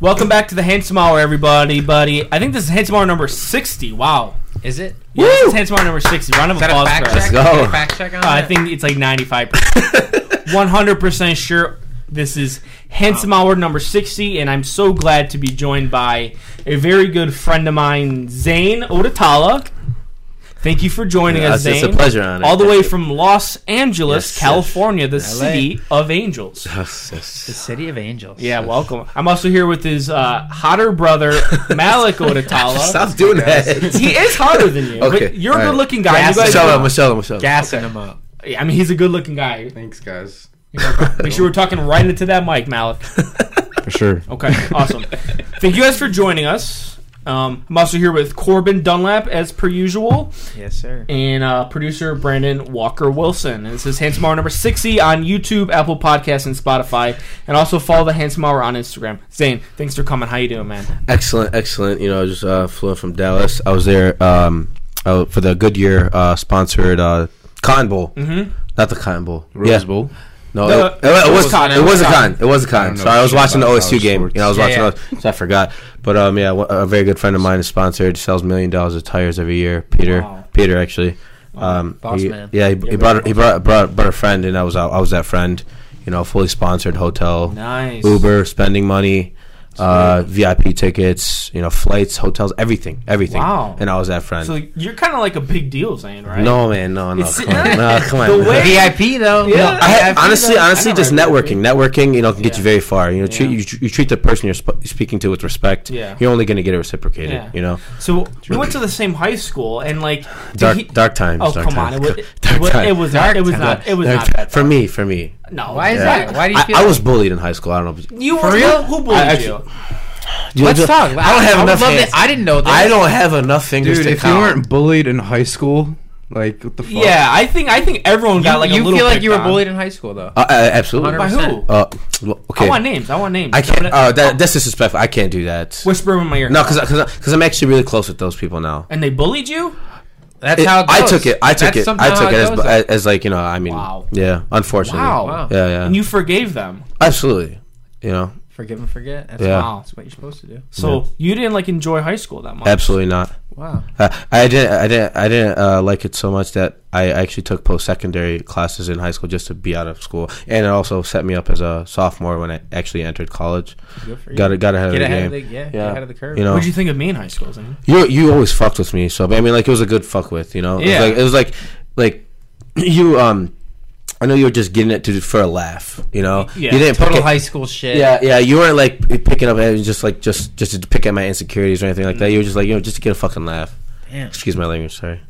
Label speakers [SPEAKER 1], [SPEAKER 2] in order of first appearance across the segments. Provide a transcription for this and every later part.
[SPEAKER 1] Welcome back to the Handsome Hour, everybody, buddy. I think this is Handsome Hour number 60. Wow.
[SPEAKER 2] Is it?
[SPEAKER 1] Yeah, this is Handsome Hour number 60. Round of
[SPEAKER 2] Is that
[SPEAKER 1] applause
[SPEAKER 2] a fact
[SPEAKER 1] for us.
[SPEAKER 2] check?
[SPEAKER 3] Let's go.
[SPEAKER 2] A fact check on
[SPEAKER 1] Uh, I
[SPEAKER 2] that?
[SPEAKER 1] think it's like 95%. 100% sure this is Handsome Hour number 60, and I'm so glad to be joined by a very good friend of mine, Zane Odatala. Thank you for joining
[SPEAKER 3] Yeah,
[SPEAKER 1] us,
[SPEAKER 3] it's-
[SPEAKER 1] Zane.
[SPEAKER 3] it's a pleasure, Honor.
[SPEAKER 1] All the
[SPEAKER 3] Thank
[SPEAKER 1] way
[SPEAKER 3] you.
[SPEAKER 1] from Los Angeles,
[SPEAKER 3] Yes, yes.
[SPEAKER 1] California, the
[SPEAKER 2] LA.
[SPEAKER 1] city of angels.
[SPEAKER 2] the City of Angels.
[SPEAKER 1] Yeah, welcome. I'm also here with his uh, hotter brother, Malik Odatala.
[SPEAKER 3] Stop doing that.
[SPEAKER 1] He is hotter than you.
[SPEAKER 3] Okay,
[SPEAKER 1] but you're a
[SPEAKER 3] all right.
[SPEAKER 1] good looking guy.
[SPEAKER 2] Gas
[SPEAKER 1] You guys-
[SPEAKER 2] him
[SPEAKER 3] Michelle, Michelle, Michelle.
[SPEAKER 2] Gassing him up.
[SPEAKER 1] Yeah, I mean, he's a good looking guy.
[SPEAKER 4] Thanks, guys.
[SPEAKER 1] Make sure we're talking right into that mic, Malik.
[SPEAKER 5] For sure.
[SPEAKER 1] Okay, awesome. Thank you guys for joining us. Um, I'm also here with Corbin Dunlap, as per usual,
[SPEAKER 2] Yes, sir.
[SPEAKER 1] and uh, producer Brandon Walker Wilson. And this is Handsome Hour number 60 on YouTube, Apple Podcasts, and Spotify. And also follow the Handsome Hour on Instagram. Zane, thanks for coming. How you doing, man?
[SPEAKER 3] Excellent, excellent. You know, I just uh, flew in from Dallas. I was there um, uh, for the Goodyear uh, sponsored uh, Con Bowl. Mm-hmm. Not the Con Bowl. Rose
[SPEAKER 5] Bowl?
[SPEAKER 3] No,
[SPEAKER 1] No,
[SPEAKER 3] it, it,
[SPEAKER 1] it
[SPEAKER 3] was,
[SPEAKER 1] was con,
[SPEAKER 3] con.
[SPEAKER 1] it
[SPEAKER 3] It was
[SPEAKER 1] was
[SPEAKER 3] a con. It was a
[SPEAKER 4] I
[SPEAKER 3] con.
[SPEAKER 4] don't know
[SPEAKER 3] So I was
[SPEAKER 4] shit
[SPEAKER 3] watching the
[SPEAKER 4] about
[SPEAKER 3] OSU
[SPEAKER 4] college
[SPEAKER 3] game.
[SPEAKER 4] sports.
[SPEAKER 3] You know, I was
[SPEAKER 2] Yeah,
[SPEAKER 3] watching.
[SPEAKER 2] yeah.
[SPEAKER 3] those, so I forgot. But um, yeah, one- a very good friend of mine is sponsored. Sells million dollars of tires every year. Peter.
[SPEAKER 1] Wow.
[SPEAKER 3] Peter actually. Um,
[SPEAKER 2] boss
[SPEAKER 3] he-
[SPEAKER 2] man.
[SPEAKER 3] Yeah, he, he brought he brought, brought brought a friend, and I was out. I was that friend. You know, fully sponsored hotel.
[SPEAKER 1] Nice.
[SPEAKER 3] Uber, spending money, uh, VIP tickets, you know, flights, hotels, everything, everything.
[SPEAKER 1] Wow.
[SPEAKER 3] And I was that friend.
[SPEAKER 1] So you're kind of like a big deal, Zane, right?
[SPEAKER 3] No man, no, no,
[SPEAKER 1] It's-
[SPEAKER 3] come on, no, come on.
[SPEAKER 1] The way-
[SPEAKER 2] VIP though.
[SPEAKER 1] Yeah.
[SPEAKER 3] I had, honestly,
[SPEAKER 1] though- I
[SPEAKER 3] honestly,
[SPEAKER 1] know,
[SPEAKER 3] just
[SPEAKER 1] right?
[SPEAKER 3] networking. Networking, you know, can get you
[SPEAKER 1] Yeah.
[SPEAKER 3] very far. You know, treat,
[SPEAKER 1] Yeah.
[SPEAKER 3] you, you treat the person you're sp- speaking to with respect.
[SPEAKER 1] Yeah.
[SPEAKER 3] You're only going to get it reciprocated.
[SPEAKER 1] Yeah.
[SPEAKER 3] You know,
[SPEAKER 1] So we went to the same high school, and like did
[SPEAKER 3] dark,
[SPEAKER 1] he-
[SPEAKER 3] dark times.
[SPEAKER 1] Oh
[SPEAKER 3] dark
[SPEAKER 1] come on!
[SPEAKER 3] times.
[SPEAKER 1] It was, it,
[SPEAKER 3] dark
[SPEAKER 1] was, it
[SPEAKER 3] times.
[SPEAKER 1] was not. It was not. It was
[SPEAKER 3] Dark
[SPEAKER 1] not
[SPEAKER 3] ti-
[SPEAKER 1] that
[SPEAKER 3] for
[SPEAKER 1] bad.
[SPEAKER 3] me. For me,
[SPEAKER 1] No.
[SPEAKER 2] Why is
[SPEAKER 3] Yeah.
[SPEAKER 2] that? Why do you
[SPEAKER 3] I,
[SPEAKER 2] feel?
[SPEAKER 3] I was bullied in high school. I don't know.
[SPEAKER 1] You were
[SPEAKER 2] real?
[SPEAKER 1] Who, who bullied
[SPEAKER 3] I
[SPEAKER 1] you?
[SPEAKER 2] Let's talk.
[SPEAKER 3] I don't have
[SPEAKER 2] would
[SPEAKER 3] enough
[SPEAKER 2] love
[SPEAKER 3] hands.
[SPEAKER 2] that- I didn't know this.
[SPEAKER 3] I don't have enough fingers
[SPEAKER 4] Dude,
[SPEAKER 3] to
[SPEAKER 4] if you
[SPEAKER 3] count.
[SPEAKER 4] weren't bullied in high school, like what the fuck?
[SPEAKER 1] Yeah, I think I think everyone
[SPEAKER 2] You,
[SPEAKER 1] got like
[SPEAKER 2] you
[SPEAKER 1] a little.
[SPEAKER 2] feel like
[SPEAKER 1] picked
[SPEAKER 2] you were
[SPEAKER 1] on.
[SPEAKER 2] bullied in high school though.
[SPEAKER 3] Uh, uh, absolutely.
[SPEAKER 1] by
[SPEAKER 2] 100%.
[SPEAKER 1] who?
[SPEAKER 3] Uh, well, okay.
[SPEAKER 1] I want names. I want names.
[SPEAKER 3] I can't.
[SPEAKER 1] I'm gonna-
[SPEAKER 3] Oh, that, that's disrespectful. I can't do that.
[SPEAKER 1] whisper in my ear.
[SPEAKER 3] No, because because I'm actually really close with those people now.
[SPEAKER 1] and they bullied you.
[SPEAKER 2] That's
[SPEAKER 3] It-
[SPEAKER 2] how it goes.
[SPEAKER 3] I took it. I took
[SPEAKER 2] That's
[SPEAKER 3] it. I
[SPEAKER 2] somehow
[SPEAKER 3] took
[SPEAKER 2] how
[SPEAKER 3] it as,
[SPEAKER 2] goes,
[SPEAKER 3] bu-
[SPEAKER 2] though.
[SPEAKER 3] as, as like you know. I mean,
[SPEAKER 1] Wow.
[SPEAKER 3] yeah. Unfortunately.
[SPEAKER 1] Wow.
[SPEAKER 2] Wow.
[SPEAKER 3] Yeah, yeah.
[SPEAKER 1] And you forgave them.
[SPEAKER 3] absolutely. You know,
[SPEAKER 2] Forgive and forget. That's,
[SPEAKER 3] Yeah.
[SPEAKER 2] wow. That's what you're supposed to do.
[SPEAKER 1] So you didn't like enjoy high school that much.
[SPEAKER 3] absolutely not.
[SPEAKER 2] Wow.
[SPEAKER 3] Uh, I didn't. I didn't. I didn't uh, like it so much that I actually took post secondary classes in high school just to be out of school, and it also set me up as a sophomore when I actually entered college.
[SPEAKER 2] Good for you.
[SPEAKER 3] Got got ahead
[SPEAKER 2] Get
[SPEAKER 3] of the
[SPEAKER 2] ahead
[SPEAKER 3] game.
[SPEAKER 2] of the yeah. Get
[SPEAKER 3] Yeah.
[SPEAKER 2] ahead of the curve.
[SPEAKER 3] You know,
[SPEAKER 1] What'd you think of me in high school? Zane?
[SPEAKER 3] you you always fucked with me. So but I mean, like it was a good fuck with. You know, it
[SPEAKER 1] Yeah.
[SPEAKER 3] was like it was like like you um. I know you were just getting it to for a laugh, you know.
[SPEAKER 1] Yeah,
[SPEAKER 3] you didn't pick
[SPEAKER 2] Total
[SPEAKER 3] it-
[SPEAKER 2] high school shit.
[SPEAKER 3] Yeah, yeah. You weren't like picking up and just like just just to pick at my insecurities or anything like that. You were just like you know just to get a fucking laugh.
[SPEAKER 2] Damn.
[SPEAKER 3] Excuse my language, sorry.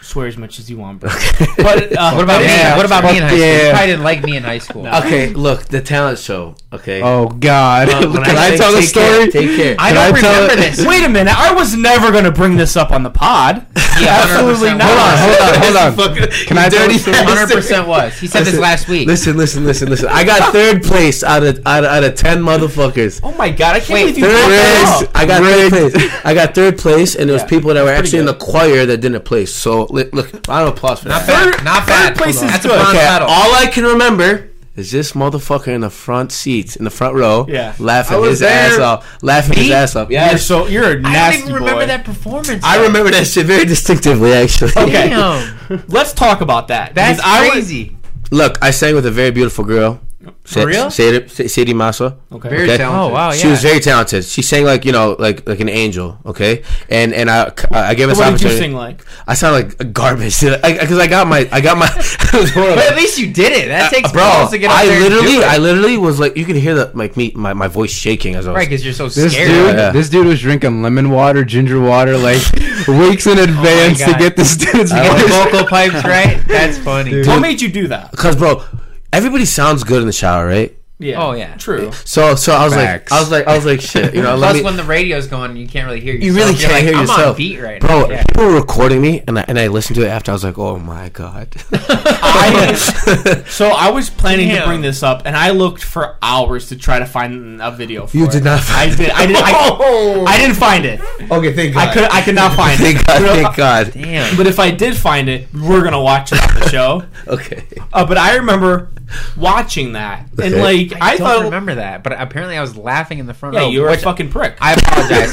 [SPEAKER 1] Swear as much as you want, bro. but uh,
[SPEAKER 2] What about
[SPEAKER 3] Yeah.
[SPEAKER 2] me? What about me in high school?
[SPEAKER 3] Yeah.
[SPEAKER 2] You probably didn't like me in high school.
[SPEAKER 3] Okay, look the talent show. Okay.
[SPEAKER 4] Oh God.
[SPEAKER 1] Uh,
[SPEAKER 3] when
[SPEAKER 4] Can I,
[SPEAKER 3] say
[SPEAKER 4] tell the
[SPEAKER 3] take care-
[SPEAKER 4] story?
[SPEAKER 3] take care.
[SPEAKER 2] I
[SPEAKER 4] Can
[SPEAKER 2] don't
[SPEAKER 4] I tell
[SPEAKER 2] remember
[SPEAKER 4] it?
[SPEAKER 2] this.
[SPEAKER 1] Wait a minute! I was never gonna bring this up on the pod. absolutely
[SPEAKER 2] 100%.
[SPEAKER 1] not.
[SPEAKER 3] hold on, hold on, hold on.
[SPEAKER 4] Can I tell the story?
[SPEAKER 2] Hundred percent was. He said this
[SPEAKER 3] Listen,
[SPEAKER 2] last week.
[SPEAKER 3] Listen, listen, listen, listen. I got third place out of out of, out of ten motherfuckers.
[SPEAKER 1] Oh my god! I can't
[SPEAKER 2] Wait,
[SPEAKER 1] believe you
[SPEAKER 3] Third
[SPEAKER 1] brought that
[SPEAKER 3] place.
[SPEAKER 1] up.
[SPEAKER 3] I got third place. I got third place, and there was
[SPEAKER 1] Yeah.
[SPEAKER 3] people that were
[SPEAKER 1] Pretty
[SPEAKER 3] actually in the
[SPEAKER 1] good.
[SPEAKER 3] choir that didn't place. So li- look, round of applause for that.
[SPEAKER 2] Not bad.
[SPEAKER 1] Third-
[SPEAKER 2] not
[SPEAKER 1] third
[SPEAKER 2] bad.
[SPEAKER 1] place
[SPEAKER 2] Hold
[SPEAKER 1] is
[SPEAKER 2] on. That's a
[SPEAKER 1] good.
[SPEAKER 2] bronze
[SPEAKER 3] Okay,
[SPEAKER 2] medal.
[SPEAKER 3] all I can remember is this motherfucker in the front seat, in the front row,
[SPEAKER 1] Yeah.
[SPEAKER 4] I
[SPEAKER 3] laughing
[SPEAKER 4] was
[SPEAKER 3] his
[SPEAKER 4] there.
[SPEAKER 3] ass off, laughing his
[SPEAKER 2] Me?
[SPEAKER 3] ass off.
[SPEAKER 1] You're
[SPEAKER 3] Yes,
[SPEAKER 1] so you're a
[SPEAKER 2] I
[SPEAKER 1] nasty
[SPEAKER 2] don't even remember
[SPEAKER 1] boy.
[SPEAKER 2] that performance.
[SPEAKER 3] I remember that shit very distinctively. Actually,
[SPEAKER 1] Okay.
[SPEAKER 2] Damn.
[SPEAKER 1] Let's talk about that.
[SPEAKER 2] That's
[SPEAKER 1] Because I was-
[SPEAKER 2] crazy.
[SPEAKER 3] Look, I sang with a very beautiful girl. Sa-
[SPEAKER 2] real?
[SPEAKER 3] Sadie, Sa- Sadie Massa.
[SPEAKER 1] Okay.
[SPEAKER 4] Very
[SPEAKER 3] Okay.
[SPEAKER 4] talented.
[SPEAKER 2] Oh wow. Yeah.
[SPEAKER 3] She was very talented. She sang like you know, like like an angel. Okay, and and I I gave us
[SPEAKER 1] what did you
[SPEAKER 3] opportunity.
[SPEAKER 1] sing like?
[SPEAKER 3] I sound like a garbage because I, 'cause I got my I got my. it was horrible.
[SPEAKER 2] but at least you did it. That takes
[SPEAKER 3] Uh, Bro,
[SPEAKER 2] balls to get up
[SPEAKER 3] I
[SPEAKER 2] there and do
[SPEAKER 3] literally
[SPEAKER 2] it.
[SPEAKER 3] I literally was like you could hear the like me my, my voice shaking as I was
[SPEAKER 2] right because you're so
[SPEAKER 4] This
[SPEAKER 2] scared.
[SPEAKER 4] dude,
[SPEAKER 3] Yeah.
[SPEAKER 4] this dude was drinking lemon water, ginger water, like weeks in advance to
[SPEAKER 2] God.
[SPEAKER 4] get this dude's
[SPEAKER 2] You got
[SPEAKER 4] voice.
[SPEAKER 2] the vocal pipes right. That's funny.
[SPEAKER 1] What made you do that?
[SPEAKER 3] Cause bro, everybody sounds good in the shower, right?
[SPEAKER 1] Yeah.
[SPEAKER 2] Oh, yeah.
[SPEAKER 1] True.
[SPEAKER 3] So so I was
[SPEAKER 4] Facts.
[SPEAKER 3] like I was like I was like shit, you know.
[SPEAKER 2] Plus,
[SPEAKER 3] let me,
[SPEAKER 2] when the radio's going, you can't really hear yourself.
[SPEAKER 3] you really
[SPEAKER 2] You're
[SPEAKER 3] can't
[SPEAKER 2] like,
[SPEAKER 3] hear
[SPEAKER 2] I'm
[SPEAKER 3] yourself,
[SPEAKER 2] on beat right
[SPEAKER 3] bro.
[SPEAKER 2] now. Yeah.
[SPEAKER 3] People were recording me, and I, and I listened to it after. I was like, oh my god.
[SPEAKER 1] I- so I was planning to
[SPEAKER 2] Damn.
[SPEAKER 1] bring this up, and I looked for hours to try to find a video. for
[SPEAKER 3] You
[SPEAKER 1] it.
[SPEAKER 3] did not
[SPEAKER 1] I
[SPEAKER 3] find
[SPEAKER 1] did. I did. I,
[SPEAKER 3] Oh.
[SPEAKER 1] I didn't find it.
[SPEAKER 3] okay, thank
[SPEAKER 1] I could. I could not find it.
[SPEAKER 3] thank God.
[SPEAKER 1] But if-
[SPEAKER 3] Thank God.
[SPEAKER 2] Damn.
[SPEAKER 1] But if I did find it, we're gonna watch it on the show.
[SPEAKER 3] Okay.
[SPEAKER 1] Uh, but I remember watching that, and
[SPEAKER 3] Okay.
[SPEAKER 1] like I,
[SPEAKER 2] I, don't
[SPEAKER 1] thought,
[SPEAKER 2] remember that, but apparently I was laughing in the front
[SPEAKER 3] Oh,
[SPEAKER 1] yeah,
[SPEAKER 2] row.
[SPEAKER 1] you were a
[SPEAKER 2] which-
[SPEAKER 1] fucking prick.
[SPEAKER 2] I apologize.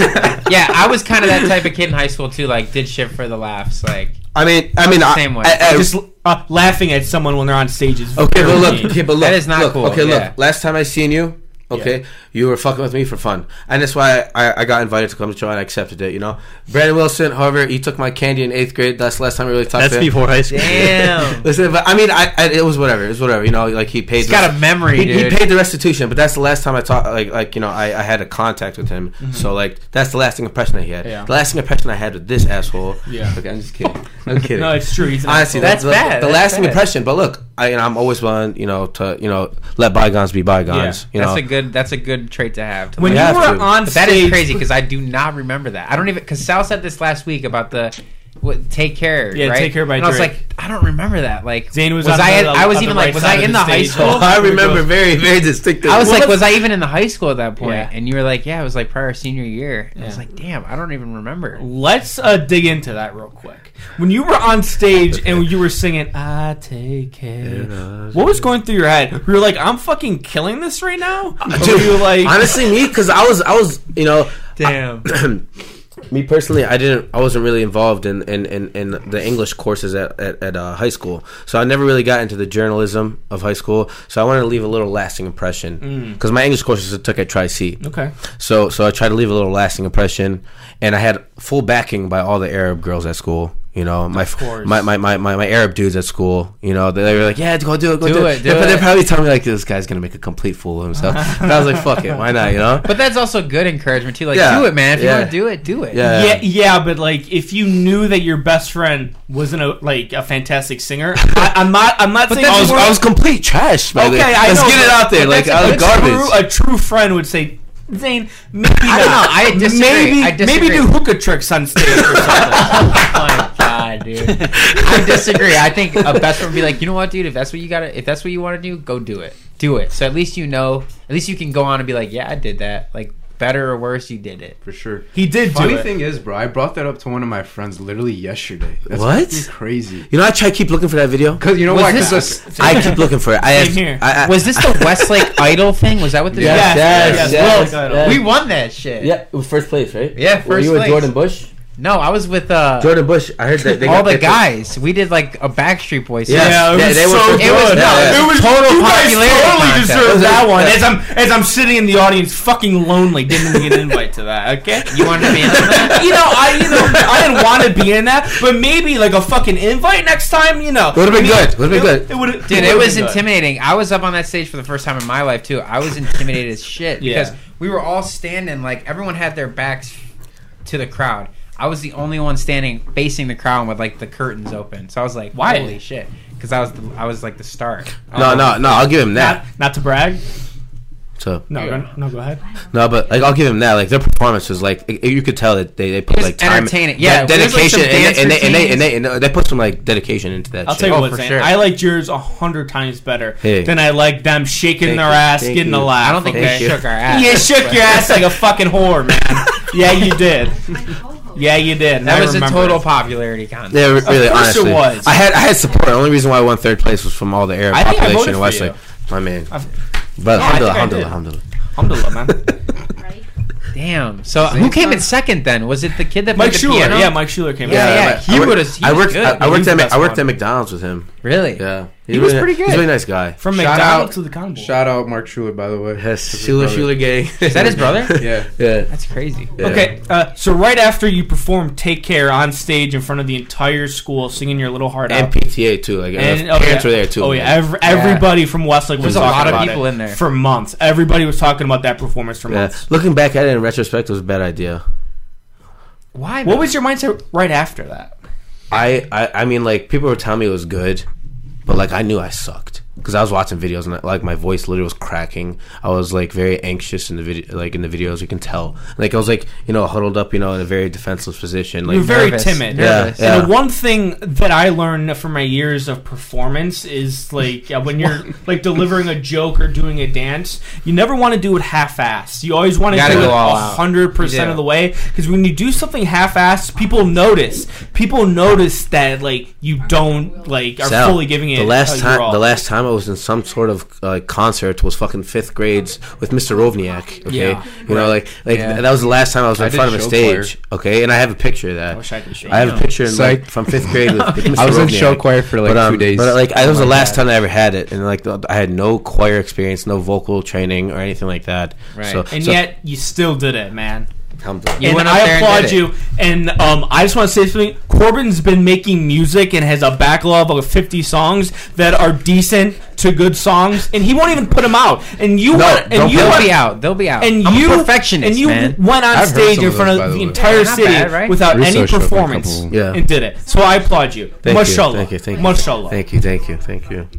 [SPEAKER 2] yeah, I was kind of that type of kid in high school too. Like, did shit for the laughs. Like,
[SPEAKER 3] I mean, I mean, I,
[SPEAKER 2] Same way.
[SPEAKER 3] I- I-
[SPEAKER 1] just uh, laughing at someone when they're on stage is
[SPEAKER 3] okay,
[SPEAKER 1] very
[SPEAKER 3] but look,
[SPEAKER 1] mean.
[SPEAKER 3] okay, but look,
[SPEAKER 2] That is not
[SPEAKER 3] look,
[SPEAKER 2] cool,
[SPEAKER 3] Okay,
[SPEAKER 2] yeah.
[SPEAKER 3] look, last time I seen you, okay, you were fucking with me for fun, and that's why I, I got invited to come to the show and I accepted it. You know, Brandon Wilson, however, he took my candy in eighth grade. That's the last time we really talked.
[SPEAKER 5] That's
[SPEAKER 3] to him.
[SPEAKER 5] before high school.
[SPEAKER 2] damn,
[SPEAKER 3] Listen, but I mean, I, I it was whatever. It was whatever. You know, like he paid.
[SPEAKER 2] he's got a memory,
[SPEAKER 3] he, he
[SPEAKER 2] dude.
[SPEAKER 3] paid the restitution, but that's the last time I talked. Like, like you know, I, I had a contact with him.
[SPEAKER 2] Mm-hmm.
[SPEAKER 3] So like, that's the lasting impression that he had.
[SPEAKER 1] Yeah.
[SPEAKER 3] The lasting impression I had with this asshole.
[SPEAKER 1] Yeah.
[SPEAKER 3] Okay, I'm just kidding. I'm kidding.
[SPEAKER 1] no, it's true. He's an asshole.
[SPEAKER 3] Honestly, that's
[SPEAKER 2] That's
[SPEAKER 3] the,
[SPEAKER 2] bad.
[SPEAKER 3] the
[SPEAKER 2] That's
[SPEAKER 3] lasting
[SPEAKER 2] bad.
[SPEAKER 3] impression. But look, I, and I'm always willing, you know, to you know, let bygones be bygones. You know,
[SPEAKER 2] that's a good. That's a good trait to have.
[SPEAKER 1] when
[SPEAKER 3] we
[SPEAKER 1] you
[SPEAKER 3] have
[SPEAKER 1] were
[SPEAKER 3] to.
[SPEAKER 1] on
[SPEAKER 2] But
[SPEAKER 1] stage,
[SPEAKER 2] that is crazy because I do not remember that. I don't even because Sal said this last week about the what, take care.
[SPEAKER 1] Yeah,
[SPEAKER 2] right?
[SPEAKER 1] Take Care by
[SPEAKER 2] And I was
[SPEAKER 1] Drake.
[SPEAKER 2] like, I don't remember that. Like,
[SPEAKER 1] Zayn was on
[SPEAKER 2] I?
[SPEAKER 1] the-
[SPEAKER 2] I was
[SPEAKER 1] on the
[SPEAKER 2] even
[SPEAKER 1] right
[SPEAKER 2] like, was
[SPEAKER 1] side
[SPEAKER 2] I
[SPEAKER 1] of
[SPEAKER 2] in
[SPEAKER 1] the
[SPEAKER 2] the high
[SPEAKER 1] stage.
[SPEAKER 2] school?
[SPEAKER 1] Oh,
[SPEAKER 3] I remember very, very distinctly.
[SPEAKER 2] I was like, was I even in the high school at that point?
[SPEAKER 1] Yeah.
[SPEAKER 2] And you were like, yeah, it was like prior senior year. And I was
[SPEAKER 1] Yeah.
[SPEAKER 2] like, damn, I don't even remember.
[SPEAKER 1] Let's uh, dig into that real quick. When you were on stage and you were singing "I Take Care," what was going through your head? You were like, "I'm fucking killing this right now." Or were
[SPEAKER 3] Uh, Dude,
[SPEAKER 1] you like,
[SPEAKER 3] honestly, me because I was, I was, you know,
[SPEAKER 2] Damn.
[SPEAKER 3] me personally, I didn't, I wasn't really involved in in, in, in the English courses at at, at uh, high school, so I never really got into the journalism of high school. So I wanted to leave a little lasting impression
[SPEAKER 2] Mm.
[SPEAKER 3] because my English courses I took at Tri C.
[SPEAKER 1] okay,
[SPEAKER 3] So so I tried to leave a little lasting impression, and I had full backing by all the Arab girls at school. You know, my
[SPEAKER 1] course.
[SPEAKER 3] my, my, my, my my Arab dudes at school. You know, they, they were like, "Yeah, go do it, go do,
[SPEAKER 2] Do
[SPEAKER 3] it."
[SPEAKER 2] it, do
[SPEAKER 3] But they
[SPEAKER 2] it.
[SPEAKER 3] probably telling me like, "This guy's gonna make a complete fool of himself." but I was like, "Fuck it, why not?" You know?
[SPEAKER 2] But that's also good encouragement too. Like,
[SPEAKER 3] Yeah.
[SPEAKER 2] do it, man. If
[SPEAKER 3] Yeah.
[SPEAKER 2] you want to do it, do it.
[SPEAKER 3] Yeah.
[SPEAKER 1] yeah, yeah, but like, if you knew that your best friend wasn't a like a fantastic singer, I, I'm not. I'm not saying
[SPEAKER 3] I was,
[SPEAKER 1] you were-
[SPEAKER 3] I was complete trash. By
[SPEAKER 1] okay.
[SPEAKER 3] the way.
[SPEAKER 1] I
[SPEAKER 3] let's
[SPEAKER 1] know,
[SPEAKER 3] get it
[SPEAKER 1] but-
[SPEAKER 3] out there.
[SPEAKER 1] but
[SPEAKER 3] Like
[SPEAKER 1] that's a-
[SPEAKER 3] I was
[SPEAKER 1] a
[SPEAKER 3] garbage.
[SPEAKER 1] true- A true friend would say, "Zane, maybe
[SPEAKER 2] I don't know.
[SPEAKER 1] not.
[SPEAKER 2] I disagree.
[SPEAKER 1] maybe
[SPEAKER 2] I disagree.
[SPEAKER 1] maybe do hookah tricks on stage or something."
[SPEAKER 2] Oh my god, dude. I disagree. I think a best friend would be like, you know what, dude? If that's what you got, to if that's what you want to do, go do it. Do it. So at least you know. At least you can go on and be like, yeah, I did that. Like, better or worse, you did it.
[SPEAKER 4] for sure.
[SPEAKER 1] He did do
[SPEAKER 4] Funny
[SPEAKER 1] it.
[SPEAKER 4] thing is, bro, I brought that up to one of my friends literally yesterday. That's
[SPEAKER 3] What?
[SPEAKER 4] fucking Crazy.
[SPEAKER 3] You know, I try to keep looking for that video.
[SPEAKER 4] Cause you know
[SPEAKER 2] Was
[SPEAKER 4] what?
[SPEAKER 2] this-
[SPEAKER 4] 'Cause I-
[SPEAKER 3] I keep looking for it. I
[SPEAKER 1] Same
[SPEAKER 3] asked,
[SPEAKER 1] here.
[SPEAKER 3] I, I,
[SPEAKER 2] Was this the Westlake Idol thing? Was that what this?
[SPEAKER 3] Yes, yes, yes,
[SPEAKER 1] Well,
[SPEAKER 3] yes.
[SPEAKER 2] We won that shit.
[SPEAKER 3] yeah, it was first place, right?
[SPEAKER 2] Yeah,
[SPEAKER 3] Were
[SPEAKER 2] first
[SPEAKER 3] you with
[SPEAKER 2] place.
[SPEAKER 3] Jordan Bush?
[SPEAKER 2] No, I was with uh,
[SPEAKER 3] Jordan Bush. I heard that they
[SPEAKER 2] all
[SPEAKER 3] got
[SPEAKER 2] the
[SPEAKER 3] picked up.
[SPEAKER 2] guys. We did like a Backstreet Boys.
[SPEAKER 3] Yeah.
[SPEAKER 1] Yeah, it
[SPEAKER 3] They-
[SPEAKER 1] was
[SPEAKER 3] they were
[SPEAKER 1] so
[SPEAKER 3] so
[SPEAKER 1] good.
[SPEAKER 2] It was-
[SPEAKER 1] Yeah,
[SPEAKER 2] no,
[SPEAKER 1] yeah.
[SPEAKER 2] it was total
[SPEAKER 1] you guys
[SPEAKER 2] popularity
[SPEAKER 1] totally
[SPEAKER 2] contest. It
[SPEAKER 1] deserve
[SPEAKER 3] was
[SPEAKER 1] that
[SPEAKER 3] a-
[SPEAKER 1] one.
[SPEAKER 3] yeah.
[SPEAKER 1] As I'm as I'm sitting in the audience, fucking lonely, didn't even get an invite to that. Okay.
[SPEAKER 2] You wanted to be in that?
[SPEAKER 1] You know, I you know I didn't want to be in that, but maybe like a fucking invite next time. You know,
[SPEAKER 3] Would've been good. Would've been
[SPEAKER 1] It-
[SPEAKER 3] good.
[SPEAKER 1] It would.
[SPEAKER 2] Dude, it was intimidating. I was up on that stage for the first time in my life too. I was intimidated as shit
[SPEAKER 1] Yeah.
[SPEAKER 2] because we were all standing like everyone had their backs to the crowd. I was the only one standing facing the crowd with like the curtains open. So I was like,
[SPEAKER 1] Why?
[SPEAKER 2] Holy shit!" Because I was the, I was like the star.
[SPEAKER 3] No, no, no. I'll give him
[SPEAKER 1] Not,
[SPEAKER 3] that.
[SPEAKER 1] not to brag.
[SPEAKER 3] So
[SPEAKER 1] No, go- no, go ahead.
[SPEAKER 3] no, but like I'll give him that. Like their performance was like i- you could tell that they, they put
[SPEAKER 2] was
[SPEAKER 3] like time,
[SPEAKER 2] entertaining. Yeah,
[SPEAKER 3] de-
[SPEAKER 2] it was, like,
[SPEAKER 3] dedication,
[SPEAKER 2] some
[SPEAKER 3] and,
[SPEAKER 2] dancer
[SPEAKER 3] and, they, and, they,
[SPEAKER 2] teams.
[SPEAKER 3] and, they, and they they put some like dedication into that.
[SPEAKER 1] I'll
[SPEAKER 3] shit.
[SPEAKER 1] tell you what,
[SPEAKER 2] for
[SPEAKER 1] Zane,
[SPEAKER 2] sure.
[SPEAKER 1] I liked yours a hundred times better
[SPEAKER 3] Hey.
[SPEAKER 1] than I liked them shaking
[SPEAKER 3] Thank
[SPEAKER 1] their
[SPEAKER 3] you,
[SPEAKER 1] ass,
[SPEAKER 3] thank
[SPEAKER 1] getting
[SPEAKER 3] you.
[SPEAKER 1] a laugh.
[SPEAKER 2] I don't think
[SPEAKER 1] okay?
[SPEAKER 2] we shook our ass.
[SPEAKER 1] You shook your ass like a fucking whore, man. yeah, you did. Yeah, you did.
[SPEAKER 2] That
[SPEAKER 1] I
[SPEAKER 2] was a
[SPEAKER 1] remember
[SPEAKER 2] total
[SPEAKER 1] it.
[SPEAKER 2] popularity contest.
[SPEAKER 3] Yeah, re- really,
[SPEAKER 1] course it
[SPEAKER 3] honestly,
[SPEAKER 1] was.
[SPEAKER 3] I had I had support. The only reason why I won third place was from all the Arab
[SPEAKER 1] I think I
[SPEAKER 3] population
[SPEAKER 1] voted
[SPEAKER 3] in
[SPEAKER 1] for
[SPEAKER 3] Westlake. My man, but
[SPEAKER 1] No, I think I
[SPEAKER 3] alhamdulillah, alhamdulillah,
[SPEAKER 1] did.
[SPEAKER 3] alhamdulillah.
[SPEAKER 1] Alhamdulillah, man.
[SPEAKER 2] Damn. So uh, who came in second then? Was it the kid that
[SPEAKER 1] Mike
[SPEAKER 2] played
[SPEAKER 1] Schuler.
[SPEAKER 2] the piano?
[SPEAKER 1] Yeah, Mike Schuler came
[SPEAKER 2] Yeah,
[SPEAKER 1] out.
[SPEAKER 2] yeah,
[SPEAKER 3] but
[SPEAKER 2] he
[SPEAKER 3] I worked-
[SPEAKER 2] would've- he
[SPEAKER 3] I
[SPEAKER 2] was
[SPEAKER 3] worked.
[SPEAKER 2] good.
[SPEAKER 3] I, I
[SPEAKER 2] He
[SPEAKER 3] worked
[SPEAKER 2] was
[SPEAKER 3] at
[SPEAKER 2] the
[SPEAKER 3] Ma-
[SPEAKER 2] best
[SPEAKER 3] I worked at
[SPEAKER 2] one.
[SPEAKER 3] McDonald's with him.
[SPEAKER 2] Really?
[SPEAKER 3] Yeah,
[SPEAKER 2] He was
[SPEAKER 3] really-
[SPEAKER 2] pretty
[SPEAKER 3] He's a
[SPEAKER 2] good.
[SPEAKER 3] really nice guy.
[SPEAKER 1] From
[SPEAKER 4] Shout
[SPEAKER 1] McDonald's
[SPEAKER 4] out.
[SPEAKER 1] to the Cotton Bowl.
[SPEAKER 4] Shout out Mark Schuler, by the way.
[SPEAKER 3] Yes,
[SPEAKER 4] His
[SPEAKER 3] Shula
[SPEAKER 4] brother.
[SPEAKER 3] Shula gang.
[SPEAKER 2] Is that his brother?
[SPEAKER 4] Yeah.
[SPEAKER 3] Yeah.
[SPEAKER 2] That's crazy.
[SPEAKER 3] Yeah.
[SPEAKER 1] Okay, uh, so right after you performed "Take Care" on stage in front of the entire school, singing your little heart
[SPEAKER 3] And
[SPEAKER 1] out,
[SPEAKER 3] PTA too. Like
[SPEAKER 1] And-
[SPEAKER 3] uh, parents
[SPEAKER 1] yeah.
[SPEAKER 3] were there too.
[SPEAKER 1] Oh yeah,
[SPEAKER 3] man.
[SPEAKER 1] ev- everybody from Westlake was
[SPEAKER 2] There's a
[SPEAKER 1] talking
[SPEAKER 2] lot of
[SPEAKER 1] about
[SPEAKER 2] people
[SPEAKER 1] it
[SPEAKER 2] in there.
[SPEAKER 1] for months. Everybody was talking about that performance for
[SPEAKER 3] Yeah.
[SPEAKER 1] months.
[SPEAKER 3] Looking back at it in retrospect, it was a bad idea.
[SPEAKER 2] Why?
[SPEAKER 1] What
[SPEAKER 2] man?
[SPEAKER 1] was your mindset right after that?
[SPEAKER 3] I, I I mean like people were telling me it was good, but like I knew I sucked because I was watching videos and like my voice literally was cracking. I was like very anxious in the video, like in the videos you can tell. Like I was like you know huddled up, you know, in a very defenseless position. Like
[SPEAKER 1] You're very
[SPEAKER 2] nervous.
[SPEAKER 1] timid.
[SPEAKER 3] Yeah,
[SPEAKER 2] nervous.
[SPEAKER 3] yeah.
[SPEAKER 1] And the one thing that I learned from my years of performance is like uh, when you're like delivering a joke or doing a dance, you never want to do it half-assed. You always want to
[SPEAKER 2] Gotta
[SPEAKER 1] do it
[SPEAKER 2] go all out.
[SPEAKER 1] hundred percent
[SPEAKER 2] You
[SPEAKER 1] of
[SPEAKER 2] do.
[SPEAKER 1] the way because when you do something half-assed, people notice. People notice that like you don't like are
[SPEAKER 3] Sal,
[SPEAKER 1] fully giving it.
[SPEAKER 3] the
[SPEAKER 1] uh,
[SPEAKER 3] last
[SPEAKER 1] your all.
[SPEAKER 3] time the last time I was in some sort of uh, concert was fucking fifth grades with Mr. Rovniak. Okay,
[SPEAKER 1] Yeah.
[SPEAKER 3] you know, like like
[SPEAKER 2] Yeah.
[SPEAKER 3] th- that was the last time I was
[SPEAKER 2] I
[SPEAKER 3] in
[SPEAKER 2] did
[SPEAKER 3] front of a
[SPEAKER 2] show
[SPEAKER 3] stage. Okay, and I have a picture of that.
[SPEAKER 1] I wish I could show
[SPEAKER 3] I have
[SPEAKER 1] you.
[SPEAKER 3] a picture in, like,
[SPEAKER 4] Psych.
[SPEAKER 3] from fifth grade with, with Mr.
[SPEAKER 4] I was in
[SPEAKER 3] Rovniak.
[SPEAKER 4] show choir for like
[SPEAKER 3] but, um,
[SPEAKER 4] two days.
[SPEAKER 3] But like, I, that was
[SPEAKER 4] Oh
[SPEAKER 3] the
[SPEAKER 4] my
[SPEAKER 3] last
[SPEAKER 4] God.
[SPEAKER 3] time I ever had it, and like, the, I had no choir experience, no vocal training or anything like that.
[SPEAKER 2] Right.
[SPEAKER 3] So,
[SPEAKER 1] And
[SPEAKER 3] so-
[SPEAKER 1] yet you still did it, man.
[SPEAKER 3] Alhamdulillah.
[SPEAKER 2] You
[SPEAKER 1] and
[SPEAKER 2] went up
[SPEAKER 1] I
[SPEAKER 2] there and
[SPEAKER 1] applaud
[SPEAKER 2] did it.
[SPEAKER 1] you. And um, I just want to say something. Corbin's been making music and has a backlog of 50 songs that are decent to good songs, and he won't even put them out. And you, want, and
[SPEAKER 3] don't
[SPEAKER 1] you,
[SPEAKER 3] put
[SPEAKER 2] They'll
[SPEAKER 1] want-
[SPEAKER 2] be out. They'll be out.
[SPEAKER 1] and
[SPEAKER 2] I'm
[SPEAKER 1] you,
[SPEAKER 2] a perfectionist,
[SPEAKER 1] and you
[SPEAKER 2] man.
[SPEAKER 1] went on
[SPEAKER 4] I've heard
[SPEAKER 1] stage
[SPEAKER 4] some
[SPEAKER 1] in
[SPEAKER 4] of
[SPEAKER 1] front
[SPEAKER 4] those, by
[SPEAKER 1] of
[SPEAKER 4] the
[SPEAKER 1] the
[SPEAKER 4] way.
[SPEAKER 1] entire
[SPEAKER 2] Yeah, not
[SPEAKER 1] city
[SPEAKER 2] bad, right?
[SPEAKER 1] without
[SPEAKER 4] Research
[SPEAKER 1] any
[SPEAKER 4] of a
[SPEAKER 1] performance
[SPEAKER 4] couple.
[SPEAKER 3] Yeah.
[SPEAKER 1] and did it. So I applaud you.
[SPEAKER 3] Thank you,
[SPEAKER 1] Mashallah.
[SPEAKER 3] thank you, thank you.
[SPEAKER 1] Mashallah.
[SPEAKER 3] Thank you, thank you, thank you.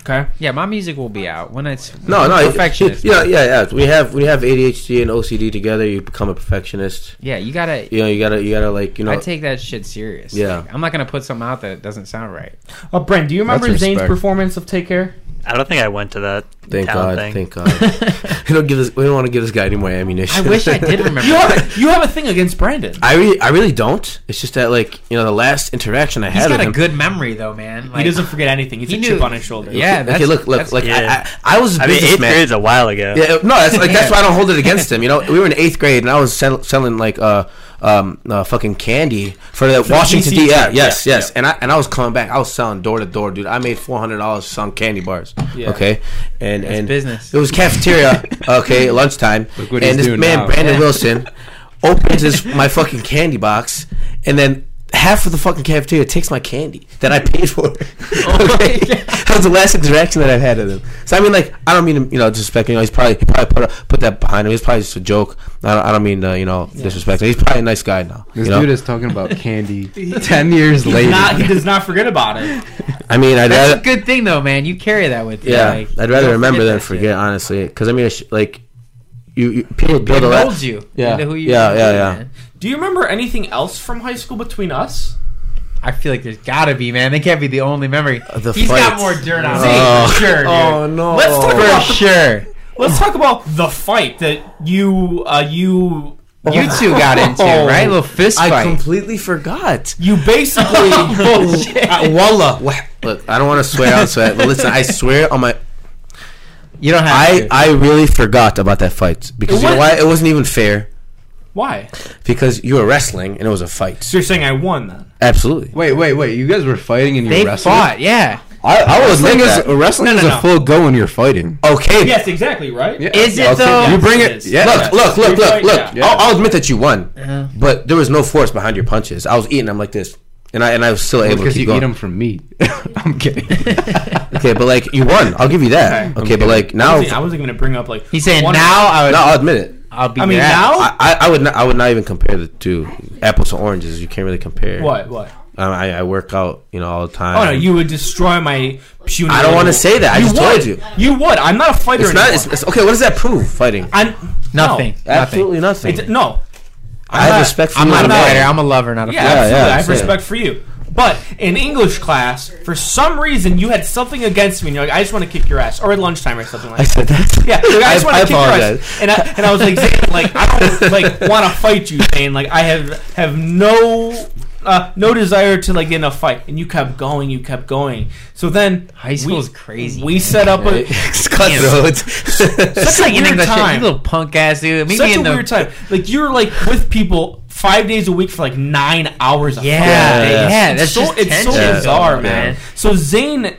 [SPEAKER 1] Okay.
[SPEAKER 2] yeah, my music will be out when it's
[SPEAKER 3] No, no, it-
[SPEAKER 2] perfectionist.
[SPEAKER 3] Yeah, yeah, yeah. We have we have ADHD and OCD together. You become a perfectionist.
[SPEAKER 2] yeah, you gotta.
[SPEAKER 3] You know, you gotta, you gotta like, you know.
[SPEAKER 2] I take that shit serious.
[SPEAKER 3] Yeah.
[SPEAKER 2] Like, I'm not gonna put something out that doesn't sound right.
[SPEAKER 1] Uh, Brent, do you remember
[SPEAKER 4] That's
[SPEAKER 1] Zane's
[SPEAKER 4] respect.
[SPEAKER 1] performance of Take Care?
[SPEAKER 5] I don't think I went to that
[SPEAKER 3] thank
[SPEAKER 5] talent
[SPEAKER 3] God,
[SPEAKER 5] thing.
[SPEAKER 3] thank God. we don't give this. We don't want to give this guy any more
[SPEAKER 2] I
[SPEAKER 3] ammunition.
[SPEAKER 2] wish I did remember.
[SPEAKER 1] You have, you have a thing against Brandon.
[SPEAKER 3] I really, I really don't. It's just that, like, you know, the last interaction I
[SPEAKER 2] He's
[SPEAKER 3] had with
[SPEAKER 2] got a
[SPEAKER 3] him.
[SPEAKER 2] good memory though, man.
[SPEAKER 1] He
[SPEAKER 2] Like,
[SPEAKER 1] doesn't forget anything. He's
[SPEAKER 2] He
[SPEAKER 1] a chip
[SPEAKER 2] knew-
[SPEAKER 1] on his shoulder.
[SPEAKER 2] Yeah,
[SPEAKER 3] okay,
[SPEAKER 2] that's-
[SPEAKER 3] look, look,
[SPEAKER 2] that's-
[SPEAKER 3] look.
[SPEAKER 5] Yeah.
[SPEAKER 3] I, I, I was a
[SPEAKER 5] I mean, eighth
[SPEAKER 3] businessman.
[SPEAKER 5] grade's a while ago.
[SPEAKER 3] Yeah, no, that's like that's
[SPEAKER 2] Yeah.
[SPEAKER 3] why I don't hold it against him. You know, we were in eighth grade and I was sell- selling like uh um uh, fucking candy for the Washington D.
[SPEAKER 1] DC
[SPEAKER 3] Yeah,
[SPEAKER 1] team.
[SPEAKER 3] yes,
[SPEAKER 1] Yeah,
[SPEAKER 3] yes. And I and I was coming back. I was selling door to door, dude. I made four hundred dollars selling candy bars.
[SPEAKER 1] Yeah.
[SPEAKER 3] Okay, and and
[SPEAKER 2] business.
[SPEAKER 3] It was cafeteria. okay, lunchtime.
[SPEAKER 4] Look what
[SPEAKER 3] and
[SPEAKER 4] he's
[SPEAKER 3] this
[SPEAKER 4] doing
[SPEAKER 3] man
[SPEAKER 4] now.
[SPEAKER 3] Brandon Wilson opens his my fucking candy box and then. Half of the fucking cafeteria takes my candy that I paid for. okay? that was the last interaction that I've had with him. So I mean, like, I don't mean to, you know disrespect. You know, he's probably he probably put a- put that behind him. It's probably just a joke. I don't, I don't mean to, you know disrespect. him. He's probably a nice guy now.
[SPEAKER 4] This
[SPEAKER 3] you know?
[SPEAKER 4] dude is talking about candy ten years
[SPEAKER 1] He's
[SPEAKER 4] later.
[SPEAKER 1] not- he does not forget about it.
[SPEAKER 3] I mean, I'd
[SPEAKER 2] that's a
[SPEAKER 3] rather,
[SPEAKER 2] good thing though, man. You carry that with you.
[SPEAKER 3] yeah,
[SPEAKER 2] like,
[SPEAKER 3] I'd
[SPEAKER 2] you
[SPEAKER 3] rather
[SPEAKER 2] don't
[SPEAKER 3] remember than
[SPEAKER 2] that shit.
[SPEAKER 3] forget, honestly. Because I mean, it's like, you, you people build a
[SPEAKER 2] It
[SPEAKER 3] lot.
[SPEAKER 2] molds you.
[SPEAKER 3] Yeah.
[SPEAKER 2] into who you
[SPEAKER 3] Yeah,
[SPEAKER 2] are,
[SPEAKER 3] yeah, yeah.
[SPEAKER 2] man.
[SPEAKER 1] Do you remember anything else from high school between us?
[SPEAKER 2] I feel like there's gotta be, man. They can't be the only memory.
[SPEAKER 3] Uh, the
[SPEAKER 2] He's got
[SPEAKER 3] fights.
[SPEAKER 2] more dirt on
[SPEAKER 3] Oh.
[SPEAKER 2] me for sure, dude.
[SPEAKER 3] Oh no!
[SPEAKER 1] Let's talk
[SPEAKER 2] For
[SPEAKER 1] about-
[SPEAKER 2] sure.
[SPEAKER 1] Let's talk about the fight that you uh, you
[SPEAKER 2] You two got into, right? little fist
[SPEAKER 3] Oh. I
[SPEAKER 2] fight.
[SPEAKER 3] completely forgot.
[SPEAKER 1] you basically
[SPEAKER 3] Uh, Wallah, wha- look, I don't want to swear out, so but listen, I swear on my
[SPEAKER 2] you don't have
[SPEAKER 3] I,
[SPEAKER 2] to.
[SPEAKER 3] I really forgot about that fight
[SPEAKER 1] It
[SPEAKER 3] because you know
[SPEAKER 1] wasn't-
[SPEAKER 3] why it wasn't even fair
[SPEAKER 1] why?
[SPEAKER 3] because you were wrestling and it was a fight.
[SPEAKER 1] So you're saying I won then?
[SPEAKER 3] Absolutely,
[SPEAKER 4] Wait, wait, wait! You guys were fighting and you
[SPEAKER 2] they
[SPEAKER 4] were wrestling.
[SPEAKER 2] fought, yeah.
[SPEAKER 4] I, I was
[SPEAKER 3] Wrestling
[SPEAKER 4] wrestling
[SPEAKER 3] is-
[SPEAKER 4] is wrestling
[SPEAKER 1] No,
[SPEAKER 4] is
[SPEAKER 1] no,
[SPEAKER 4] a
[SPEAKER 1] no.
[SPEAKER 4] full go when you're fighting.
[SPEAKER 3] okay.
[SPEAKER 1] Yes, exactly, right?
[SPEAKER 4] Yeah.
[SPEAKER 2] Is it
[SPEAKER 3] Okay,
[SPEAKER 2] though?
[SPEAKER 4] You bring
[SPEAKER 1] it
[SPEAKER 4] it.
[SPEAKER 1] is.
[SPEAKER 4] Yeah.
[SPEAKER 3] Look, look, look, look,
[SPEAKER 1] Straight
[SPEAKER 3] look.
[SPEAKER 1] fight,
[SPEAKER 4] yeah.
[SPEAKER 3] I'll, I'll admit that you won,
[SPEAKER 2] Uh-huh.
[SPEAKER 3] but there was no force behind your punches. I was eating them like this, and I and I was still able to
[SPEAKER 4] Because
[SPEAKER 3] keep
[SPEAKER 4] you
[SPEAKER 3] going.
[SPEAKER 4] eat them from me. I'm kidding.
[SPEAKER 3] Okay, but like you won. I'll give you that. Okay, but like
[SPEAKER 1] I
[SPEAKER 3] now,
[SPEAKER 1] wasn't, I wasn't gonna bring up like
[SPEAKER 2] He's saying
[SPEAKER 1] one-
[SPEAKER 2] now I would,
[SPEAKER 3] no, I'll admit it.
[SPEAKER 2] I'll be
[SPEAKER 1] I mean
[SPEAKER 2] your ass.
[SPEAKER 1] now
[SPEAKER 3] I, I, I would not I would not even compare the two apples to oranges. You can't really compare.
[SPEAKER 1] what what?
[SPEAKER 3] Um, I, I work out, you know, all the time.
[SPEAKER 1] Oh no, you would destroy my puny.
[SPEAKER 3] I don't want to
[SPEAKER 1] little-
[SPEAKER 3] say that. I
[SPEAKER 1] you
[SPEAKER 3] just
[SPEAKER 1] would.
[SPEAKER 3] told you.
[SPEAKER 1] You would. I'm not a fighter
[SPEAKER 3] It's not.
[SPEAKER 1] anymore.
[SPEAKER 3] It's, it's, okay, what does that prove? Fighting.
[SPEAKER 1] I'm
[SPEAKER 2] Nothing.
[SPEAKER 1] No.
[SPEAKER 2] Nothing.
[SPEAKER 3] Absolutely nothing.
[SPEAKER 1] It's, no,
[SPEAKER 3] I have
[SPEAKER 1] not-
[SPEAKER 3] respect for
[SPEAKER 2] I'm
[SPEAKER 3] you.
[SPEAKER 2] not a
[SPEAKER 3] and all.
[SPEAKER 2] fighter. I'm a lover, not a
[SPEAKER 1] Yeah,
[SPEAKER 2] fighter.
[SPEAKER 1] absolutely.
[SPEAKER 3] yeah,
[SPEAKER 1] I have
[SPEAKER 3] same.
[SPEAKER 1] respect for you. But in English class, for some reason, you had something against me, and you're like, I just want to kick your ass, or at lunchtime or something like
[SPEAKER 3] I
[SPEAKER 1] that.
[SPEAKER 3] said that.
[SPEAKER 1] Yeah, like, I just
[SPEAKER 3] I-
[SPEAKER 1] want
[SPEAKER 3] I
[SPEAKER 1] to kick your
[SPEAKER 3] apologize.
[SPEAKER 1] ass. And I, and I was like, Zane, like I don't like want to fight you, Zane. Like I have have no uh, no desire to like get in a fight. And you kept going, you kept going. So then
[SPEAKER 2] High school is crazy.
[SPEAKER 1] we set up a
[SPEAKER 3] It's cutthroat.
[SPEAKER 1] such a
[SPEAKER 2] like
[SPEAKER 1] weird
[SPEAKER 2] that shit.
[SPEAKER 1] time.
[SPEAKER 2] You little punk ass dude. Meet
[SPEAKER 1] Such
[SPEAKER 2] me
[SPEAKER 1] a
[SPEAKER 2] in the
[SPEAKER 1] weird time. Like you're like with people five days a week for like nine hours. A
[SPEAKER 2] Yeah,
[SPEAKER 1] fucking day.
[SPEAKER 2] yeah,
[SPEAKER 1] It's
[SPEAKER 2] that's
[SPEAKER 1] so,
[SPEAKER 2] just
[SPEAKER 1] it's so
[SPEAKER 2] tension.
[SPEAKER 1] bizarre,
[SPEAKER 2] Yeah.
[SPEAKER 1] man.
[SPEAKER 2] Yeah.
[SPEAKER 1] So Zane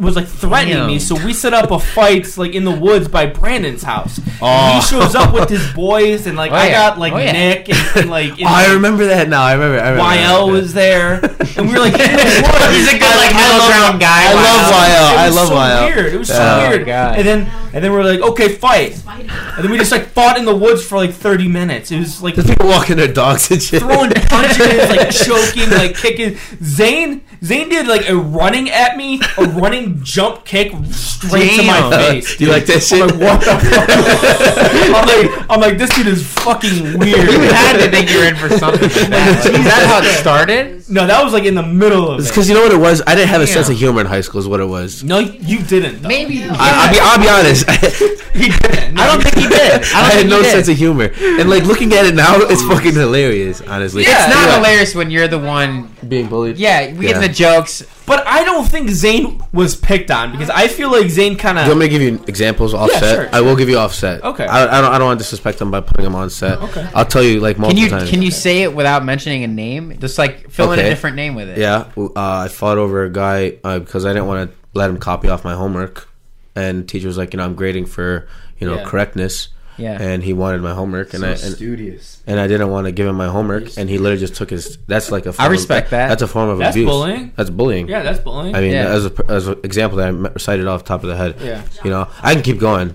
[SPEAKER 1] was like threatening me,
[SPEAKER 2] Damn.
[SPEAKER 1] so we set up a fight like in the woods by Brandon's house. And He shows up with his boys, and like
[SPEAKER 2] Oh,
[SPEAKER 1] I
[SPEAKER 2] yeah.
[SPEAKER 1] got like
[SPEAKER 2] Oh, yeah.
[SPEAKER 1] Nick and, and, like and,
[SPEAKER 3] Oh, I remember that now. I remember. I remember
[SPEAKER 1] YL was there, and we were like, in the woods.
[SPEAKER 2] He's a good like
[SPEAKER 3] I
[SPEAKER 2] middle
[SPEAKER 3] love-
[SPEAKER 2] ground guy.
[SPEAKER 3] I love
[SPEAKER 2] Wow.
[SPEAKER 3] YL. I
[SPEAKER 1] It was
[SPEAKER 3] love
[SPEAKER 1] so
[SPEAKER 3] YL.
[SPEAKER 1] Weird. It was so
[SPEAKER 3] Yeah.
[SPEAKER 1] weird.
[SPEAKER 2] God.
[SPEAKER 1] Oh, And then and then we're like, okay, fight. And then we just like fought in the woods for like 30 minutes. It was like
[SPEAKER 3] There's people walking their dogs and shit.
[SPEAKER 1] throwing punches, like choking, like kicking. Zane Zane did like a running at me, a running jump kick straight to my
[SPEAKER 2] Damn.
[SPEAKER 1] face.
[SPEAKER 3] Do you like that shit?
[SPEAKER 1] I'm like, what the fuck? I'm like, I'm like, this dude is fucking weird.
[SPEAKER 2] You had to think you were in for something. Like that. Like, is that how it started?
[SPEAKER 1] No, that was like in the middle of
[SPEAKER 3] It's
[SPEAKER 1] it.
[SPEAKER 3] because you know what it was. I didn't have a sense
[SPEAKER 2] Damn.
[SPEAKER 3] of humor in high school. Is what it was.
[SPEAKER 1] No, you didn't. though.
[SPEAKER 2] Maybe
[SPEAKER 3] I, I'll be. I'll be honest.
[SPEAKER 2] he didn't. I don't think he did.
[SPEAKER 3] I,
[SPEAKER 2] I, don't
[SPEAKER 3] had
[SPEAKER 2] think
[SPEAKER 3] no
[SPEAKER 2] he did.
[SPEAKER 3] sense of humor, and like looking at it now, it's fucking hilarious. Honestly,
[SPEAKER 2] It's not
[SPEAKER 3] Yeah.
[SPEAKER 2] hilarious when you're the one.
[SPEAKER 3] being bullied.
[SPEAKER 2] Yeah, we
[SPEAKER 3] Yeah.
[SPEAKER 2] get the jokes.
[SPEAKER 1] But I don't think Zayn was picked on because I feel like Zayn kind
[SPEAKER 3] Do you want
[SPEAKER 1] of.
[SPEAKER 3] me to give you examples? of Offset.
[SPEAKER 1] sure.
[SPEAKER 3] I will give you offset.
[SPEAKER 1] Okay.
[SPEAKER 3] I, I don't. I don't want to disrespect him by putting him on set.
[SPEAKER 1] Okay.
[SPEAKER 3] I'll tell you like
[SPEAKER 2] Can
[SPEAKER 3] multiple
[SPEAKER 2] you
[SPEAKER 3] times.
[SPEAKER 2] can you say it without mentioning a name? Just like fill in
[SPEAKER 3] Okay.
[SPEAKER 2] a different name with it.
[SPEAKER 3] Yeah, uh, I fought over a guy uh, because I didn't want to let him copy off my homework, and teacher was like, you know, I'm grading for you know
[SPEAKER 1] Yeah.
[SPEAKER 3] correctness,
[SPEAKER 2] Yeah.
[SPEAKER 3] and he wanted my homework, and I and,
[SPEAKER 4] studious.
[SPEAKER 3] and I didn't want to give him my homework, and he literally just took his. That's like a. Form
[SPEAKER 2] respect
[SPEAKER 3] of,
[SPEAKER 2] that.
[SPEAKER 3] That's a form of
[SPEAKER 1] That's
[SPEAKER 3] abuse.
[SPEAKER 1] bullying.
[SPEAKER 3] That's bullying.
[SPEAKER 1] Yeah, that's bullying.
[SPEAKER 3] I mean,
[SPEAKER 2] Yeah.
[SPEAKER 3] as a, as an example that I me- recited off the top of the head.
[SPEAKER 1] Yeah.
[SPEAKER 3] You know, I can keep going.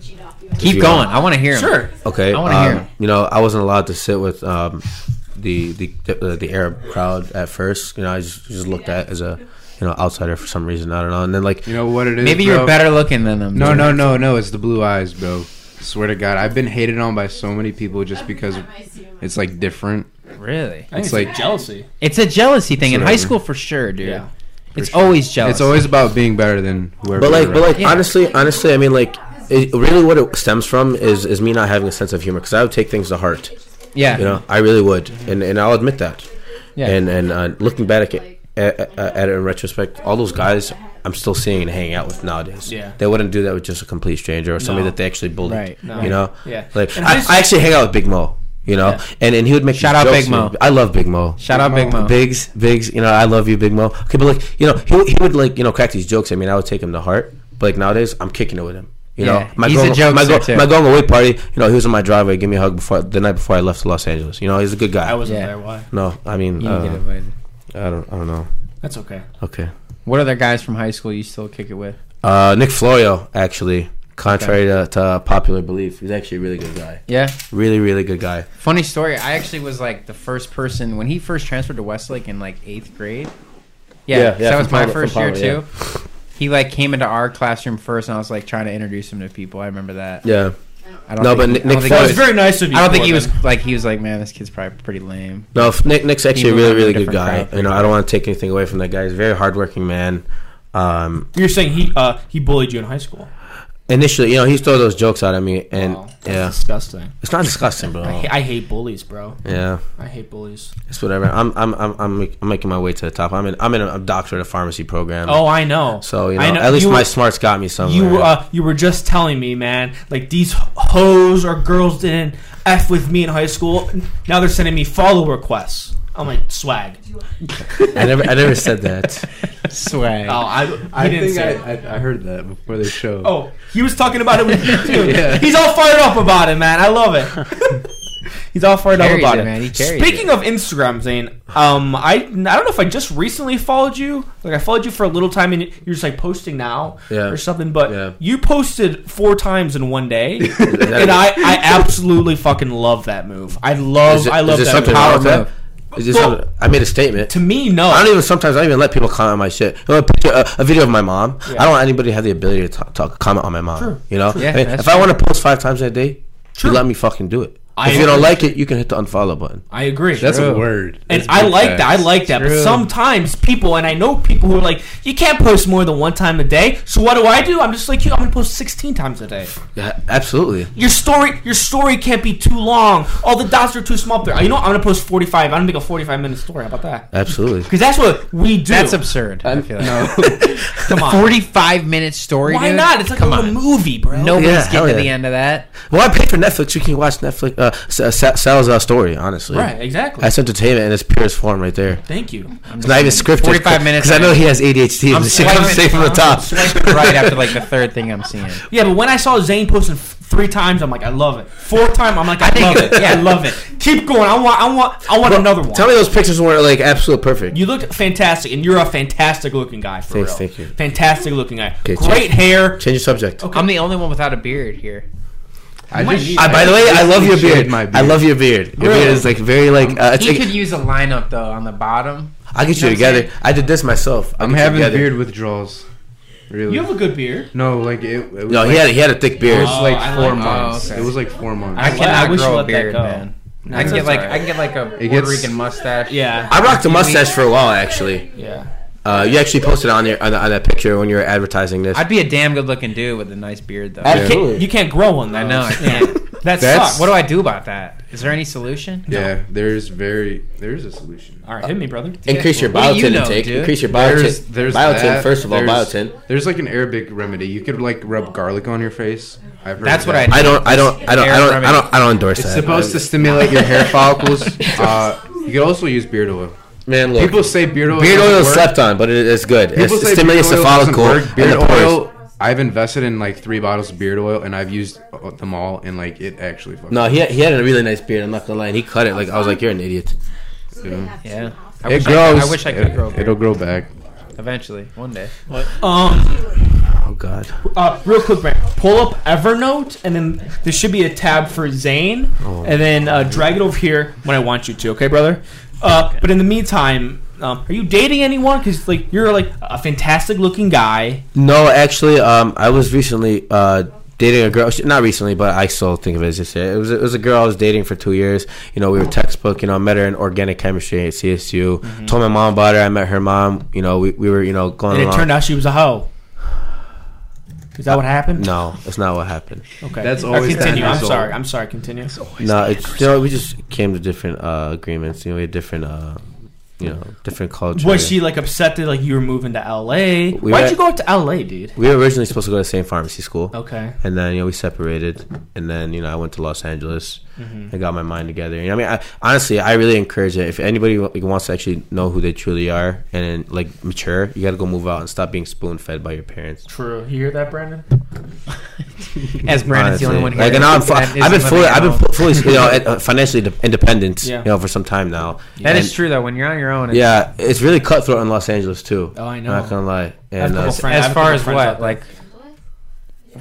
[SPEAKER 2] Keep
[SPEAKER 3] you
[SPEAKER 2] going.
[SPEAKER 3] want.
[SPEAKER 2] I want to hear him.
[SPEAKER 1] sure.
[SPEAKER 3] Okay.
[SPEAKER 2] I wanna
[SPEAKER 3] um,
[SPEAKER 2] hear.
[SPEAKER 3] You know, I wasn't allowed to sit with um, the the the, the Arab crowd at first. You know, I just, just looked at as a you know outsider for some reason. I don't know. And then like
[SPEAKER 4] You know what it is?
[SPEAKER 2] Maybe
[SPEAKER 4] bro?
[SPEAKER 2] you're better looking than them.
[SPEAKER 4] No,
[SPEAKER 2] dude.
[SPEAKER 4] no, no, no. It's the blue eyes, bro. Swear to God, I've been hated on by so many people just because it's like different.
[SPEAKER 2] Really?
[SPEAKER 1] I think
[SPEAKER 4] It's
[SPEAKER 1] it's
[SPEAKER 4] like-
[SPEAKER 1] like jealousy.
[SPEAKER 2] It's a jealousy thing in high
[SPEAKER 4] Whatever.
[SPEAKER 2] school for sure, dude.
[SPEAKER 1] Yeah.
[SPEAKER 2] it's always jealous.
[SPEAKER 4] It's always about being better than whoever.
[SPEAKER 3] But like,
[SPEAKER 4] you're
[SPEAKER 3] but
[SPEAKER 4] around.
[SPEAKER 3] like, honestly, honestly, I mean, like, it, really, what it stems from is is me not having a sense of humor because I would take things to heart.
[SPEAKER 2] yeah.
[SPEAKER 3] You know, I really would, and and I'll admit that.
[SPEAKER 2] Yeah.
[SPEAKER 3] And and uh, looking back at it, at, at it in retrospect, all those guys I'm still seeing and hanging out with nowadays.
[SPEAKER 1] Yeah.
[SPEAKER 3] They wouldn't do that with just a complete stranger or somebody
[SPEAKER 1] No.
[SPEAKER 3] that they actually bullied.
[SPEAKER 2] Right. No.
[SPEAKER 3] You know.
[SPEAKER 1] Yeah.
[SPEAKER 3] Like
[SPEAKER 1] And high
[SPEAKER 3] I, I actually hang out with Big Mo. You know,
[SPEAKER 1] Yeah.
[SPEAKER 3] and and he would make
[SPEAKER 2] Shout
[SPEAKER 3] these
[SPEAKER 2] out
[SPEAKER 3] jokes
[SPEAKER 2] Big Mo.
[SPEAKER 3] to me. I love Big Mo.
[SPEAKER 2] Shout out Big Mo.
[SPEAKER 3] Biggs, Biggs, you know, I love you, Big Mo. Okay, but like, you know, he, he would like, you know, crack these jokes. I mean, I would take him to heart. But like nowadays, I'm kicking it with him. You
[SPEAKER 2] Yeah,
[SPEAKER 3] know, my
[SPEAKER 2] he's a
[SPEAKER 3] going,
[SPEAKER 2] jokester,
[SPEAKER 3] my, go,
[SPEAKER 2] too.
[SPEAKER 3] my going away party. You know, he was in my driveway, give me a hug before the night before I left to Los Angeles. You know, he's a good guy.
[SPEAKER 1] I wasn't
[SPEAKER 2] Yeah.
[SPEAKER 1] there. Why?
[SPEAKER 3] no, I mean,
[SPEAKER 2] You
[SPEAKER 3] uh,
[SPEAKER 2] get invited.
[SPEAKER 3] I don't, I don't know.
[SPEAKER 1] That's okay.
[SPEAKER 3] Okay,
[SPEAKER 2] What other guys from high school you still kick it with?
[SPEAKER 3] uh, Nick Florio actually, contrary to, to popular belief, he's actually a really good guy.
[SPEAKER 2] Yeah.
[SPEAKER 3] Really, really good guy.
[SPEAKER 2] Funny story. I actually was like the first person when he first transferred to Westlake in like eighth grade.
[SPEAKER 3] Yeah,
[SPEAKER 2] Yeah, so
[SPEAKER 3] yeah,
[SPEAKER 2] that was
[SPEAKER 3] from
[SPEAKER 2] my
[SPEAKER 3] Palmer-
[SPEAKER 2] first
[SPEAKER 3] from
[SPEAKER 2] year
[SPEAKER 3] Palmer,
[SPEAKER 2] too. He like came into our classroom first, and I was like trying to introduce him to people. I remember that.
[SPEAKER 3] Yeah,
[SPEAKER 2] I don't
[SPEAKER 3] No, but Nick-
[SPEAKER 2] think he- I don't
[SPEAKER 3] Nick
[SPEAKER 2] think
[SPEAKER 1] That
[SPEAKER 2] he
[SPEAKER 1] was
[SPEAKER 2] was,
[SPEAKER 1] very nice of you.
[SPEAKER 2] I don't think
[SPEAKER 1] for
[SPEAKER 2] he was
[SPEAKER 1] them.
[SPEAKER 2] like he was like, man, this kid's probably pretty lame.
[SPEAKER 3] No, if Nick Nick's actually a really,
[SPEAKER 2] moved on to a
[SPEAKER 3] really good
[SPEAKER 2] different
[SPEAKER 3] guy.
[SPEAKER 2] crowd.
[SPEAKER 3] You know, I don't want to take anything away from that guy. He's a very hardworking man. Um,
[SPEAKER 1] You're saying he uh, he bullied you in high school.
[SPEAKER 3] Initially, you know, he throw those jokes out at me, and
[SPEAKER 1] Wow. That's
[SPEAKER 3] yeah, Oh.
[SPEAKER 1] disgusting.
[SPEAKER 3] it's not disgusting,
[SPEAKER 1] I,
[SPEAKER 3] bro.
[SPEAKER 1] ha- I hate bullies, bro.
[SPEAKER 3] Yeah,
[SPEAKER 1] I hate bullies.
[SPEAKER 3] it's whatever. I'm I'm I'm I'm, mak- I'm making my way to the top. I'm in I'm in a, doctorate of pharmacy program.
[SPEAKER 1] Oh, I know.
[SPEAKER 3] so you know,
[SPEAKER 1] I
[SPEAKER 3] at least
[SPEAKER 1] you
[SPEAKER 3] my
[SPEAKER 1] were-
[SPEAKER 3] smarts got me somewhere.
[SPEAKER 1] You uh, you were just telling me, man. Like these hoes or girls didn't f with me in high school. Now they're sending me follow requests. I'm like swag.
[SPEAKER 3] I never I never said that.
[SPEAKER 2] Swag.
[SPEAKER 1] Oh, I, I didn't say. it.
[SPEAKER 4] I, I heard that before the show.
[SPEAKER 1] Oh, he was talking about it with you too.
[SPEAKER 4] Yeah.
[SPEAKER 1] He's all fired up about it, man. I love it. He's all fired up
[SPEAKER 2] Carries
[SPEAKER 1] about
[SPEAKER 2] it,
[SPEAKER 1] it.
[SPEAKER 2] man. He carries
[SPEAKER 1] Speaking of Instagram, Zane, um, I I don't know if I just recently followed you. Like I followed you for a little time, and you're just like posting now
[SPEAKER 3] Yeah.
[SPEAKER 1] or something. But
[SPEAKER 3] Yeah.
[SPEAKER 1] you posted four times in one day, and I, I absolutely fucking love that move. I love
[SPEAKER 3] Is it-
[SPEAKER 1] Oh, I love
[SPEAKER 3] is
[SPEAKER 1] that
[SPEAKER 3] it something
[SPEAKER 1] move.
[SPEAKER 3] wrong
[SPEAKER 2] power
[SPEAKER 3] with that? Is it
[SPEAKER 1] Well-
[SPEAKER 3] something- I made a statement.
[SPEAKER 1] To me, no.
[SPEAKER 3] I don't even sometimes I don't even let people comment on my shit. You know, a, picture, a, a video of my mom. I don't want anybody to have the ability to talk, talk comment on my mom.
[SPEAKER 1] True,
[SPEAKER 3] You know,
[SPEAKER 2] Yeah,
[SPEAKER 3] I mean,
[SPEAKER 2] that's
[SPEAKER 3] if I want to post five times a day,
[SPEAKER 1] True.
[SPEAKER 3] you let me fucking do it.
[SPEAKER 1] I
[SPEAKER 3] if you don't
[SPEAKER 1] agree.
[SPEAKER 3] like it, you can hit the unfollow button.
[SPEAKER 1] I agree.
[SPEAKER 4] that's
[SPEAKER 2] True.
[SPEAKER 4] a word.
[SPEAKER 1] And
[SPEAKER 4] That's
[SPEAKER 1] I
[SPEAKER 4] big
[SPEAKER 1] like
[SPEAKER 4] facts.
[SPEAKER 1] that. I like that.
[SPEAKER 2] True.
[SPEAKER 1] But sometimes people, and I know people who are like, you can't post more than one time a day. So what do I do? I'm just like you. I'm gonna post 16 times a day.
[SPEAKER 3] Yeah, absolutely.
[SPEAKER 1] Your story, your story can't be too long. All the dots are too small up there. You know, I'm gonna post 45. I'm gonna make a 45 minute story. How about that?
[SPEAKER 3] Absolutely.
[SPEAKER 1] Because that's what we do.
[SPEAKER 2] That's absurd. I feel like.
[SPEAKER 1] come on.
[SPEAKER 2] Forty-five minute story.
[SPEAKER 1] Why
[SPEAKER 2] dude?
[SPEAKER 1] not? It's like a little movie, bro.
[SPEAKER 2] Nobody's
[SPEAKER 3] Yeah, hell
[SPEAKER 2] getting to
[SPEAKER 3] yeah.
[SPEAKER 2] the end of that.
[SPEAKER 3] Well, I pay for Netflix. You can watch Netflix. Uh, Sa- Sa- Sal's uh, story, honestly.
[SPEAKER 1] Right. Exactly.
[SPEAKER 3] That's entertainment in its purest form, right there.
[SPEAKER 1] Thank you.
[SPEAKER 3] It's not even scripted.
[SPEAKER 2] 45 minutes.
[SPEAKER 3] Because I know he has ADHD. and
[SPEAKER 2] I'm
[SPEAKER 3] the shit comes straight from the top.
[SPEAKER 2] right after like the third thing I'm seeing.
[SPEAKER 1] Yeah, but when I saw Zayn posting f- three times, I'm like, I love it. Four time, I'm like, I,
[SPEAKER 2] think-
[SPEAKER 1] love it. Yeah, I love it. Keep going. I want. I want. I want another one.
[SPEAKER 3] Tell me those pictures weren't like absolute perfect.
[SPEAKER 1] You looked fantastic, and you're a fantastic looking guy for
[SPEAKER 3] Thanks,
[SPEAKER 1] real.
[SPEAKER 3] thank you.
[SPEAKER 1] Fantastic looking guy.
[SPEAKER 3] Okay,
[SPEAKER 1] Great hair.
[SPEAKER 3] Change the subject.
[SPEAKER 1] Okay.
[SPEAKER 2] I'm the only one without a beard here.
[SPEAKER 4] I
[SPEAKER 1] Might
[SPEAKER 4] just,
[SPEAKER 1] need-
[SPEAKER 3] I, by the way, I love your
[SPEAKER 4] Shade
[SPEAKER 3] beard.
[SPEAKER 4] my
[SPEAKER 3] I love your beard. Your
[SPEAKER 1] Really?
[SPEAKER 3] beard is like very like. Uh, it's
[SPEAKER 2] He could
[SPEAKER 3] like
[SPEAKER 2] use a lineup though on the bottom.
[SPEAKER 3] I'll get you
[SPEAKER 2] know what I'm
[SPEAKER 3] together.
[SPEAKER 2] saying?
[SPEAKER 3] I did this myself. I'll
[SPEAKER 4] I'm
[SPEAKER 3] get you
[SPEAKER 4] having
[SPEAKER 3] together.
[SPEAKER 4] beard withdrawals. Really?
[SPEAKER 1] You have a good beard.
[SPEAKER 4] no, like it. it was
[SPEAKER 3] No,
[SPEAKER 4] like,
[SPEAKER 3] he had he had a thick
[SPEAKER 4] It
[SPEAKER 3] beard.
[SPEAKER 4] was like
[SPEAKER 1] Oh, I
[SPEAKER 4] four
[SPEAKER 1] like-
[SPEAKER 4] months.
[SPEAKER 2] oh, okay.
[SPEAKER 4] It was like four months.
[SPEAKER 2] I
[SPEAKER 1] I
[SPEAKER 2] cannot
[SPEAKER 1] wish you
[SPEAKER 2] grow a
[SPEAKER 1] let that
[SPEAKER 2] beard,
[SPEAKER 1] go.
[SPEAKER 2] man. I can
[SPEAKER 4] That's
[SPEAKER 2] get like
[SPEAKER 4] alright.
[SPEAKER 2] I can get like a
[SPEAKER 4] It
[SPEAKER 2] Puerto
[SPEAKER 4] gets-
[SPEAKER 2] Rican mustache.
[SPEAKER 1] Yeah.
[SPEAKER 3] I rocked a mustache for a while, actually.
[SPEAKER 1] Yeah.
[SPEAKER 3] Uh, you actually posted on your on, on that picture when you were advertising this.
[SPEAKER 2] I'd be a damn good looking dude with a nice beard though.
[SPEAKER 1] You
[SPEAKER 3] Yeah.
[SPEAKER 1] can't, you can't grow one though.
[SPEAKER 2] I know I can't.
[SPEAKER 1] That
[SPEAKER 4] That's-
[SPEAKER 1] sucks.
[SPEAKER 2] what do I do about that? Is there any solution?
[SPEAKER 4] Yeah, there's very there is a solution.
[SPEAKER 1] All right, hit me, brother.
[SPEAKER 3] Increase your
[SPEAKER 2] What
[SPEAKER 3] biotin
[SPEAKER 2] do you know,
[SPEAKER 3] intake.
[SPEAKER 2] dude?
[SPEAKER 3] Increase your biotin.
[SPEAKER 4] There's there's
[SPEAKER 3] biotin
[SPEAKER 4] that.
[SPEAKER 3] first of all,
[SPEAKER 4] There's-
[SPEAKER 3] biotin.
[SPEAKER 4] There's like an Arabic remedy. You could like rub garlic on your face. I've heard
[SPEAKER 2] That's
[SPEAKER 4] of
[SPEAKER 2] what
[SPEAKER 4] that.
[SPEAKER 2] I-
[SPEAKER 3] I don't. I don't. I don't. I don't. I don't. I don't endorse
[SPEAKER 4] It's
[SPEAKER 3] that.
[SPEAKER 4] supposed to stimulate your hair follicles. Uh, you could also use beard oil.
[SPEAKER 3] Man, look.
[SPEAKER 4] People say beard oil.
[SPEAKER 3] beard
[SPEAKER 4] doesn't
[SPEAKER 3] oil is
[SPEAKER 4] work.
[SPEAKER 3] slept on, but it, it's good. It's,
[SPEAKER 4] People
[SPEAKER 3] it
[SPEAKER 4] say
[SPEAKER 3] stimulates the
[SPEAKER 4] beard oil doesn't
[SPEAKER 3] follicle
[SPEAKER 4] work.
[SPEAKER 3] and
[SPEAKER 4] Beard
[SPEAKER 3] the pores.
[SPEAKER 4] oil. I've invested in like three bottles of beard oil, and I've used uh, them all, and like it actually. fucking-
[SPEAKER 3] No, he had, he had a really nice beard. I'm not gonna lie. And he cut it. Like I was like, you're an idiot.
[SPEAKER 2] Yeah. I
[SPEAKER 4] It
[SPEAKER 2] wish
[SPEAKER 4] grows.
[SPEAKER 2] I, I wish I could
[SPEAKER 4] It-
[SPEAKER 2] grow a beard
[SPEAKER 4] It'll grow back.
[SPEAKER 2] eventually, one day.
[SPEAKER 1] Um,
[SPEAKER 3] Oh God.
[SPEAKER 1] uh, real quick, man. Pull up Evernote, and then there should be a tab for Zane,
[SPEAKER 3] Oh.
[SPEAKER 1] and then uh, drag it over here when I want you to. Okay, brother. Uh, But in the meantime, um, are you dating anyone? Because like you're like a fantastic looking guy.
[SPEAKER 3] No, actually, um, I was recently uh, dating a girl. she- Not recently, but I still think of it as just it was. It was a girl I was dating for two years. You know, we were textbook. You know, I met her in organic chemistry at CSU.
[SPEAKER 4] Mm-hmm.
[SPEAKER 3] Told my mom about her. I met her mom. You know, we, we were you know going.
[SPEAKER 1] And it
[SPEAKER 3] along.
[SPEAKER 1] turned out she was a hoe. Is that what happened?
[SPEAKER 3] No, that's not what happened.
[SPEAKER 1] Okay.
[SPEAKER 4] That's
[SPEAKER 1] Uh,
[SPEAKER 4] always
[SPEAKER 1] continue.
[SPEAKER 4] that
[SPEAKER 1] I'm
[SPEAKER 4] result.
[SPEAKER 1] sorry. I'm sorry. Continue.
[SPEAKER 3] No, it's you know, we just came to different uh, agreements. You know, we had different, uh, you know, different cultures.
[SPEAKER 1] Was she like upset that like you were moving to LA?
[SPEAKER 3] We
[SPEAKER 1] Why'd
[SPEAKER 3] were-
[SPEAKER 1] you go out to LA, dude?
[SPEAKER 3] We were originally supposed to go to the same pharmacy school,
[SPEAKER 1] Okay.
[SPEAKER 3] and then you know we separated, and then you know I went to Los Angeles.
[SPEAKER 2] Mm-hmm.
[SPEAKER 3] I got my mind together. You know, I mean, I, honestly, I really encourage it. If anybody wa- wants to actually know who they truly are and like mature, you got to go move out and stop being spoon fed by your parents.
[SPEAKER 1] True. You hear that, Brandon?
[SPEAKER 2] As Brandon's the only one here.
[SPEAKER 3] Like, and now I'm fu-
[SPEAKER 2] that is
[SPEAKER 3] I've been
[SPEAKER 2] living
[SPEAKER 3] fully,
[SPEAKER 2] at
[SPEAKER 3] I've been
[SPEAKER 2] home.
[SPEAKER 3] fu- fully, you know, uh, financially de- independent,
[SPEAKER 1] Yeah.
[SPEAKER 3] you know, for some time now.
[SPEAKER 2] That
[SPEAKER 3] And-
[SPEAKER 2] is true though. When you're on your own, it's-
[SPEAKER 3] Yeah, it's really cutthroat in Los Angeles too.
[SPEAKER 1] Oh, I
[SPEAKER 3] I'm
[SPEAKER 1] know.
[SPEAKER 3] Not gonna lie.
[SPEAKER 1] have a
[SPEAKER 3] And uh,
[SPEAKER 1] couple friends- I
[SPEAKER 2] As
[SPEAKER 1] have a
[SPEAKER 2] far
[SPEAKER 1] couple
[SPEAKER 2] as
[SPEAKER 1] friends
[SPEAKER 2] what,
[SPEAKER 1] out there.
[SPEAKER 2] like,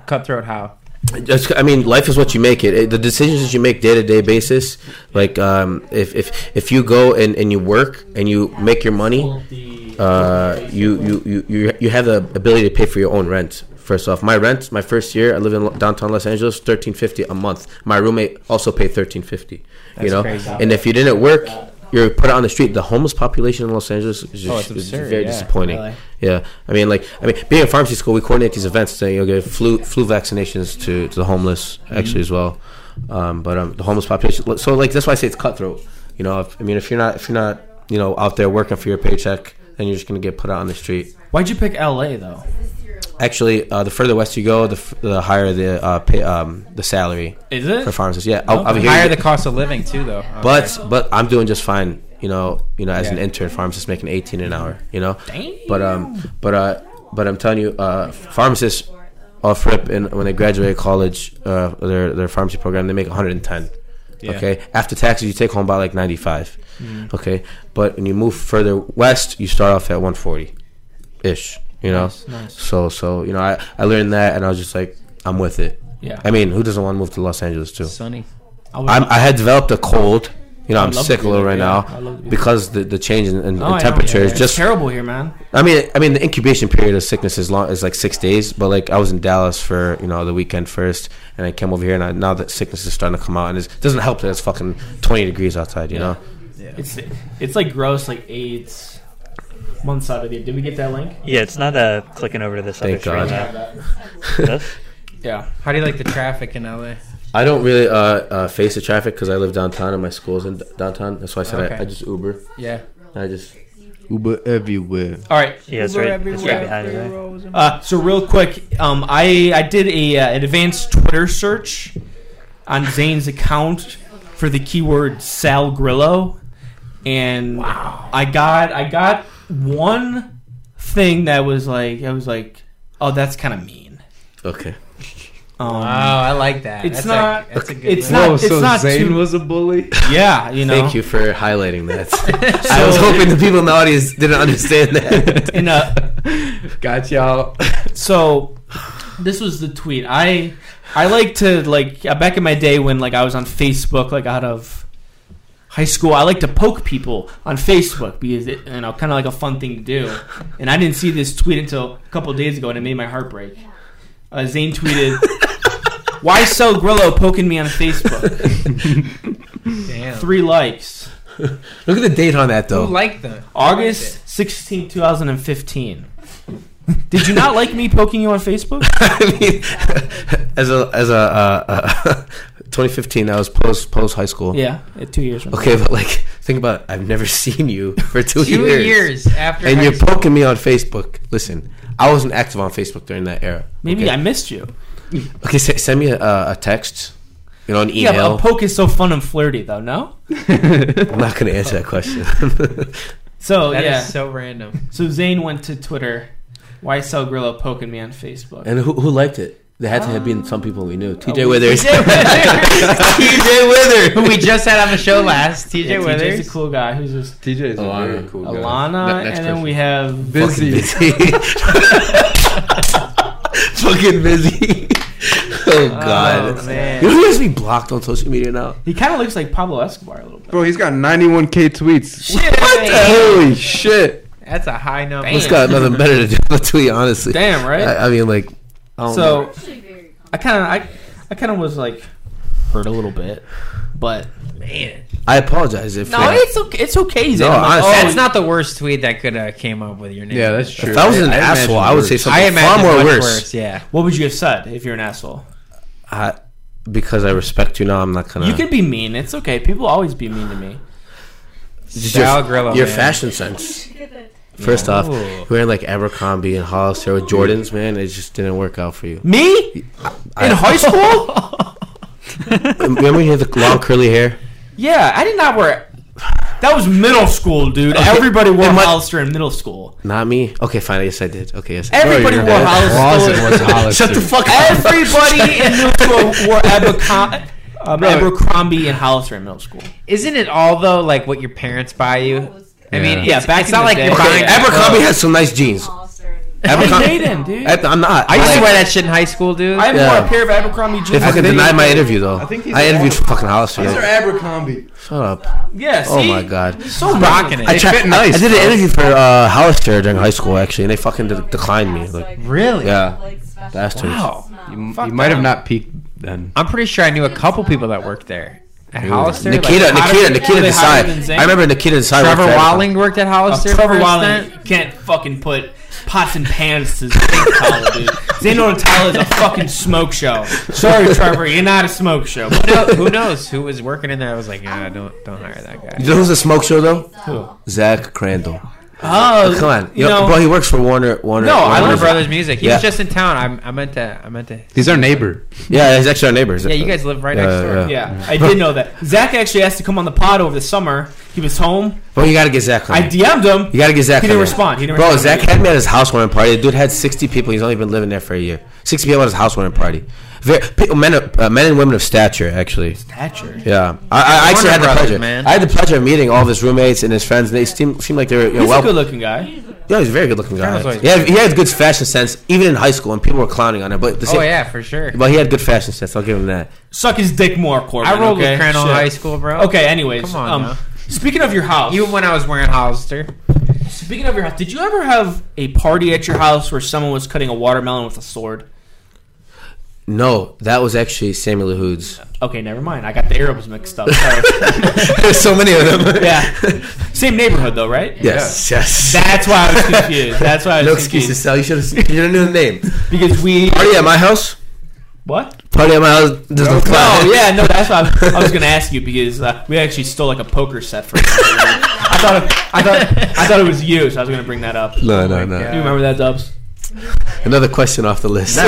[SPEAKER 2] cutthroat how?
[SPEAKER 3] just, I mean, life is what you make it. It- The decisions that you make day to day basis, like um, if if if you go and, and you work and you make your money, uh, you, you you you you have the ability to pay for your own rent. First off, my rent, my first year, I live in lo- downtown Los Angeles, thirteen fifty a month. My roommate also paid thirteen fifty. You
[SPEAKER 2] That's
[SPEAKER 3] know,
[SPEAKER 2] crazy.
[SPEAKER 3] and if you didn't work. You're put out on the street. The homeless population in Los Angeles is just
[SPEAKER 2] Oh, it's
[SPEAKER 3] is
[SPEAKER 2] absurd,
[SPEAKER 3] very
[SPEAKER 2] yeah.
[SPEAKER 3] disappointing.
[SPEAKER 1] Really.
[SPEAKER 3] Yeah, I mean, like, I mean, being in pharmacy school, we coordinate these events. To, you know, give flu flu vaccinations to, to the homeless
[SPEAKER 2] Mm-hmm.
[SPEAKER 3] actually as well, um, but um, the homeless population. So like that's why I say it's cutthroat. You know, if, I mean, if you're not if you're not you know out there working for your paycheck, then you're just gonna get put out on the street.
[SPEAKER 1] Why'd you pick LA though?
[SPEAKER 3] Actually, uh, the further west you go, the, f- the higher the uh, pay, um, the salary
[SPEAKER 1] Is
[SPEAKER 3] for
[SPEAKER 1] it?
[SPEAKER 3] pharmacists. Yeah, I'll, I'll be here.
[SPEAKER 2] Higher Oh, the cost of living too, though. Okay.
[SPEAKER 3] but but I'm doing just fine. You know, you know, as an
[SPEAKER 2] Yeah.
[SPEAKER 3] intern pharmacist making 18 an hour. You know,
[SPEAKER 1] Damn.
[SPEAKER 3] but um, but uh, but I'm telling you, uh, pharmacists off rip and when they graduate college, uh, their their pharmacy program, they make 110. Okay, after taxes, you take home about like 95.
[SPEAKER 2] Mm-hmm.
[SPEAKER 3] Okay, but when you move further west, you start off at 140 ish. You know, so so you know, I I learned that and I was just like, I'm with it.
[SPEAKER 1] Yeah.
[SPEAKER 3] I mean, who doesn't want to move to Los Angeles too?
[SPEAKER 2] Sunny.
[SPEAKER 1] would-
[SPEAKER 3] I'm, I had developed a cold. You know, I'm
[SPEAKER 1] love to
[SPEAKER 3] sick a
[SPEAKER 1] do
[SPEAKER 3] little
[SPEAKER 1] that,
[SPEAKER 3] right
[SPEAKER 1] yeah. I'd
[SPEAKER 3] now
[SPEAKER 1] love to do
[SPEAKER 3] because the, the change in, in,
[SPEAKER 1] Oh,
[SPEAKER 3] in
[SPEAKER 1] I know,
[SPEAKER 3] temperature
[SPEAKER 1] yeah,
[SPEAKER 3] is
[SPEAKER 1] yeah. It's
[SPEAKER 3] just.
[SPEAKER 1] terrible here, man.
[SPEAKER 3] I mean, I mean, the incubation period of sickness is long is like six days. But like, I was in Dallas for you know the weekend first, and I came over here, and I, now that sickness is starting to come out, and it's- it doesn't help that it's fucking 20 degrees outside. You know,
[SPEAKER 1] It's it's like gross, like AIDS. One side of you. Did we get that link?
[SPEAKER 5] Yeah, it's not uh, clicking over to this
[SPEAKER 3] Thank
[SPEAKER 5] other
[SPEAKER 3] God.
[SPEAKER 5] screen. though. This?
[SPEAKER 1] Yeah.
[SPEAKER 2] How do you like the traffic in LA?
[SPEAKER 3] I don't really uh, uh, face the traffic because I live downtown and my school's in d- downtown. That's why I said
[SPEAKER 2] Okay.
[SPEAKER 3] I, I just Uber.
[SPEAKER 2] Yeah.
[SPEAKER 3] I just
[SPEAKER 4] Uber everywhere.
[SPEAKER 1] All right.
[SPEAKER 5] Yeah, it's right, it's right behind you there.
[SPEAKER 1] Uh, so real quick, um, I I did a uh, an advanced Twitter search on Zane's account for the keyword Sal Grillo, and I got I got one thing that was like I was like, oh, that's kind of mean.
[SPEAKER 3] okay.
[SPEAKER 1] Um,
[SPEAKER 2] Oh, I like that.
[SPEAKER 1] It's
[SPEAKER 2] that's
[SPEAKER 1] not-
[SPEAKER 2] A, that's a good
[SPEAKER 1] it's
[SPEAKER 2] one.
[SPEAKER 1] not- Whoa, so not Zayn too-
[SPEAKER 4] was a bully.
[SPEAKER 1] Yeah, you know.
[SPEAKER 3] Thank you for highlighting that. I was hoping the people in the audience didn't understand that.
[SPEAKER 1] And uh,
[SPEAKER 4] Got y'all.
[SPEAKER 1] so this was the tweet i i like to like uh, back in my day when like i was on facebook like out of high school i like to poke people on facebook because it you know kind of like a fun thing to do and i didn't see this tweet until a couple days ago and it made my heart break uh, zane tweeted why so grillo poking me on facebook
[SPEAKER 2] Damn.
[SPEAKER 1] Three likes.
[SPEAKER 3] Look at the date on that
[SPEAKER 2] Who
[SPEAKER 3] though.
[SPEAKER 2] liked them?
[SPEAKER 1] August 16, 2015. Did you not like me poking you on Facebook?
[SPEAKER 3] I mean, as a as a uh, uh, 2015, I was post post high school.
[SPEAKER 1] yeah, uh, two years. From now.
[SPEAKER 3] Okay, but like, think about it. I've never seen you for two,
[SPEAKER 2] Two years, after.
[SPEAKER 3] and
[SPEAKER 2] high
[SPEAKER 3] you're
[SPEAKER 2] school.
[SPEAKER 3] poking me on Facebook. Listen, I wasn't active on Facebook during that era.
[SPEAKER 1] Maybe
[SPEAKER 3] okay?
[SPEAKER 1] I missed you.
[SPEAKER 3] Okay, se- send me a, a a text, you know, an email.
[SPEAKER 1] Yeah, but a poke is so fun and flirty, though. No.
[SPEAKER 3] I'm not going to answer that question.
[SPEAKER 1] So
[SPEAKER 2] That is
[SPEAKER 1] yeah.
[SPEAKER 2] Oh, so random.
[SPEAKER 1] So Zane went to Twitter. Why is Sal Grillo poking me on Facebook?
[SPEAKER 3] and who, who liked it? There had to have been some people we knew. TJ
[SPEAKER 1] we-
[SPEAKER 3] Withers. TJ
[SPEAKER 2] Who
[SPEAKER 3] Withers.
[SPEAKER 2] we just had on the show last, TJ
[SPEAKER 1] Yeah,
[SPEAKER 2] Withers.
[SPEAKER 1] TJ's a cool guy. Who's just
[SPEAKER 4] TJ is
[SPEAKER 3] Alana.
[SPEAKER 4] a very cool guy.
[SPEAKER 1] Alana,
[SPEAKER 4] Ne- next
[SPEAKER 1] and then
[SPEAKER 4] person.
[SPEAKER 1] we have
[SPEAKER 3] Fucking
[SPEAKER 4] busy.
[SPEAKER 3] busy. Fucking busy. Oh God.
[SPEAKER 1] man.
[SPEAKER 3] You know who has me blocked on social media now?
[SPEAKER 1] He kind of looks like Pablo Escobar a little bit.
[SPEAKER 4] Bro, he's got 91k tweets.
[SPEAKER 2] Shit.
[SPEAKER 3] Holy shit.
[SPEAKER 2] That's a high number.
[SPEAKER 3] It's got nothing better to do but tweet, honestly.
[SPEAKER 1] Damn right.
[SPEAKER 3] I, I mean, like, I don't know.
[SPEAKER 1] so I kind of I, I kind of was like hurt a little bit, but
[SPEAKER 2] Man.
[SPEAKER 3] I apologize if
[SPEAKER 1] no,
[SPEAKER 3] uh,
[SPEAKER 1] it's okay. It's okay. Zane.
[SPEAKER 3] No,
[SPEAKER 1] I'm like,
[SPEAKER 3] honestly,
[SPEAKER 1] oh,
[SPEAKER 2] That's not the worst tweet that could have came up with your name.
[SPEAKER 4] Yeah, that's true.
[SPEAKER 3] if I was an
[SPEAKER 4] I imagine
[SPEAKER 3] asshole, I would
[SPEAKER 4] worse.
[SPEAKER 3] say
[SPEAKER 2] I
[SPEAKER 3] something
[SPEAKER 2] imagine
[SPEAKER 3] far more
[SPEAKER 2] much
[SPEAKER 3] worse.
[SPEAKER 2] Yeah.
[SPEAKER 1] What would you have said if you're an asshole?
[SPEAKER 3] I, because I respect you now, I'm not
[SPEAKER 4] Uh.
[SPEAKER 3] gonna.
[SPEAKER 1] You could be mean. It's okay. People always be mean to me.
[SPEAKER 3] Just
[SPEAKER 2] Sal
[SPEAKER 3] your,
[SPEAKER 2] Grillo,
[SPEAKER 3] your
[SPEAKER 2] man.
[SPEAKER 3] fashion sense. First off,
[SPEAKER 2] Ooh.
[SPEAKER 3] wearing like Abercrombie and Hollister with Jordans, man, it just didn't work out for you.
[SPEAKER 1] Me in
[SPEAKER 3] I-
[SPEAKER 1] high school?
[SPEAKER 3] Remember you had the long curly hair?
[SPEAKER 1] yeah, I did not wear. That was middle school, dude. Everybody wore
[SPEAKER 3] In my-
[SPEAKER 1] Hollister in middle school.
[SPEAKER 3] Not me. Okay, fine. Yes, I did. Okay, yes. I did.
[SPEAKER 1] Everybody
[SPEAKER 4] you're
[SPEAKER 1] wore
[SPEAKER 4] dead.
[SPEAKER 1] Hollister.
[SPEAKER 4] Closet was Hollister.
[SPEAKER 3] Shut the fuck up.
[SPEAKER 1] Everybody in middle school wore Abercom- um, Abercrombie and Hollister in middle school.
[SPEAKER 2] Isn't it all though like what your parents buy you? I
[SPEAKER 3] Yeah.
[SPEAKER 2] mean, yeah,
[SPEAKER 1] Yeah,
[SPEAKER 2] it's,
[SPEAKER 1] back
[SPEAKER 2] it's
[SPEAKER 1] in
[SPEAKER 2] not
[SPEAKER 1] the
[SPEAKER 2] like
[SPEAKER 1] day.
[SPEAKER 2] you're
[SPEAKER 1] Okay,
[SPEAKER 2] buying.
[SPEAKER 3] Okay, Abercrombie has some nice jeans. Abercrombie.
[SPEAKER 1] They didn't, dude.
[SPEAKER 3] I, am not.
[SPEAKER 2] I used to
[SPEAKER 3] Like,
[SPEAKER 2] wear that shit in high school, dude.
[SPEAKER 1] I haven't
[SPEAKER 3] Yeah.
[SPEAKER 1] wore a pair of Abercrombie
[SPEAKER 3] They
[SPEAKER 1] jeans.
[SPEAKER 3] fucking
[SPEAKER 4] think-
[SPEAKER 3] denied my interview though. I,
[SPEAKER 4] I think he's
[SPEAKER 3] interviewed
[SPEAKER 4] a-
[SPEAKER 3] for fucking Hollister.
[SPEAKER 4] These are
[SPEAKER 3] Shut
[SPEAKER 4] Abercrombie.
[SPEAKER 3] up.
[SPEAKER 1] Yeah, see?
[SPEAKER 3] Oh my god.
[SPEAKER 1] So
[SPEAKER 2] rocking
[SPEAKER 1] mean.
[SPEAKER 2] it.
[SPEAKER 3] I
[SPEAKER 4] They
[SPEAKER 3] tried-
[SPEAKER 4] fit
[SPEAKER 3] I-
[SPEAKER 4] nice,
[SPEAKER 3] I, did an
[SPEAKER 4] bro.
[SPEAKER 3] interview for uh, Hollister during high school actually, and they fucking de- declined me. Like
[SPEAKER 2] really?
[SPEAKER 3] Yeah. bastards.
[SPEAKER 2] Wow.
[SPEAKER 4] You,
[SPEAKER 1] Fuck
[SPEAKER 4] you might
[SPEAKER 1] that.
[SPEAKER 4] have not peaked then.
[SPEAKER 2] I'm pretty sure I knew a couple people that worked there at Hollister. like,
[SPEAKER 3] Nikita,
[SPEAKER 2] how did-
[SPEAKER 3] Nikita,
[SPEAKER 1] they-
[SPEAKER 3] Nikita
[SPEAKER 1] they hired
[SPEAKER 3] Desai.
[SPEAKER 1] than Zane?
[SPEAKER 3] I remember Nikita Desai. worked
[SPEAKER 2] Trevor
[SPEAKER 3] for-
[SPEAKER 2] Walling worked at Hollister.
[SPEAKER 1] Trevor
[SPEAKER 2] for a
[SPEAKER 1] Walling
[SPEAKER 2] stint?
[SPEAKER 1] can't fucking put pots and pans to Zane Otala, dude. Zane Otala is a fucking smoke show. Sorry, Trevor, you're not a smoke show.
[SPEAKER 2] Who know- Who knows who was working in there? I was like, nah, don't don't hire that
[SPEAKER 3] You
[SPEAKER 2] guy.
[SPEAKER 3] know who's a smoke show though? Zach Crandall.
[SPEAKER 1] Oh,
[SPEAKER 3] Come on,
[SPEAKER 1] You
[SPEAKER 3] Yo,
[SPEAKER 1] know,
[SPEAKER 3] bro. He works for Warner. Warner.
[SPEAKER 1] No, I
[SPEAKER 3] Warner
[SPEAKER 1] love
[SPEAKER 2] Warner
[SPEAKER 3] Music.
[SPEAKER 2] Brothers Music. He
[SPEAKER 3] Yeah.
[SPEAKER 2] was just in town. I'm- I meant to. I meant to.
[SPEAKER 4] He's our neighbor.
[SPEAKER 3] Yeah, he's actually our neighbors.
[SPEAKER 2] Yeah, you guys live right
[SPEAKER 3] Yeah,
[SPEAKER 2] next door.
[SPEAKER 3] yeah.
[SPEAKER 1] yeah, I did know that. Zach actually asked to come on the pod over the summer. He was home.
[SPEAKER 3] Bro, you gotta get Zach. on.
[SPEAKER 1] I DM'd him.
[SPEAKER 3] You gotta get Zach.
[SPEAKER 1] He didn't
[SPEAKER 3] on there.
[SPEAKER 1] respond. He didn't
[SPEAKER 3] Bro,
[SPEAKER 1] respond.
[SPEAKER 3] Zach had me at his housewarming party. The dude had sixty people. He's only been living there for a year. Sixty people at his housewarming party. Very, people, men, of- uh, men and women of stature, actually.
[SPEAKER 1] Thatcher.
[SPEAKER 3] Yeah, I, I- I actually
[SPEAKER 2] Warner
[SPEAKER 3] had the
[SPEAKER 2] Brothers,
[SPEAKER 3] pleasure.
[SPEAKER 2] man.
[SPEAKER 3] I had the pleasure of meeting all of his roommates and his friends. And they seemed, seemed like they were you know,
[SPEAKER 1] He's
[SPEAKER 3] well.
[SPEAKER 1] a good-looking guy.
[SPEAKER 3] yeah, he's a very good-looking guy.
[SPEAKER 2] Travis always-
[SPEAKER 3] Yeah, he had good fashion sense, even in high school, and people were clowning on it. But the same,
[SPEAKER 2] Oh yeah, for sure.
[SPEAKER 3] but he had good fashion sense. I'll give him that.
[SPEAKER 1] Suck his dick more, Corbin.
[SPEAKER 2] I rolled
[SPEAKER 1] okay?
[SPEAKER 2] with Crandall in
[SPEAKER 1] Shit.
[SPEAKER 2] High School, bro.
[SPEAKER 1] Okay. Anyways,
[SPEAKER 2] Come on,
[SPEAKER 1] um,
[SPEAKER 2] now.
[SPEAKER 1] speaking of your house,
[SPEAKER 2] Even when I was wearing Hollister.
[SPEAKER 1] Speaking of your house, did you ever have a party at your house where someone was cutting a watermelon with a sword?
[SPEAKER 3] No, that was actually Samuel Hoods.
[SPEAKER 1] Okay, never mind. I got the Arabs mixed up. Sorry.
[SPEAKER 3] There's so many of them.
[SPEAKER 1] yeah, same neighborhood though, right?
[SPEAKER 3] Yes. Yes.
[SPEAKER 1] That's why I was confused. That's why I was
[SPEAKER 3] no
[SPEAKER 1] confused.
[SPEAKER 3] excuses, Sal. You should have. You don't know the name.
[SPEAKER 1] Because we
[SPEAKER 3] Party at my house.
[SPEAKER 1] what?
[SPEAKER 3] Party at my house doesn't fly.
[SPEAKER 1] No, Oh, yeah, no. That's why I, I was gonna ask you because uh, we actually stole like a poker set for. I thought it, I thought I thought it was you, so I was gonna bring that up. Do
[SPEAKER 3] No, no, no.
[SPEAKER 1] you remember that, Dubs?
[SPEAKER 3] Another question off the list.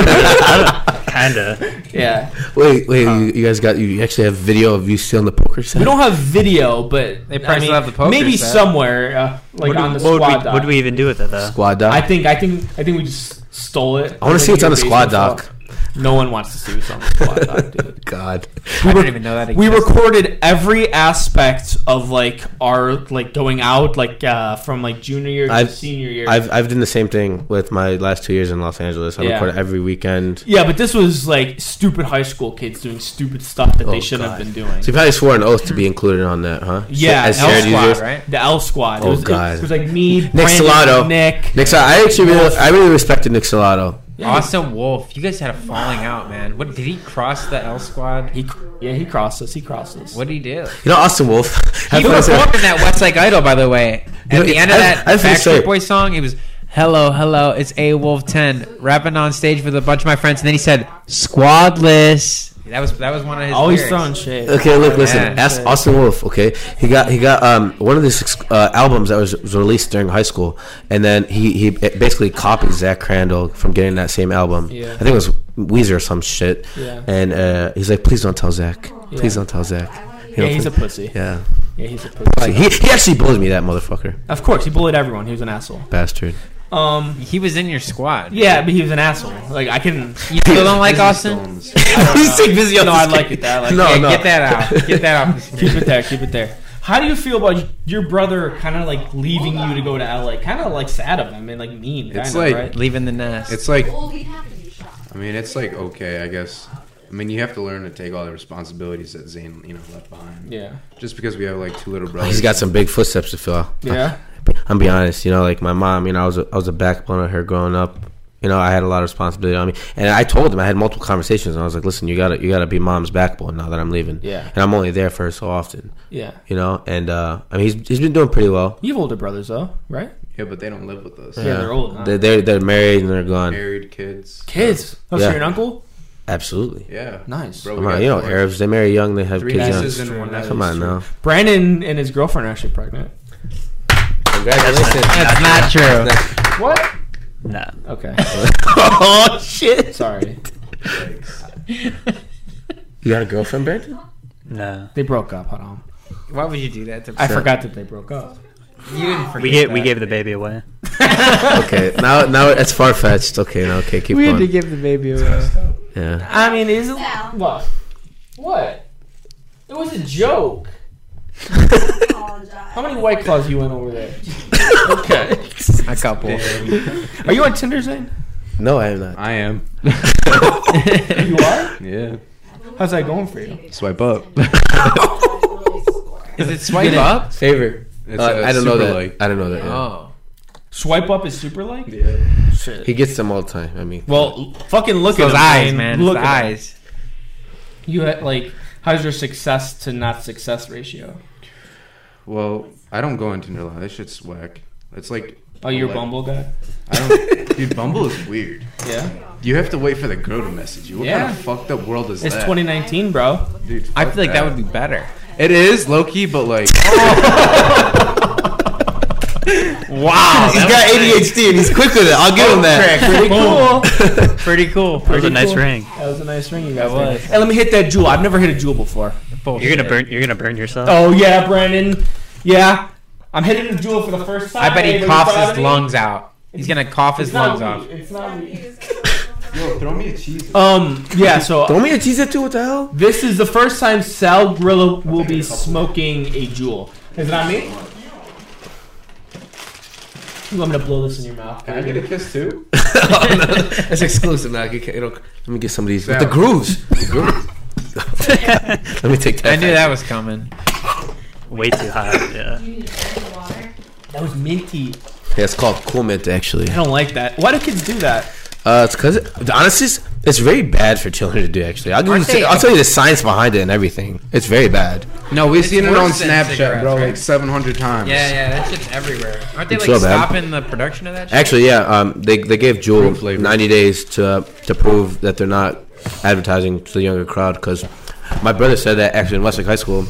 [SPEAKER 5] Kinda.
[SPEAKER 1] Yeah,
[SPEAKER 3] wait, wait. you, you guys got. You actually have video of you stealing the poker
[SPEAKER 1] Uh,
[SPEAKER 3] set.
[SPEAKER 1] we don't have video, but
[SPEAKER 2] They probably
[SPEAKER 1] I mean,
[SPEAKER 2] still have the poker
[SPEAKER 1] maybe
[SPEAKER 2] set.
[SPEAKER 1] somewhere uh, like
[SPEAKER 5] What,
[SPEAKER 1] on
[SPEAKER 5] do-
[SPEAKER 1] the
[SPEAKER 5] what would we,
[SPEAKER 1] squad. doc.
[SPEAKER 5] what do we even do with it though?
[SPEAKER 3] squad doc.
[SPEAKER 1] I think I think I think we just stole it.
[SPEAKER 3] I want to see what's on the squad
[SPEAKER 1] Basement
[SPEAKER 3] doc.
[SPEAKER 1] floor. No one wants to see what's on the squad doc, dude.
[SPEAKER 3] God.
[SPEAKER 2] I didn't even know that.
[SPEAKER 1] We
[SPEAKER 2] existed.
[SPEAKER 1] recorded every aspect of like our like going out, like uh, from like junior year to
[SPEAKER 3] I've-
[SPEAKER 1] senior year.
[SPEAKER 3] I've I've done the same thing with my last two years in Los Angeles. I
[SPEAKER 1] Yeah.
[SPEAKER 3] record every weekend.
[SPEAKER 1] yeah, but this was like stupid high school kids doing stupid stuff that
[SPEAKER 3] Oh,
[SPEAKER 1] they shouldn't
[SPEAKER 3] God.
[SPEAKER 1] have been doing.
[SPEAKER 3] So you probably swore an oath to be included on that, huh?
[SPEAKER 1] Yeah,
[SPEAKER 3] As
[SPEAKER 1] L
[SPEAKER 3] shared
[SPEAKER 1] squad,
[SPEAKER 3] users.
[SPEAKER 2] right?
[SPEAKER 1] The L squad.
[SPEAKER 3] Oh,
[SPEAKER 1] it was, it-
[SPEAKER 3] God.
[SPEAKER 1] It, was like me,
[SPEAKER 3] Nick
[SPEAKER 1] Brandon,
[SPEAKER 3] Salato.
[SPEAKER 1] Nick.
[SPEAKER 3] Nick, Sol- I actually really, I really respected Nick Salato.
[SPEAKER 2] Awesome Wolf, you guys had a falling out, man. What did he cross the L squad?
[SPEAKER 1] He, cr- yeah, he crossed us. He crossed us.
[SPEAKER 2] What did he do?
[SPEAKER 3] You know, Austin Wolf.
[SPEAKER 2] He performed in that Westlake Idol, by the way.
[SPEAKER 3] You
[SPEAKER 2] At
[SPEAKER 3] know,
[SPEAKER 2] the end
[SPEAKER 3] I-
[SPEAKER 2] of that
[SPEAKER 3] I was gonna say-
[SPEAKER 2] Backstreet Boy song, it was "Hello, hello, it's A Wolf 10 rapping on stage with a bunch of my friends," and then he said "Squadless." That was that was one of his.
[SPEAKER 1] Always
[SPEAKER 2] lyrics.
[SPEAKER 1] throwing shade.
[SPEAKER 3] Okay, look, listen.
[SPEAKER 2] Yeah.
[SPEAKER 3] Ask Austin Wolf. Okay, he got he got um one of these uh, albums that was, was released during high school, and then he he basically copied Zach Crandall from getting that same album.
[SPEAKER 1] Yeah.
[SPEAKER 3] I think it was Weezer or some shit.
[SPEAKER 1] Yeah.
[SPEAKER 3] And uh, he's like, please don't tell Zach. Please
[SPEAKER 1] Yeah.
[SPEAKER 3] don't tell Zach. You
[SPEAKER 1] Yeah,
[SPEAKER 3] know,
[SPEAKER 1] he's a
[SPEAKER 3] please-
[SPEAKER 1] pussy.
[SPEAKER 3] yeah.
[SPEAKER 1] Yeah, he's a pussy.
[SPEAKER 3] So he he actually bullied me that motherfucker
[SPEAKER 1] Of course, he bullied everyone. He was an asshole.
[SPEAKER 3] bastard.
[SPEAKER 1] Um,
[SPEAKER 2] He was in your squad.
[SPEAKER 1] yeah, but he was an asshole. Like I can.
[SPEAKER 2] You still don't like Austin?
[SPEAKER 3] He's like busy on
[SPEAKER 1] No,
[SPEAKER 3] this
[SPEAKER 1] I like
[SPEAKER 3] game.
[SPEAKER 1] it. That I like
[SPEAKER 3] No,
[SPEAKER 2] yeah,
[SPEAKER 3] no.
[SPEAKER 2] Get that out. Get that off. the
[SPEAKER 1] Keep
[SPEAKER 2] screen.
[SPEAKER 1] it there. Keep it there. How do you feel about your brother kind of like leaving you to go to LA? Kind of like sad of him and like mean.
[SPEAKER 4] It's
[SPEAKER 1] kinda,
[SPEAKER 4] like-
[SPEAKER 1] right?
[SPEAKER 2] Leaving the nest.
[SPEAKER 4] It's like
[SPEAKER 6] Well, he'd have to be shot.
[SPEAKER 4] I mean, it's like okay, I guess. I mean, you have to learn to take all the responsibilities that Zane, you know, left behind.
[SPEAKER 1] yeah,
[SPEAKER 4] Just because we have like two little brothers.
[SPEAKER 3] He's got some big footsteps to fill.
[SPEAKER 1] Oh, yeah.
[SPEAKER 3] I'm be honest, you know, like my mom, you know, I was a, I was a backbone of her growing up. You know, I had a lot of responsibility on me, and I told him I had multiple conversations, and I was like, "Listen, you gotta you gotta be mom's backbone now that I'm leaving,
[SPEAKER 1] Yeah.
[SPEAKER 3] and I'm only there for her so often,
[SPEAKER 1] Yeah.
[SPEAKER 3] you know." And uh, I mean, he's he's been doing pretty well.
[SPEAKER 1] You have older brothers though, right?
[SPEAKER 4] Yeah, but they don't live with us.
[SPEAKER 1] Yeah. they're old now.
[SPEAKER 3] They're, they're they're married and they're gone.
[SPEAKER 4] Married kids.
[SPEAKER 1] Kids. Oh, so
[SPEAKER 3] Yeah.
[SPEAKER 1] you're an uncle?
[SPEAKER 3] Absolutely.
[SPEAKER 4] Yeah.
[SPEAKER 1] Nice.
[SPEAKER 4] Bro, we
[SPEAKER 3] Come on,
[SPEAKER 4] got
[SPEAKER 3] you know,
[SPEAKER 4] four-
[SPEAKER 3] Arabs they marry young, they have
[SPEAKER 4] Three
[SPEAKER 3] kids
[SPEAKER 4] nieces
[SPEAKER 3] young.
[SPEAKER 4] and one nephew.
[SPEAKER 3] Come on now.
[SPEAKER 1] Brandon and his girlfriend are actually pregnant.
[SPEAKER 3] Congratulations.
[SPEAKER 2] That's not true.
[SPEAKER 1] What?
[SPEAKER 5] No.
[SPEAKER 1] Okay.
[SPEAKER 3] oh shit!
[SPEAKER 1] Sorry,
[SPEAKER 3] You got a girlfriend, Brandon?
[SPEAKER 5] No.
[SPEAKER 1] they broke up. Hold on.
[SPEAKER 2] Why would you do that? To
[SPEAKER 1] I forgot that they broke up.
[SPEAKER 2] You didn't forget.
[SPEAKER 5] We gave, we
[SPEAKER 2] that.
[SPEAKER 5] gave the baby away.
[SPEAKER 3] Okay, now now it's far fetched. Okay, now okay, keep going.
[SPEAKER 2] give the baby away.
[SPEAKER 3] yeah.
[SPEAKER 1] I mean, is it
[SPEAKER 6] Sal.
[SPEAKER 1] what? What? It was a joke.
[SPEAKER 6] Apologize.
[SPEAKER 1] How many white claws you went over there?
[SPEAKER 3] Okay.
[SPEAKER 2] A couple.
[SPEAKER 1] Are you on Tinder, Zane?
[SPEAKER 3] No, I am not.
[SPEAKER 4] I am.
[SPEAKER 1] You are.
[SPEAKER 4] Yeah.
[SPEAKER 1] How's that going for you?
[SPEAKER 4] Swipe up.
[SPEAKER 2] Is it swipe up?
[SPEAKER 3] Favorite.
[SPEAKER 4] It's
[SPEAKER 3] Uh,
[SPEAKER 4] a
[SPEAKER 3] I don't know
[SPEAKER 4] super
[SPEAKER 3] that.
[SPEAKER 4] like-
[SPEAKER 3] I don't know that. yeah.
[SPEAKER 2] Oh.
[SPEAKER 1] Swipe up is super like.
[SPEAKER 4] Yeah.
[SPEAKER 1] Shit.
[SPEAKER 3] He gets them all the time. I mean,
[SPEAKER 1] Well, fucking look
[SPEAKER 2] Those
[SPEAKER 1] at him,
[SPEAKER 2] eyes, man.
[SPEAKER 1] Look
[SPEAKER 2] Look
[SPEAKER 1] at him.
[SPEAKER 2] eyes.
[SPEAKER 1] You had like, how's your success to not success ratio?
[SPEAKER 4] Well, I don't go on Tinder a lot. That shit's whack. It's like
[SPEAKER 1] Oh, you're a
[SPEAKER 4] Like-
[SPEAKER 1] Bumble guy.
[SPEAKER 4] I don't. dude, Bumble is weird.
[SPEAKER 1] Yeah.
[SPEAKER 4] You have to wait for the girl to message you. What
[SPEAKER 1] Yeah.
[SPEAKER 4] kind of fucked up world is
[SPEAKER 1] It's
[SPEAKER 4] that?
[SPEAKER 1] 2019, bro.
[SPEAKER 4] Dude,
[SPEAKER 2] I
[SPEAKER 4] fuck
[SPEAKER 2] feel like that would be better.
[SPEAKER 4] It is low key, but like
[SPEAKER 2] Wow.
[SPEAKER 3] he's got ADHD and he's quick with it. I'll give him that.
[SPEAKER 2] Pretty cool. Pretty cool.
[SPEAKER 5] That was a nice
[SPEAKER 1] cool.
[SPEAKER 5] ring.
[SPEAKER 1] That was a nice ring you guys.
[SPEAKER 2] That
[SPEAKER 1] did.
[SPEAKER 2] was.
[SPEAKER 1] Hey, let me hit that jewel. I've never hit a jewel before.
[SPEAKER 5] You're gonna burn. You're gonna burn yourself.
[SPEAKER 1] Oh yeah, Brandon. Yeah, I'm hitting a jewel for the first time.
[SPEAKER 2] I bet he
[SPEAKER 1] Everybody.
[SPEAKER 2] coughs his lungs out. He's gonna cough his
[SPEAKER 1] It's not
[SPEAKER 2] lungs
[SPEAKER 1] me.
[SPEAKER 2] off.
[SPEAKER 1] It's not me.
[SPEAKER 4] Yo, throw me a cheese.
[SPEAKER 1] Um. Yeah. So
[SPEAKER 3] Throw me a cheese too. What the hell?
[SPEAKER 1] this is the first time Sal Grillo will be smoking a jewel. Is it on me? You want me to blow this in your mouth?
[SPEAKER 4] Can I get a kiss too?
[SPEAKER 3] That's exclusive. Now you can't, you don't, let me get some of these. With
[SPEAKER 4] Sal.
[SPEAKER 3] the grooves. let me take that.
[SPEAKER 2] I knew that was coming. Oh.
[SPEAKER 5] Way too hot. Yeah.
[SPEAKER 1] That was minty.
[SPEAKER 3] Yeah, it's called Cool Mint actually.
[SPEAKER 1] I don't like that. Why do kids do that?
[SPEAKER 3] Uh, it's because it, honestly, it's- it's very bad for children to do. Actually, I'll, give
[SPEAKER 2] Aren't
[SPEAKER 3] you,
[SPEAKER 2] they-
[SPEAKER 3] I'll tell you the science behind it and everything. It's very bad.
[SPEAKER 4] No, we've seen it on
[SPEAKER 2] worse than
[SPEAKER 4] Snapchat,
[SPEAKER 2] cigarettes,
[SPEAKER 4] bro,
[SPEAKER 2] right?
[SPEAKER 4] like 700 times.
[SPEAKER 2] Yeah, yeah, that shit's everywhere. Aren't they
[SPEAKER 3] It's
[SPEAKER 2] like
[SPEAKER 3] so bad.
[SPEAKER 2] stopping the production of that? Shit?
[SPEAKER 3] Actually, yeah. Um, they they gave Jewel
[SPEAKER 4] Fruit flavor.
[SPEAKER 3] ninety days to to prove that they're not advertising to the younger crowd. Because my brother said that actually in Westlake High School,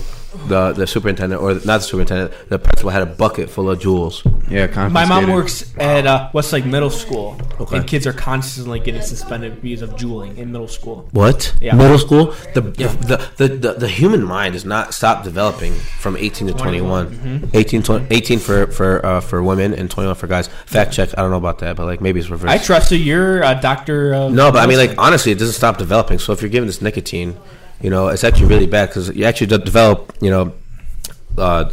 [SPEAKER 3] the the superintendent or not the superintendent, the principal had a bucket full of jewels.
[SPEAKER 4] Yeah, confiscated.
[SPEAKER 1] My mom works at uh, Westlake Middle School,
[SPEAKER 3] Okay.
[SPEAKER 1] and kids are constantly getting suspended because of juuling in middle school.
[SPEAKER 3] What?
[SPEAKER 1] Yeah.
[SPEAKER 3] Middle school? The, the, the, the the human mind does not stop developing from eighteen to 21 18, 20 18 for for uh, for women and twenty one for guys. Fact check. I don't know about that, but like maybe it's reversed.
[SPEAKER 1] I trust you. You're a doctor. Of
[SPEAKER 3] No, but I mean, like honestly, it doesn't stop developing. So if you're given this nicotine, you know, it's actually really bad because you actually de- develop, you know, uh,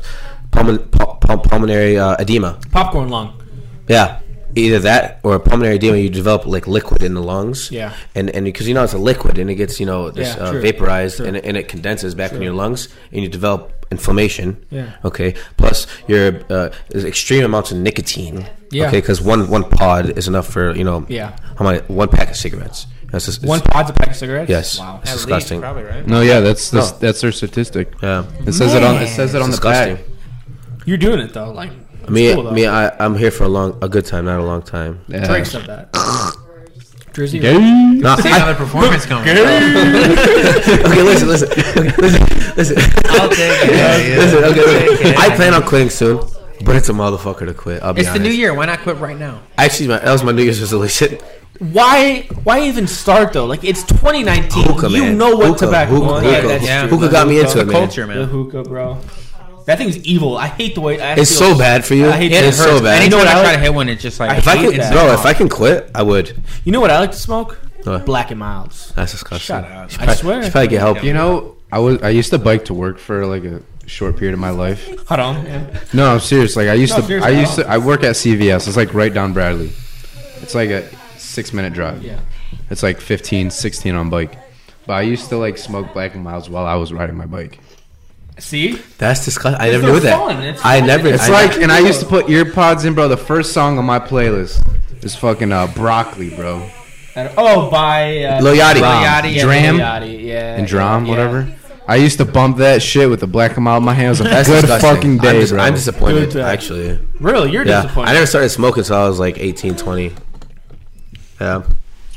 [SPEAKER 3] pulmon- pul- pul- pulmonary uh, edema.
[SPEAKER 1] popcorn lung.
[SPEAKER 3] Yeah, either that or a pulmonary edema, you develop like liquid in the lungs.
[SPEAKER 1] Yeah.
[SPEAKER 3] And and because you know it's a liquid and it gets you know this,
[SPEAKER 1] Yeah,
[SPEAKER 3] uh,
[SPEAKER 1] true.
[SPEAKER 3] vaporized
[SPEAKER 1] True.
[SPEAKER 3] and it- and it condenses back in your lungs and you develop inflammation.
[SPEAKER 1] Yeah.
[SPEAKER 3] Okay. Plus your uh, there's extreme amounts of nicotine.
[SPEAKER 1] Yeah.
[SPEAKER 3] Okay. Because one one pod is enough for you know.
[SPEAKER 1] Yeah.
[SPEAKER 3] How many? One pack of cigarettes. That's just,
[SPEAKER 1] One
[SPEAKER 3] it's-
[SPEAKER 1] pod's a pack of cigarettes.
[SPEAKER 3] Yes.
[SPEAKER 1] Wow.
[SPEAKER 3] It's disgusting.
[SPEAKER 2] right?
[SPEAKER 4] No, yeah, that's that's,
[SPEAKER 3] No.
[SPEAKER 4] that's their statistic.
[SPEAKER 3] yeah.
[SPEAKER 4] It says it on it says it on the
[SPEAKER 3] disgusting.
[SPEAKER 4] back.
[SPEAKER 1] You're doing it though. Like it's
[SPEAKER 3] Me,
[SPEAKER 1] cool, though.
[SPEAKER 3] me, I, I'm here for a long, a good time, not a long time.
[SPEAKER 4] Yeah.
[SPEAKER 1] Drake said that. Jersey.
[SPEAKER 4] Gay.
[SPEAKER 3] No,
[SPEAKER 2] See
[SPEAKER 3] I-
[SPEAKER 2] another performance coming. up.
[SPEAKER 3] okay, listen, listen, listen, listen.
[SPEAKER 2] I'll take it. Yeah,
[SPEAKER 3] Listen,
[SPEAKER 2] yeah.
[SPEAKER 3] okay, listen.
[SPEAKER 2] Take it.
[SPEAKER 3] I plan on quitting soon, but it's a motherfucker to quit. I'll be
[SPEAKER 2] It's the
[SPEAKER 3] honest.
[SPEAKER 2] new year. Why not quit right now?
[SPEAKER 3] Actually, my, that was my New Year's resolution.
[SPEAKER 1] Why? Why even start though? Like it's 2019.
[SPEAKER 3] Hookah,
[SPEAKER 1] you
[SPEAKER 3] man.
[SPEAKER 1] know what
[SPEAKER 3] Hookah,
[SPEAKER 1] tobacco
[SPEAKER 3] hookah,
[SPEAKER 1] is.
[SPEAKER 2] Yeah,
[SPEAKER 3] hookah.
[SPEAKER 2] that's true.
[SPEAKER 3] Hookah got me into
[SPEAKER 2] The
[SPEAKER 3] it, man.
[SPEAKER 2] culture,
[SPEAKER 1] The
[SPEAKER 2] man.
[SPEAKER 1] hookah, bro. That thing's evil. I hate the way. I
[SPEAKER 3] It's
[SPEAKER 1] feel-
[SPEAKER 3] so bad for you.
[SPEAKER 1] I hate it.
[SPEAKER 3] It's
[SPEAKER 1] It
[SPEAKER 3] so
[SPEAKER 1] hurts.
[SPEAKER 3] bad.
[SPEAKER 1] You know
[SPEAKER 2] Anytime
[SPEAKER 1] what
[SPEAKER 2] I
[SPEAKER 1] I
[SPEAKER 2] try
[SPEAKER 1] like-
[SPEAKER 2] to hit one, it's just like
[SPEAKER 1] I
[SPEAKER 3] if I
[SPEAKER 1] hate
[SPEAKER 3] could,
[SPEAKER 1] that.
[SPEAKER 3] bro, if I can quit, I would.
[SPEAKER 1] You know what I like to smoke?
[SPEAKER 3] What?
[SPEAKER 1] Black and Milds.
[SPEAKER 3] That's disgusting.
[SPEAKER 1] Shut up.
[SPEAKER 3] Should
[SPEAKER 1] I
[SPEAKER 3] probably,
[SPEAKER 1] swear.
[SPEAKER 3] Should probably get help.
[SPEAKER 4] You know, I was I used to bike to work for like a short period of my life.
[SPEAKER 1] Hold on. Yeah.
[SPEAKER 4] No, I'm serious. Like I used
[SPEAKER 1] No,
[SPEAKER 4] to. I
[SPEAKER 1] seriously,
[SPEAKER 4] used
[SPEAKER 1] no.
[SPEAKER 4] to. I work at CVS. It's like right down Bradley. It's like a six minute drive.
[SPEAKER 1] Yeah.
[SPEAKER 4] It's like 15, 16 on bike. But I used to like smoke black and miles while I was riding my bike.
[SPEAKER 1] See?
[SPEAKER 3] That's disgusting. I never
[SPEAKER 1] so
[SPEAKER 3] knew
[SPEAKER 1] fun. It's
[SPEAKER 3] that. I
[SPEAKER 1] fun.
[SPEAKER 3] never.
[SPEAKER 4] It's
[SPEAKER 3] I
[SPEAKER 4] like, and I used to put ear pods in, bro. The first song on my playlist is fucking uh, broccoli, bro,
[SPEAKER 1] And- Oh, by uh,
[SPEAKER 3] Lil Yachty.
[SPEAKER 2] um,
[SPEAKER 1] Yachty, yeah,
[SPEAKER 4] Dram.
[SPEAKER 1] Lil Yachty, yeah,
[SPEAKER 4] and drum,
[SPEAKER 1] yeah.
[SPEAKER 4] whatever. I used to bump that shit with the black and mild in my hands. A
[SPEAKER 3] That's
[SPEAKER 4] good
[SPEAKER 3] disgusting.
[SPEAKER 4] fucking day,
[SPEAKER 3] I'm, dis-
[SPEAKER 4] bro.
[SPEAKER 3] I'm disappointed,
[SPEAKER 1] Good, uh,
[SPEAKER 3] actually.
[SPEAKER 1] Really, you're
[SPEAKER 3] Yeah.
[SPEAKER 1] disappointed.
[SPEAKER 3] I never started smoking until I was like 18, 20. Yeah,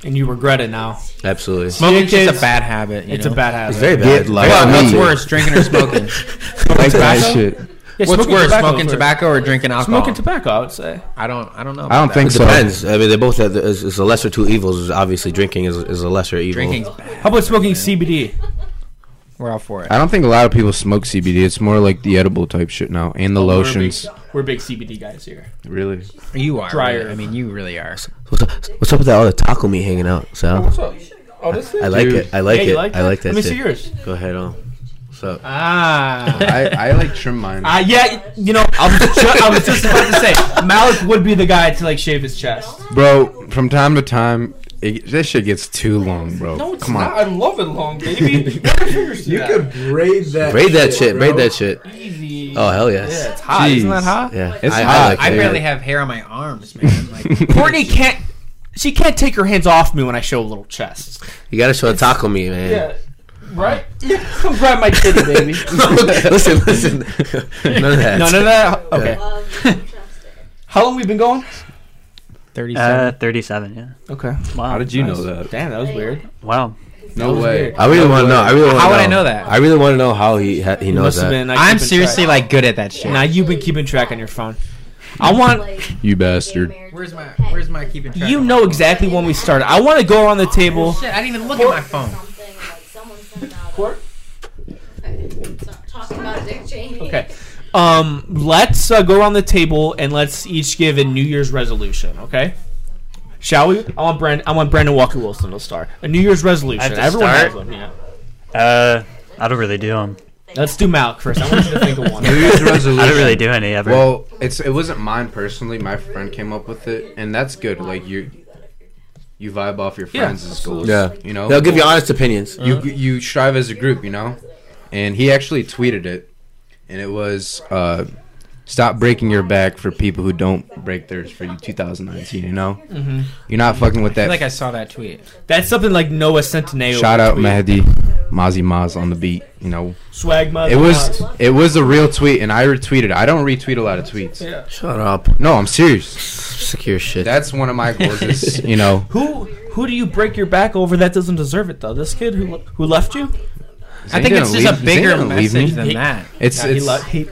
[SPEAKER 1] and you regret it now.
[SPEAKER 3] absolutely.
[SPEAKER 2] Smoking's
[SPEAKER 1] Kids,
[SPEAKER 2] just a bad habit. You
[SPEAKER 1] It's
[SPEAKER 2] know?
[SPEAKER 1] a bad habit.
[SPEAKER 3] It's very bad.
[SPEAKER 4] Get like
[SPEAKER 3] Well, I mean,
[SPEAKER 4] me.
[SPEAKER 2] What's worse, drinking or smoking?
[SPEAKER 4] like that
[SPEAKER 1] tobacco?
[SPEAKER 4] shit.
[SPEAKER 1] Yeah,
[SPEAKER 2] What's
[SPEAKER 1] smoking
[SPEAKER 2] worse,
[SPEAKER 1] tobacco's
[SPEAKER 2] smoking
[SPEAKER 1] worse.
[SPEAKER 2] tobacco or drinking alcohol?
[SPEAKER 1] Smoking tobacco, I would say.
[SPEAKER 2] I don't. I don't know.
[SPEAKER 4] I don't think
[SPEAKER 3] It
[SPEAKER 4] so.
[SPEAKER 3] depends. I mean, they both have, is, is a lesser two evils. Obviously, drinking is, is a lesser evil.
[SPEAKER 2] drinking's bad.
[SPEAKER 1] How about smoking CBD?
[SPEAKER 2] We're all for it.
[SPEAKER 4] I don't think a lot of people smoke CBD. It's more like the edible type shit now and
[SPEAKER 1] Oh,
[SPEAKER 4] the lotions.
[SPEAKER 1] We're big, we're big CBD guys here.
[SPEAKER 4] Really?
[SPEAKER 2] You are.
[SPEAKER 1] Dryer.
[SPEAKER 2] really. I mean, you really are.
[SPEAKER 3] What's up, what's up with that all the taco meat hanging out? So
[SPEAKER 1] up? Oh, this is.
[SPEAKER 3] I like it. I like
[SPEAKER 1] yeah,
[SPEAKER 3] it.
[SPEAKER 1] you like
[SPEAKER 3] I like that.
[SPEAKER 1] Let me
[SPEAKER 3] shit.
[SPEAKER 1] see yours.
[SPEAKER 3] Go ahead
[SPEAKER 4] um,
[SPEAKER 3] on. What's up?
[SPEAKER 1] Ah.
[SPEAKER 4] I, I like trim mine.
[SPEAKER 1] Uh, yeah, you know, I was, ju- I was just about to say, Malik would be the guy to like shave his chest.
[SPEAKER 4] Bro, from time to time, it, this shit gets too long, bro. Come on.
[SPEAKER 1] I love it long, baby. you could
[SPEAKER 4] braid that.
[SPEAKER 3] Braid that shit. Braid that shit.
[SPEAKER 1] easy.
[SPEAKER 3] Oh hell yes.
[SPEAKER 1] Yeah, it's
[SPEAKER 2] Ah,
[SPEAKER 1] hot. Isn't that
[SPEAKER 4] Jeez.
[SPEAKER 1] hot?
[SPEAKER 3] Yeah.
[SPEAKER 4] It's
[SPEAKER 3] I,
[SPEAKER 4] hot.
[SPEAKER 3] I,
[SPEAKER 2] I
[SPEAKER 3] like
[SPEAKER 2] barely
[SPEAKER 3] it.
[SPEAKER 2] have hair on my arms, man. Like,
[SPEAKER 1] Courtney can't. She can't take her hands off me when I show a little chest.
[SPEAKER 3] You gotta show a taco meat, man.
[SPEAKER 1] Right? Yeah. Come grab my titty, baby.
[SPEAKER 3] listen, listen. None of that.
[SPEAKER 1] no, no, no. Okay. How long we been going?
[SPEAKER 5] Uh, 37, yeah.
[SPEAKER 1] Okay.
[SPEAKER 5] Wow.
[SPEAKER 4] How did you know that?
[SPEAKER 1] Damn, that was weird.
[SPEAKER 5] Wow.
[SPEAKER 4] No
[SPEAKER 1] was
[SPEAKER 4] way.
[SPEAKER 1] weird.
[SPEAKER 3] I really want to know. I really
[SPEAKER 4] Uh,
[SPEAKER 3] want.
[SPEAKER 2] How would I know that?
[SPEAKER 3] I really want to know how he ha- he knows
[SPEAKER 1] Must
[SPEAKER 3] that.
[SPEAKER 1] have been. like,
[SPEAKER 2] I'm
[SPEAKER 1] keeping
[SPEAKER 2] seriously
[SPEAKER 1] track.
[SPEAKER 2] like good at that shit.
[SPEAKER 1] Now you've been keeping track on your phone. I want.
[SPEAKER 4] You bastard.
[SPEAKER 2] Where's my Where's my keeping track?
[SPEAKER 1] You know exactly when we started. I want to go around the table.
[SPEAKER 2] Oh, Shit, I didn't even look at my phone.
[SPEAKER 6] Talking about Dick Cheney.
[SPEAKER 1] Okay. Um, let's uh, go around the table and let's each give a New Year's resolution. Okay. Shall we? I want Brand. I want Brandon Walker Wilson to start a New Year's resolution.
[SPEAKER 5] have to
[SPEAKER 1] Everyone
[SPEAKER 5] start?
[SPEAKER 1] has one. Yeah.
[SPEAKER 5] Uh, I don't really do them.
[SPEAKER 1] Let's do Malik first. I want you to think of one.
[SPEAKER 4] New Year's resolution.
[SPEAKER 5] I don't really do any ever.
[SPEAKER 4] Well, it's it wasn't mine personally. My friend came up with it, and that's good. Like you, you vibe off your
[SPEAKER 1] Yeah,
[SPEAKER 4] friends' and schools.
[SPEAKER 3] Yeah.
[SPEAKER 4] You
[SPEAKER 1] uh,
[SPEAKER 4] know,
[SPEAKER 3] They'll give you honest opinions.
[SPEAKER 2] Uh-huh.
[SPEAKER 4] you you strive as a group, you know. And he actually tweeted it, and it was uh, "Stop breaking your back for people who don't break theirs for you." 2019, you know. Mm-hmm. You're not fucking with
[SPEAKER 2] I
[SPEAKER 4] that.
[SPEAKER 2] feel like I saw that tweet.
[SPEAKER 1] That's something like Noah Centineo.
[SPEAKER 4] Shout out
[SPEAKER 1] tweeted.
[SPEAKER 4] Mahdi, Mozzie Maz on the beat. You know,
[SPEAKER 1] Swag mother.
[SPEAKER 4] it was it was a real tweet, and I retweeted. it. I don't retweet a lot of tweets.
[SPEAKER 3] Shut up.
[SPEAKER 4] No, I'm serious.
[SPEAKER 3] Secure shit.
[SPEAKER 4] That's one of my goals. Is, you know,
[SPEAKER 1] Who who do you break your back over that doesn't deserve it though? This kid who who left you?
[SPEAKER 2] I
[SPEAKER 4] Zayn
[SPEAKER 2] think it's
[SPEAKER 4] didn't
[SPEAKER 2] just a
[SPEAKER 4] leave- Zayn
[SPEAKER 2] bigger
[SPEAKER 4] didn't leave
[SPEAKER 2] message
[SPEAKER 4] me.
[SPEAKER 2] than that.
[SPEAKER 4] It's
[SPEAKER 1] He,
[SPEAKER 4] it's.
[SPEAKER 1] le- he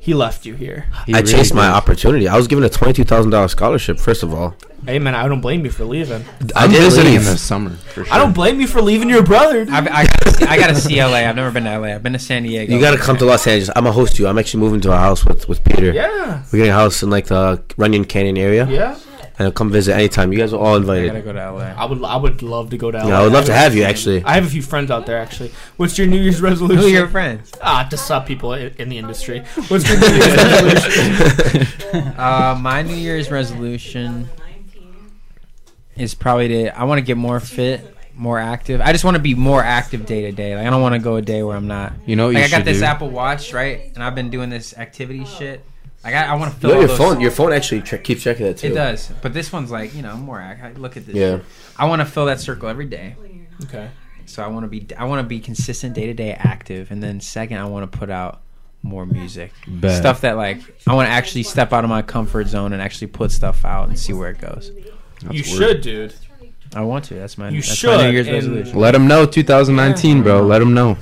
[SPEAKER 1] he left you here.
[SPEAKER 4] he
[SPEAKER 3] I
[SPEAKER 4] really
[SPEAKER 3] chased my
[SPEAKER 4] did.
[SPEAKER 3] opportunity. I was given a twenty-two thousand dollars scholarship. First of all,
[SPEAKER 1] Hey man, I don't blame you for leaving.
[SPEAKER 3] I
[SPEAKER 4] I'm
[SPEAKER 3] didn't
[SPEAKER 4] visiting in
[SPEAKER 3] leave.
[SPEAKER 4] the summer. For sure.
[SPEAKER 1] I don't blame you for leaving your brother. dude.
[SPEAKER 2] I've, I, gotta, I gotta see LA. I've never been to LA. I've been to San Diego.
[SPEAKER 3] You gotta come to Los Angeles. I'm gonna host you. I'm actually moving to a house with, with Peter.
[SPEAKER 1] yeah.
[SPEAKER 3] We're getting a house in like the Runyon Canyon area.
[SPEAKER 1] Yeah.
[SPEAKER 3] And come visit anytime. You guys are all
[SPEAKER 2] I
[SPEAKER 3] invited.
[SPEAKER 2] gotta go to LA.
[SPEAKER 1] I would I would love to go down.
[SPEAKER 3] Yeah, I would love to have you actually.
[SPEAKER 1] I have a few friends out there actually. What's your New Year's resolution?
[SPEAKER 2] Who are your friends?
[SPEAKER 1] ah, to sub people in, in the industry. What's your New Year's resolution?
[SPEAKER 2] Uh, my New Year's resolution. is probably to I want to get more fit, more active. I just want to be more active day to day. Like I don't want to go a day where I'm not.
[SPEAKER 4] You know what
[SPEAKER 2] Like
[SPEAKER 4] you
[SPEAKER 2] I got
[SPEAKER 4] should
[SPEAKER 2] this
[SPEAKER 4] do?
[SPEAKER 2] Apple Watch right, and I've been doing this activity shit. Like I, I want to fill
[SPEAKER 3] No,
[SPEAKER 2] all
[SPEAKER 3] your
[SPEAKER 2] those-
[SPEAKER 3] phone. Your phone actually che- keeps checking that too.
[SPEAKER 2] It does, but this one's like you know more. ac- Look at this.
[SPEAKER 3] Yeah.
[SPEAKER 2] shit. I want to fill that circle every day.
[SPEAKER 1] Okay.
[SPEAKER 2] So I want to be I want to be consistent day to day active, and then second I want to put out more music
[SPEAKER 4] Bet.
[SPEAKER 2] stuff that like I want to actually step out of my comfort zone and actually put stuff out and see where it goes.
[SPEAKER 1] you
[SPEAKER 4] That's weird.
[SPEAKER 1] should, dude.
[SPEAKER 2] I want to. That's my
[SPEAKER 1] You
[SPEAKER 2] that's
[SPEAKER 1] should,
[SPEAKER 2] my New Year's
[SPEAKER 1] and-
[SPEAKER 2] resolution.
[SPEAKER 4] Let him know 2019, bro. Let him know.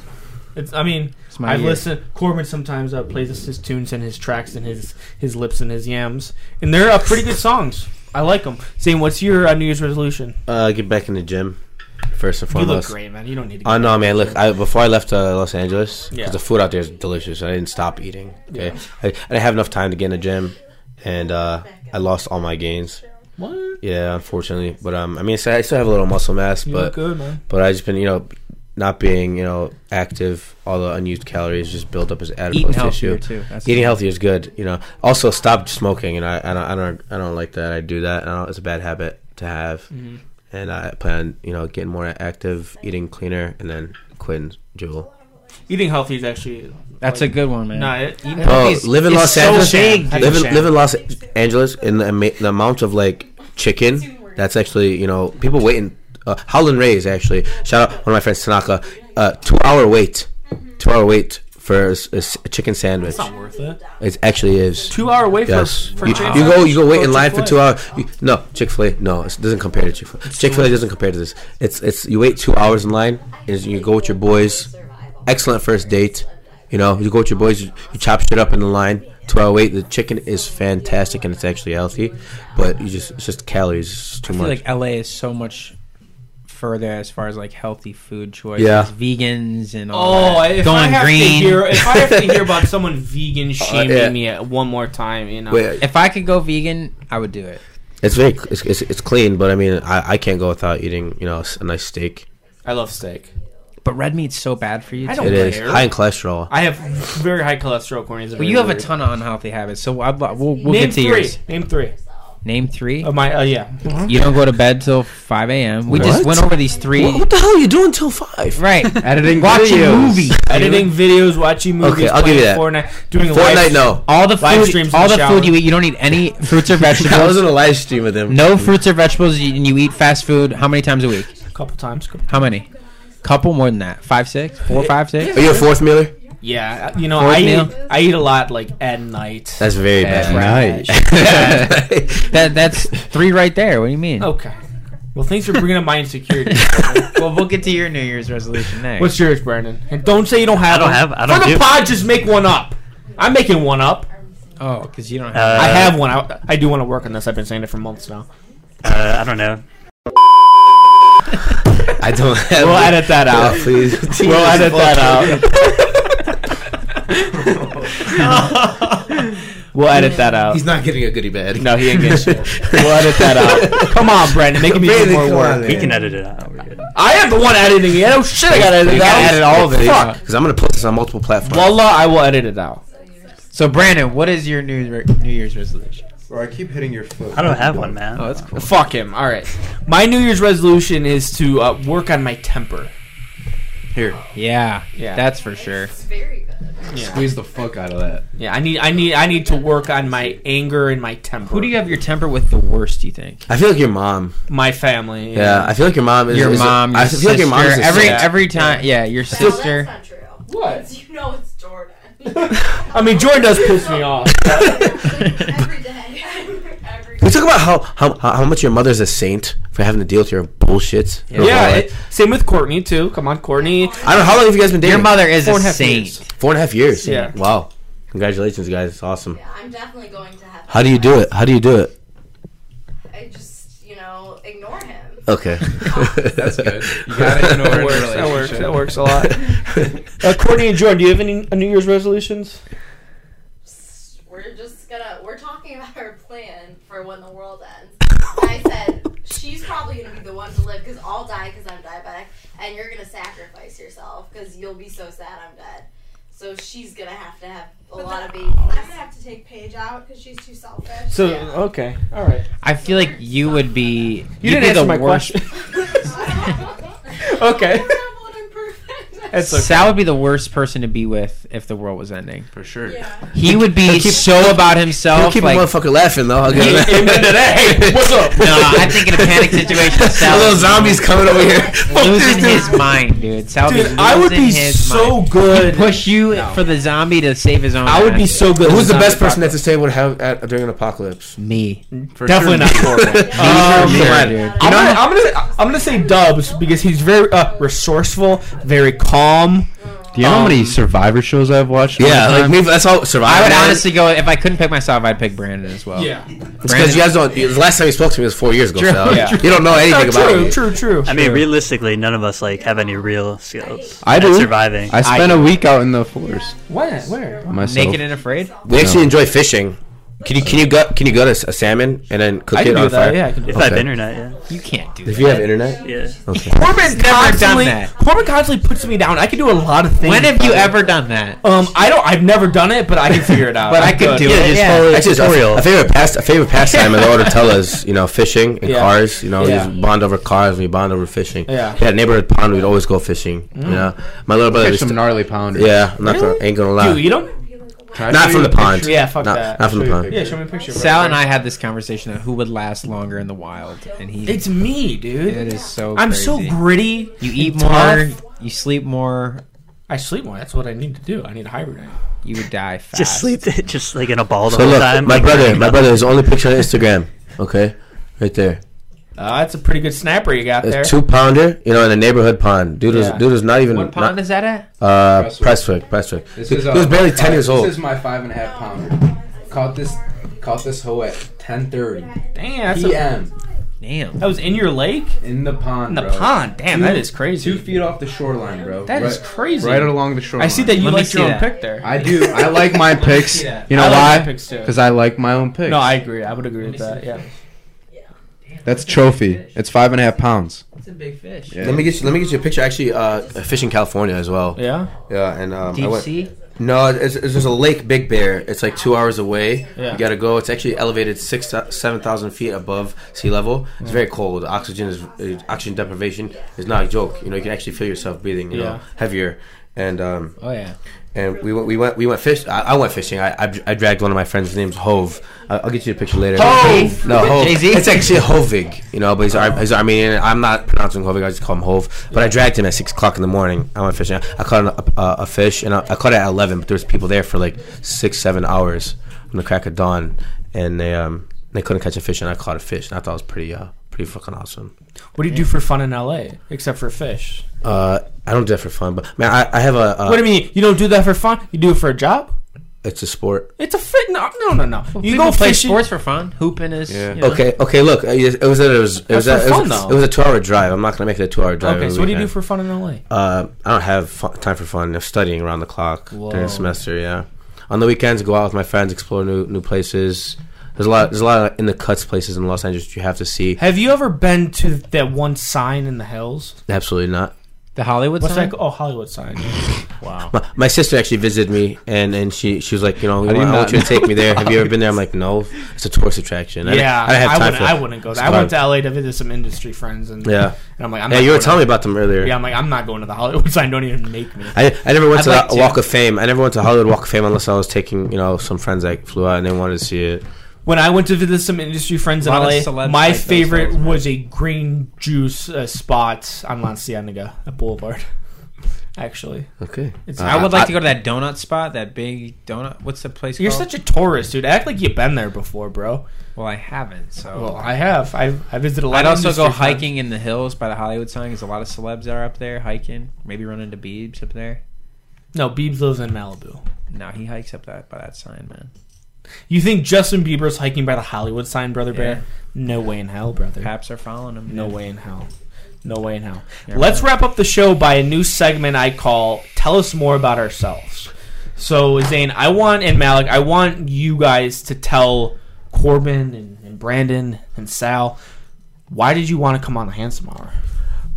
[SPEAKER 1] It's, I mean,
[SPEAKER 2] It's my
[SPEAKER 1] I've
[SPEAKER 2] year.
[SPEAKER 1] listened. Corbin sometimes uh, plays us his tunes and his tracks and his his lips and his yams, and they're uh, pretty good songs. I like them. Zane, what's your uh, New Year's resolution?
[SPEAKER 3] Uh, get back in the gym first and
[SPEAKER 1] You look
[SPEAKER 3] foremost.
[SPEAKER 1] great, man. You don't need to. Get
[SPEAKER 3] Oh no, man! Look, I, before I left uh, Los Angeles, 'cause
[SPEAKER 1] Yeah.
[SPEAKER 3] the food out there is delicious, and I didn't stop eating. Okay, I, I didn't have enough time to get in the gym, and uh, I lost all my gains.
[SPEAKER 1] What?
[SPEAKER 3] Yeah, unfortunately, but um, I mean, so I still have a little muscle mass,
[SPEAKER 1] You look
[SPEAKER 3] but
[SPEAKER 1] good, man.
[SPEAKER 3] but I just been you know not being you know active. All the unused calories just build up as
[SPEAKER 2] Eating
[SPEAKER 3] adipose
[SPEAKER 2] healthier
[SPEAKER 3] tissue.
[SPEAKER 2] too. That's
[SPEAKER 3] Eating healthy is good, you know. Also, stop smoking, and I, I don't, I don't, I don't like that. I do that. I don't, it's a bad habit to have,
[SPEAKER 2] Mm-hmm.
[SPEAKER 3] and I plan, on, you know, getting more active, eating cleaner, and then quitting Jewel.
[SPEAKER 1] Eating healthy is actually
[SPEAKER 2] That's a good one, man.
[SPEAKER 1] Nah, it, eating
[SPEAKER 3] Bro,
[SPEAKER 1] healthy is-
[SPEAKER 3] live in
[SPEAKER 1] is
[SPEAKER 3] Los
[SPEAKER 1] so
[SPEAKER 3] Angeles.
[SPEAKER 1] sham.
[SPEAKER 3] Live in,
[SPEAKER 1] Sham.
[SPEAKER 3] live in Los Angeles, and the, ama- the amount of like chicken that's actually, you know, people waiting. Uh, Howland Rays actually. Shout out one of my friends Tanaka. Uh, two hour wait. Two hour wait for a, s- a s- a chicken sandwich.
[SPEAKER 1] It's not worth it.
[SPEAKER 3] It actually is.
[SPEAKER 1] Two hour wait
[SPEAKER 3] Yes.
[SPEAKER 1] for, for
[SPEAKER 3] you,
[SPEAKER 1] chicken
[SPEAKER 3] you go.
[SPEAKER 1] sandwich?
[SPEAKER 3] You go wait in line for
[SPEAKER 1] Chick-fil-A.
[SPEAKER 3] two hours. You, no, Chick Fil A. No, it doesn't compare to Chick Fil A. Chick Fil A doesn't compare to this. It's it's you wait two hours in line. Is you go with your boys. Excellent first date. You know, you go with your boys. You, you chop shit up in the line. Two hour wait. The chicken is fantastic and it's actually healthy, but you just it's just calories. It's just too
[SPEAKER 2] I feel
[SPEAKER 3] much.
[SPEAKER 2] like LA is so much further as far as like healthy food choices,
[SPEAKER 3] Yeah.
[SPEAKER 2] vegans and all
[SPEAKER 1] Oh,
[SPEAKER 2] that.
[SPEAKER 1] if I
[SPEAKER 2] going
[SPEAKER 1] have to
[SPEAKER 2] green.
[SPEAKER 1] hear if I have to hear about someone vegan shaming
[SPEAKER 3] yeah.
[SPEAKER 1] me at one more time, you know.
[SPEAKER 3] Wait,
[SPEAKER 2] if I could go vegan, I would do it.
[SPEAKER 3] it's very cl- it's, it's, it's clean, but I mean I, I can't go without eating you know a nice steak.
[SPEAKER 1] I love steak.
[SPEAKER 2] But red meat's so bad for you.
[SPEAKER 1] I
[SPEAKER 2] Too.
[SPEAKER 1] don't
[SPEAKER 3] It is
[SPEAKER 1] Where?
[SPEAKER 3] high in cholesterol.
[SPEAKER 1] I have very high cholesterol. Cornea.
[SPEAKER 2] Well, you have a ton of unhealthy habits, so I'd, lo- we'll,
[SPEAKER 1] Name
[SPEAKER 2] we'll get to
[SPEAKER 1] three.
[SPEAKER 2] yours.
[SPEAKER 1] Name three.
[SPEAKER 2] Name three.
[SPEAKER 1] Of my, uh, yeah.
[SPEAKER 2] You don't go to bed till five a.m. We just
[SPEAKER 3] What?
[SPEAKER 2] went over these three.
[SPEAKER 3] What, what the hell are you doing till five?
[SPEAKER 2] Right,
[SPEAKER 4] Editing
[SPEAKER 2] watching
[SPEAKER 4] videos.
[SPEAKER 2] movies,
[SPEAKER 1] Editing videos, watching movies,
[SPEAKER 3] Okay, I'll give you
[SPEAKER 1] playing Fortnite, doing
[SPEAKER 3] Fortnite,
[SPEAKER 1] live-
[SPEAKER 3] no.
[SPEAKER 2] all the
[SPEAKER 1] Live
[SPEAKER 2] food,
[SPEAKER 1] streams in
[SPEAKER 2] all
[SPEAKER 1] the
[SPEAKER 2] the,
[SPEAKER 1] shower.
[SPEAKER 2] food you eat. You don't eat any fruits or
[SPEAKER 3] I was
[SPEAKER 2] vegetables.
[SPEAKER 3] in a live stream with him.
[SPEAKER 2] no fruits or vegetables, and you eat fast food. How many times a week?
[SPEAKER 1] a couple times. couple-
[SPEAKER 2] How many? Couple more than that. Five, six, four, five, six.
[SPEAKER 3] Are you a fourth mealer?
[SPEAKER 1] Yeah, you know,
[SPEAKER 2] Fourth
[SPEAKER 1] I eat,
[SPEAKER 2] meal?
[SPEAKER 1] I eat a lot like at night.
[SPEAKER 3] That's very
[SPEAKER 2] That's
[SPEAKER 3] bad.
[SPEAKER 2] That that's three right there. What do you mean?
[SPEAKER 1] okay. Well, thanks for bringing up my insecurity.
[SPEAKER 2] well, we'll get to your New Year's resolution next.
[SPEAKER 1] What's yours, Brandon? And don't say you don't have.
[SPEAKER 5] I don't
[SPEAKER 1] one.
[SPEAKER 5] have- I don't
[SPEAKER 1] For the
[SPEAKER 5] do-
[SPEAKER 1] pod, just make one up. I'm making one up.
[SPEAKER 2] oh, because you don't
[SPEAKER 5] Uh,
[SPEAKER 2] have.
[SPEAKER 1] I have one. I, I do want to work on this. I've been saying it for months now.
[SPEAKER 5] Uh, I don't know.
[SPEAKER 3] I don't have
[SPEAKER 1] We'll edit that out.
[SPEAKER 3] Yeah, please.
[SPEAKER 1] We'll edit that out. we'll edit that out.
[SPEAKER 3] He's not getting a goodie bag.
[SPEAKER 1] No, he ain't getting shit. We'll edit that out. Come on, Brandon, making me do
[SPEAKER 3] Brandon,
[SPEAKER 1] more
[SPEAKER 3] come on,
[SPEAKER 1] work.
[SPEAKER 3] man.
[SPEAKER 5] We can edit it out. We're good.
[SPEAKER 1] I am the one editing it. Oh shit, I gotta edit it out. Fuck.
[SPEAKER 3] Because I'm going to post this on multiple platforms.
[SPEAKER 1] Wallah, I will edit it out.
[SPEAKER 2] So Brandon, what is your New Year- New Year's resolution?
[SPEAKER 4] Bro, I keep hitting your foot.
[SPEAKER 5] I don't have one, man.
[SPEAKER 2] Oh, that's cool.
[SPEAKER 1] Fuck him. All right. My New Year's resolution is to uh, work on my temper.
[SPEAKER 3] Here.
[SPEAKER 2] Yeah,
[SPEAKER 1] Yeah.
[SPEAKER 2] that's for sure.
[SPEAKER 1] Yeah.
[SPEAKER 4] Squeeze the fuck out of that.
[SPEAKER 1] Yeah. I need. I need. I need to work on my anger and my temper.
[SPEAKER 2] Who do you have your temper with the worst? You think?
[SPEAKER 3] I feel like your mom.
[SPEAKER 1] My family.
[SPEAKER 3] Yeah, I feel like your mom is.
[SPEAKER 2] Your
[SPEAKER 3] is
[SPEAKER 2] mom, your
[SPEAKER 3] I feel
[SPEAKER 2] sister.
[SPEAKER 3] like your mom is. a
[SPEAKER 2] every
[SPEAKER 3] sick-
[SPEAKER 2] every time, yeah, your
[SPEAKER 6] No, that's
[SPEAKER 2] sister.
[SPEAKER 6] not true.
[SPEAKER 1] What?
[SPEAKER 6] You know it's Jordan.
[SPEAKER 1] I mean, Jordan does piss me off.
[SPEAKER 6] Every day. Every
[SPEAKER 3] we talk about how, how how how much your mother's a saint for having to deal with your bullshit. your whole
[SPEAKER 1] yeah.
[SPEAKER 3] life.
[SPEAKER 1] it- same with Courtney too. Come on, Courtney.
[SPEAKER 3] I don't know. How long have you guys been dating?
[SPEAKER 2] Your mother is
[SPEAKER 1] Four
[SPEAKER 2] a
[SPEAKER 1] and a half
[SPEAKER 2] saint.
[SPEAKER 1] years.
[SPEAKER 3] Four and a half years.
[SPEAKER 1] Yeah.
[SPEAKER 3] Wow. Congratulations, guys. It's awesome.
[SPEAKER 6] Yeah, I'm definitely going to have.
[SPEAKER 3] How do you do it? How do you do it?
[SPEAKER 6] I just, you know, ignore him.
[SPEAKER 3] Okay.
[SPEAKER 4] That's good. You gotta ignore it in a
[SPEAKER 1] works, that works,
[SPEAKER 4] relationship.
[SPEAKER 1] that works a lot. Uh, Courtney and Jordan, do you have any uh, New Year's resolutions?
[SPEAKER 6] We're just gonna. We're talking about our plan for when the world ends. And I said she's probably gonna be the one to live because I'll die because I'm diabetic, and you're gonna sacrifice yourself because you'll be so sad I'm dead. So she's gonna have to have a
[SPEAKER 7] But
[SPEAKER 6] lot of
[SPEAKER 7] then
[SPEAKER 6] babies.
[SPEAKER 7] I'm gonna have to take Paige out because she's too selfish.
[SPEAKER 1] So
[SPEAKER 6] Yeah.
[SPEAKER 1] okay, all right.
[SPEAKER 2] I feel like you would be.
[SPEAKER 1] You, didn't
[SPEAKER 2] you'd be
[SPEAKER 1] answer
[SPEAKER 2] the
[SPEAKER 1] my
[SPEAKER 2] worst.
[SPEAKER 1] question.
[SPEAKER 6] I'm
[SPEAKER 1] okay.
[SPEAKER 6] horrible and imperfect.
[SPEAKER 1] That's okay.
[SPEAKER 2] Sal would be the worst person to be with if the world was ending.
[SPEAKER 4] for sure.
[SPEAKER 7] Yeah.
[SPEAKER 2] He would be so about
[SPEAKER 3] He'll
[SPEAKER 2] himself.
[SPEAKER 3] keep
[SPEAKER 2] like,
[SPEAKER 3] a motherfucker laughing though. I'll get it.
[SPEAKER 1] Amen to that. Hey, what's up?
[SPEAKER 2] No, I think in a panic situation,
[SPEAKER 3] a
[SPEAKER 2] Sal
[SPEAKER 3] little
[SPEAKER 2] is
[SPEAKER 3] zombies coming over here. Fuck this
[SPEAKER 2] losing
[SPEAKER 3] dude.
[SPEAKER 2] his mind, dude. Sal
[SPEAKER 1] Dude,
[SPEAKER 2] losing
[SPEAKER 1] I would be
[SPEAKER 2] his
[SPEAKER 1] so
[SPEAKER 2] mind.
[SPEAKER 1] good.
[SPEAKER 2] He'd push you
[SPEAKER 1] No.
[SPEAKER 2] for the zombie to save his own.
[SPEAKER 1] I would be
[SPEAKER 2] ass.
[SPEAKER 1] so good.
[SPEAKER 3] Who's the
[SPEAKER 1] at
[SPEAKER 3] best
[SPEAKER 1] zombie
[SPEAKER 3] person at this table to have at, during an apocalypse?
[SPEAKER 2] me.
[SPEAKER 4] For
[SPEAKER 1] Definitely not
[SPEAKER 3] Oh,
[SPEAKER 1] Corbin.
[SPEAKER 6] Me
[SPEAKER 1] Um,
[SPEAKER 2] Me,
[SPEAKER 3] man.
[SPEAKER 2] dude.
[SPEAKER 1] I'm gonna, I'm gonna I'm gonna say Dubs because he's very uh, resourceful, very calm.
[SPEAKER 4] Do you know how many
[SPEAKER 1] Um,
[SPEAKER 4] Survivor shows I've watched?
[SPEAKER 3] Yeah, like me. That's all.
[SPEAKER 2] I
[SPEAKER 3] Survivor.
[SPEAKER 2] would honestly go if I couldn't pick myself. I'd pick Brandon as well.
[SPEAKER 3] because you guys don't. The last time you spoke to me was four years ago.
[SPEAKER 2] True,
[SPEAKER 3] Sal.
[SPEAKER 2] yeah.
[SPEAKER 3] You don't know anything about
[SPEAKER 1] true,
[SPEAKER 3] me.
[SPEAKER 1] true, true.
[SPEAKER 5] I mean, realistically, none of us like have any real skills.
[SPEAKER 4] I
[SPEAKER 5] at
[SPEAKER 4] do.
[SPEAKER 5] surviving.
[SPEAKER 4] I spent a week out in the forest
[SPEAKER 1] When? Where?
[SPEAKER 4] by myself.
[SPEAKER 2] naked and afraid.
[SPEAKER 3] We actually enjoy fishing. Can you can you gut can you gut a, s- a salmon and then cook
[SPEAKER 1] I
[SPEAKER 3] it
[SPEAKER 1] can
[SPEAKER 3] on
[SPEAKER 1] do that.
[SPEAKER 3] fire?
[SPEAKER 1] Yeah, I can do
[SPEAKER 5] if
[SPEAKER 1] that.
[SPEAKER 5] I have
[SPEAKER 3] Okay.
[SPEAKER 5] internet, yeah,
[SPEAKER 2] You can't do
[SPEAKER 3] If
[SPEAKER 2] that.
[SPEAKER 3] you have internet,
[SPEAKER 5] yeah.
[SPEAKER 1] Corbin constantly,
[SPEAKER 2] that.
[SPEAKER 1] Corbin constantly puts me down. I can do a lot of things.
[SPEAKER 2] When have you ever done that?
[SPEAKER 1] Um, I don't. I've never done it, but I can figure it out.
[SPEAKER 2] But
[SPEAKER 1] I'm
[SPEAKER 2] I could
[SPEAKER 1] good.
[SPEAKER 2] do it.
[SPEAKER 5] just
[SPEAKER 2] yeah.
[SPEAKER 5] follow-
[SPEAKER 3] That's just
[SPEAKER 5] Tutorial.
[SPEAKER 3] a, a favorite past a favorite pastime in the order tell us, you know, fishing and
[SPEAKER 1] Yeah.
[SPEAKER 3] cars. You know,
[SPEAKER 1] Yeah.
[SPEAKER 3] we just bond over cars. We bond over fishing.
[SPEAKER 1] Yeah. Mm.
[SPEAKER 3] yeah. Neighborhood pond. We'd always go fishing. You know, my little brother.
[SPEAKER 4] Catch
[SPEAKER 3] Used
[SPEAKER 4] some
[SPEAKER 3] to,
[SPEAKER 4] gnarly pounder.
[SPEAKER 3] yeah, I'm not gonna, ain't gonna lie.
[SPEAKER 1] Dude, you don't.
[SPEAKER 3] not from the pond.
[SPEAKER 1] Yeah, fuck
[SPEAKER 3] not,
[SPEAKER 1] that.
[SPEAKER 3] Not from the
[SPEAKER 4] Show you a
[SPEAKER 3] pond.
[SPEAKER 1] Yeah, show me a picture. bro.
[SPEAKER 2] Sal and I had this conversation of who would last longer in the wild, and he.
[SPEAKER 1] It's me, dude.
[SPEAKER 2] it is so.
[SPEAKER 1] I'm
[SPEAKER 2] crazy.
[SPEAKER 1] so gritty.
[SPEAKER 2] You eat
[SPEAKER 1] and
[SPEAKER 2] more.
[SPEAKER 1] tough.
[SPEAKER 2] You sleep more.
[SPEAKER 1] I sleep more. That's what I need to do. I need to hibernate.
[SPEAKER 2] You would die fast.
[SPEAKER 5] Just sleep, just like in a ball the
[SPEAKER 3] So
[SPEAKER 5] whole
[SPEAKER 3] look,
[SPEAKER 5] time.
[SPEAKER 3] my
[SPEAKER 5] like,
[SPEAKER 3] brother,
[SPEAKER 5] nothing.
[SPEAKER 3] my brother, his only picture on Instagram. Okay, right there.
[SPEAKER 1] Uh, that's a pretty good snapper you got there.
[SPEAKER 3] It's two pounder. You know, in a neighborhood pond. Dude is
[SPEAKER 1] Yeah.
[SPEAKER 3] dude is not even.
[SPEAKER 2] What pond
[SPEAKER 3] not,
[SPEAKER 2] is that at?
[SPEAKER 3] uh, Prestwick, Prestwick.
[SPEAKER 4] This
[SPEAKER 3] Dude,
[SPEAKER 4] is,
[SPEAKER 3] he
[SPEAKER 4] uh,
[SPEAKER 3] was barely ten
[SPEAKER 4] five-
[SPEAKER 3] years old.
[SPEAKER 4] This is my five and a half pounder. Caught this, caught this hoe at 10:30
[SPEAKER 1] Damn, that's a,
[SPEAKER 4] p.m.
[SPEAKER 2] Damn.
[SPEAKER 1] that was in your lake
[SPEAKER 4] in the pond.
[SPEAKER 1] in the
[SPEAKER 4] bro.
[SPEAKER 1] pond. Damn,
[SPEAKER 4] Two-
[SPEAKER 1] that is crazy.
[SPEAKER 4] Two feet off the shoreline, bro.
[SPEAKER 1] That
[SPEAKER 4] That
[SPEAKER 1] is
[SPEAKER 4] is
[SPEAKER 1] crazy.
[SPEAKER 4] Right along the shoreline.
[SPEAKER 1] I see that you
[SPEAKER 2] Let me
[SPEAKER 1] like
[SPEAKER 2] see
[SPEAKER 1] your own
[SPEAKER 2] that.
[SPEAKER 1] pick there.
[SPEAKER 4] I do. I like my picks.
[SPEAKER 1] see
[SPEAKER 4] You know
[SPEAKER 1] that. I like my
[SPEAKER 4] why?
[SPEAKER 1] picks, too.
[SPEAKER 4] Because I like my own picks.
[SPEAKER 1] no, I agree. I would agree with that. Yeah.
[SPEAKER 4] That's trophy. It's five and a half pounds.
[SPEAKER 2] It's a big fish.
[SPEAKER 4] Yeah.
[SPEAKER 3] Let me get you. Let me get you a picture. Actually, uh, fish in California as well.
[SPEAKER 1] Yeah.
[SPEAKER 3] Yeah, and um, I
[SPEAKER 2] Deep
[SPEAKER 3] went-
[SPEAKER 2] sea.
[SPEAKER 3] No, it's, it's, there's a lake, Big Bear. It's like two hours away.
[SPEAKER 1] Yeah.
[SPEAKER 3] You gotta go. It's actually elevated six, uh, seven thousand feet above sea level. It's very cold. Oxygen is uh, oxygen deprivation is not a joke. You know, you can actually feel yourself breathing. You
[SPEAKER 1] Yeah.
[SPEAKER 3] know, heavier. And um,
[SPEAKER 2] Oh yeah.
[SPEAKER 3] and we went we went we went fish. I, I went fishing. I, I I dragged one of my friends. His name's Hove. I, I'll get you a picture later.
[SPEAKER 2] Hove!
[SPEAKER 3] No Hove.
[SPEAKER 2] Jay-Z?
[SPEAKER 3] It's actually Hovig. You know, but he's, Ar- he's Armenian. I'm not pronouncing Hovig. I just call him Hove. But I dragged him at six o'clock in the morning. I went fishing. I caught an, a, a fish, and I, I caught it at eleven. But there was people there for like six seven hours from the crack of dawn, and they um they couldn't catch a fish, and I caught a fish, and I thought it was pretty uh pretty fucking awesome.
[SPEAKER 1] What do you do for fun in LA except for fish?
[SPEAKER 3] Uh, I don't do that for fun, but man, I, I have a uh,
[SPEAKER 1] what do you mean? You don't do that for fun? You do it for a job?
[SPEAKER 3] it's a sport.
[SPEAKER 1] It's a fit. No, no, no, no. you
[SPEAKER 2] People
[SPEAKER 1] go
[SPEAKER 2] play
[SPEAKER 1] fishing.
[SPEAKER 2] sports for fun. Hooping is.
[SPEAKER 4] Yeah.
[SPEAKER 2] you know.
[SPEAKER 3] Okay, okay. Look, uh, yes, it was it was it was,
[SPEAKER 1] That's
[SPEAKER 3] it
[SPEAKER 1] for fun,
[SPEAKER 3] was,
[SPEAKER 1] though.
[SPEAKER 3] it was a two-hour drive. I'm not gonna make it a two-hour drive.
[SPEAKER 1] Okay,
[SPEAKER 3] every
[SPEAKER 1] so what do you do
[SPEAKER 3] weekend.
[SPEAKER 1] for fun in LA?
[SPEAKER 3] Uh, I don't have fu- time for fun. I'm studying around the clock during
[SPEAKER 2] Whoa.
[SPEAKER 3] the semester. Yeah, on the weekends, go out with my friends, explore new new places. There's a lot. There's a lot of in the cuts places in Los Angeles you have to see.
[SPEAKER 1] Have you ever been to that one sign in the hills?
[SPEAKER 3] Absolutely not.
[SPEAKER 2] The Hollywood
[SPEAKER 1] What's
[SPEAKER 2] sign.
[SPEAKER 1] that? Oh, Hollywood sign. wow.
[SPEAKER 3] My, my sister actually visited me, and, and she she was like, you know, I
[SPEAKER 4] do you
[SPEAKER 3] want
[SPEAKER 4] not
[SPEAKER 3] you to
[SPEAKER 4] know?
[SPEAKER 3] take me there. Have you ever been there? I'm like, no, it's a tourist attraction. I,
[SPEAKER 1] Yeah,
[SPEAKER 3] I, didn't have time
[SPEAKER 1] wouldn't.
[SPEAKER 3] for
[SPEAKER 1] I
[SPEAKER 3] that.
[SPEAKER 1] wouldn't go.
[SPEAKER 3] It's
[SPEAKER 1] There. I went
[SPEAKER 3] fun.
[SPEAKER 1] to LA to visit some industry friends, and
[SPEAKER 3] Yeah,
[SPEAKER 1] and I'm like, I'm
[SPEAKER 3] yeah.
[SPEAKER 1] not
[SPEAKER 3] You were
[SPEAKER 1] going
[SPEAKER 3] telling me about them earlier.
[SPEAKER 1] Yeah, I'm like, I'm not going to the Hollywood sign. Don't even make me.
[SPEAKER 3] I, I never went
[SPEAKER 2] I'd
[SPEAKER 3] to
[SPEAKER 2] like
[SPEAKER 3] the
[SPEAKER 2] to.
[SPEAKER 3] Walk of Fame. I never went to Hollywood Walk of Fame unless I was taking, you know, some friends that flew out and they wanted to see it.
[SPEAKER 1] When I went to visit some industry friends in
[SPEAKER 2] Lot of
[SPEAKER 1] LA,
[SPEAKER 2] celebs
[SPEAKER 1] my
[SPEAKER 2] like those
[SPEAKER 1] favorite
[SPEAKER 2] fellas, man.
[SPEAKER 1] was a green juice uh, spot on La Cienega at Boulevard. Actually,
[SPEAKER 3] Okay.
[SPEAKER 1] it's,
[SPEAKER 2] I would like
[SPEAKER 3] I-
[SPEAKER 2] to go to that donut spot. That big donut. What's the place
[SPEAKER 1] You're
[SPEAKER 2] called?
[SPEAKER 1] such a tourist, dude. Act like you've been there before, bro.
[SPEAKER 2] well, I haven't. So.
[SPEAKER 1] Well, I have. I I visited a lot.
[SPEAKER 2] I'd
[SPEAKER 1] of
[SPEAKER 2] also
[SPEAKER 1] industry
[SPEAKER 2] go
[SPEAKER 1] friends.
[SPEAKER 2] hiking in the hills by the Hollywood sign because a lot of celebs are up there hiking. Maybe run into Beebs up there.
[SPEAKER 1] No, Biebs lives in Malibu.
[SPEAKER 2] No, he hikes up that by that sign, man.
[SPEAKER 1] You think Justin Bieber's hiking by the Hollywood sign, brother
[SPEAKER 2] Yeah.
[SPEAKER 1] bear? No way in hell, brother.
[SPEAKER 2] Paps are following him.
[SPEAKER 1] No way in hell. No way in hell.
[SPEAKER 2] Yeah,
[SPEAKER 1] Let's wrap up the show by a new segment I call Tell Us More About Ourselves. So, Zane, I want, and Malik, I want you guys to tell Corbin and, and Brandon and Sal why did you want to come on the Handsome Hour?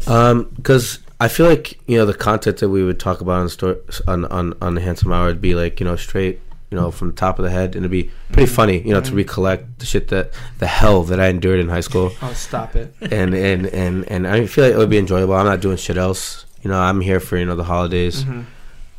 [SPEAKER 3] Um, because I feel like you know the content that we would talk about on store on on on the handsome hour would be like you know straight you know from the top of the head and it'd be pretty funny you
[SPEAKER 2] Mm-hmm.
[SPEAKER 3] know to recollect the shit that the hell that I endured in high school
[SPEAKER 1] Oh, stop it.
[SPEAKER 3] and and and and I feel like it would be enjoyable. I'm not doing shit else. You know I'm here for you know the holidays
[SPEAKER 2] Mm-hmm.
[SPEAKER 1] Mhm.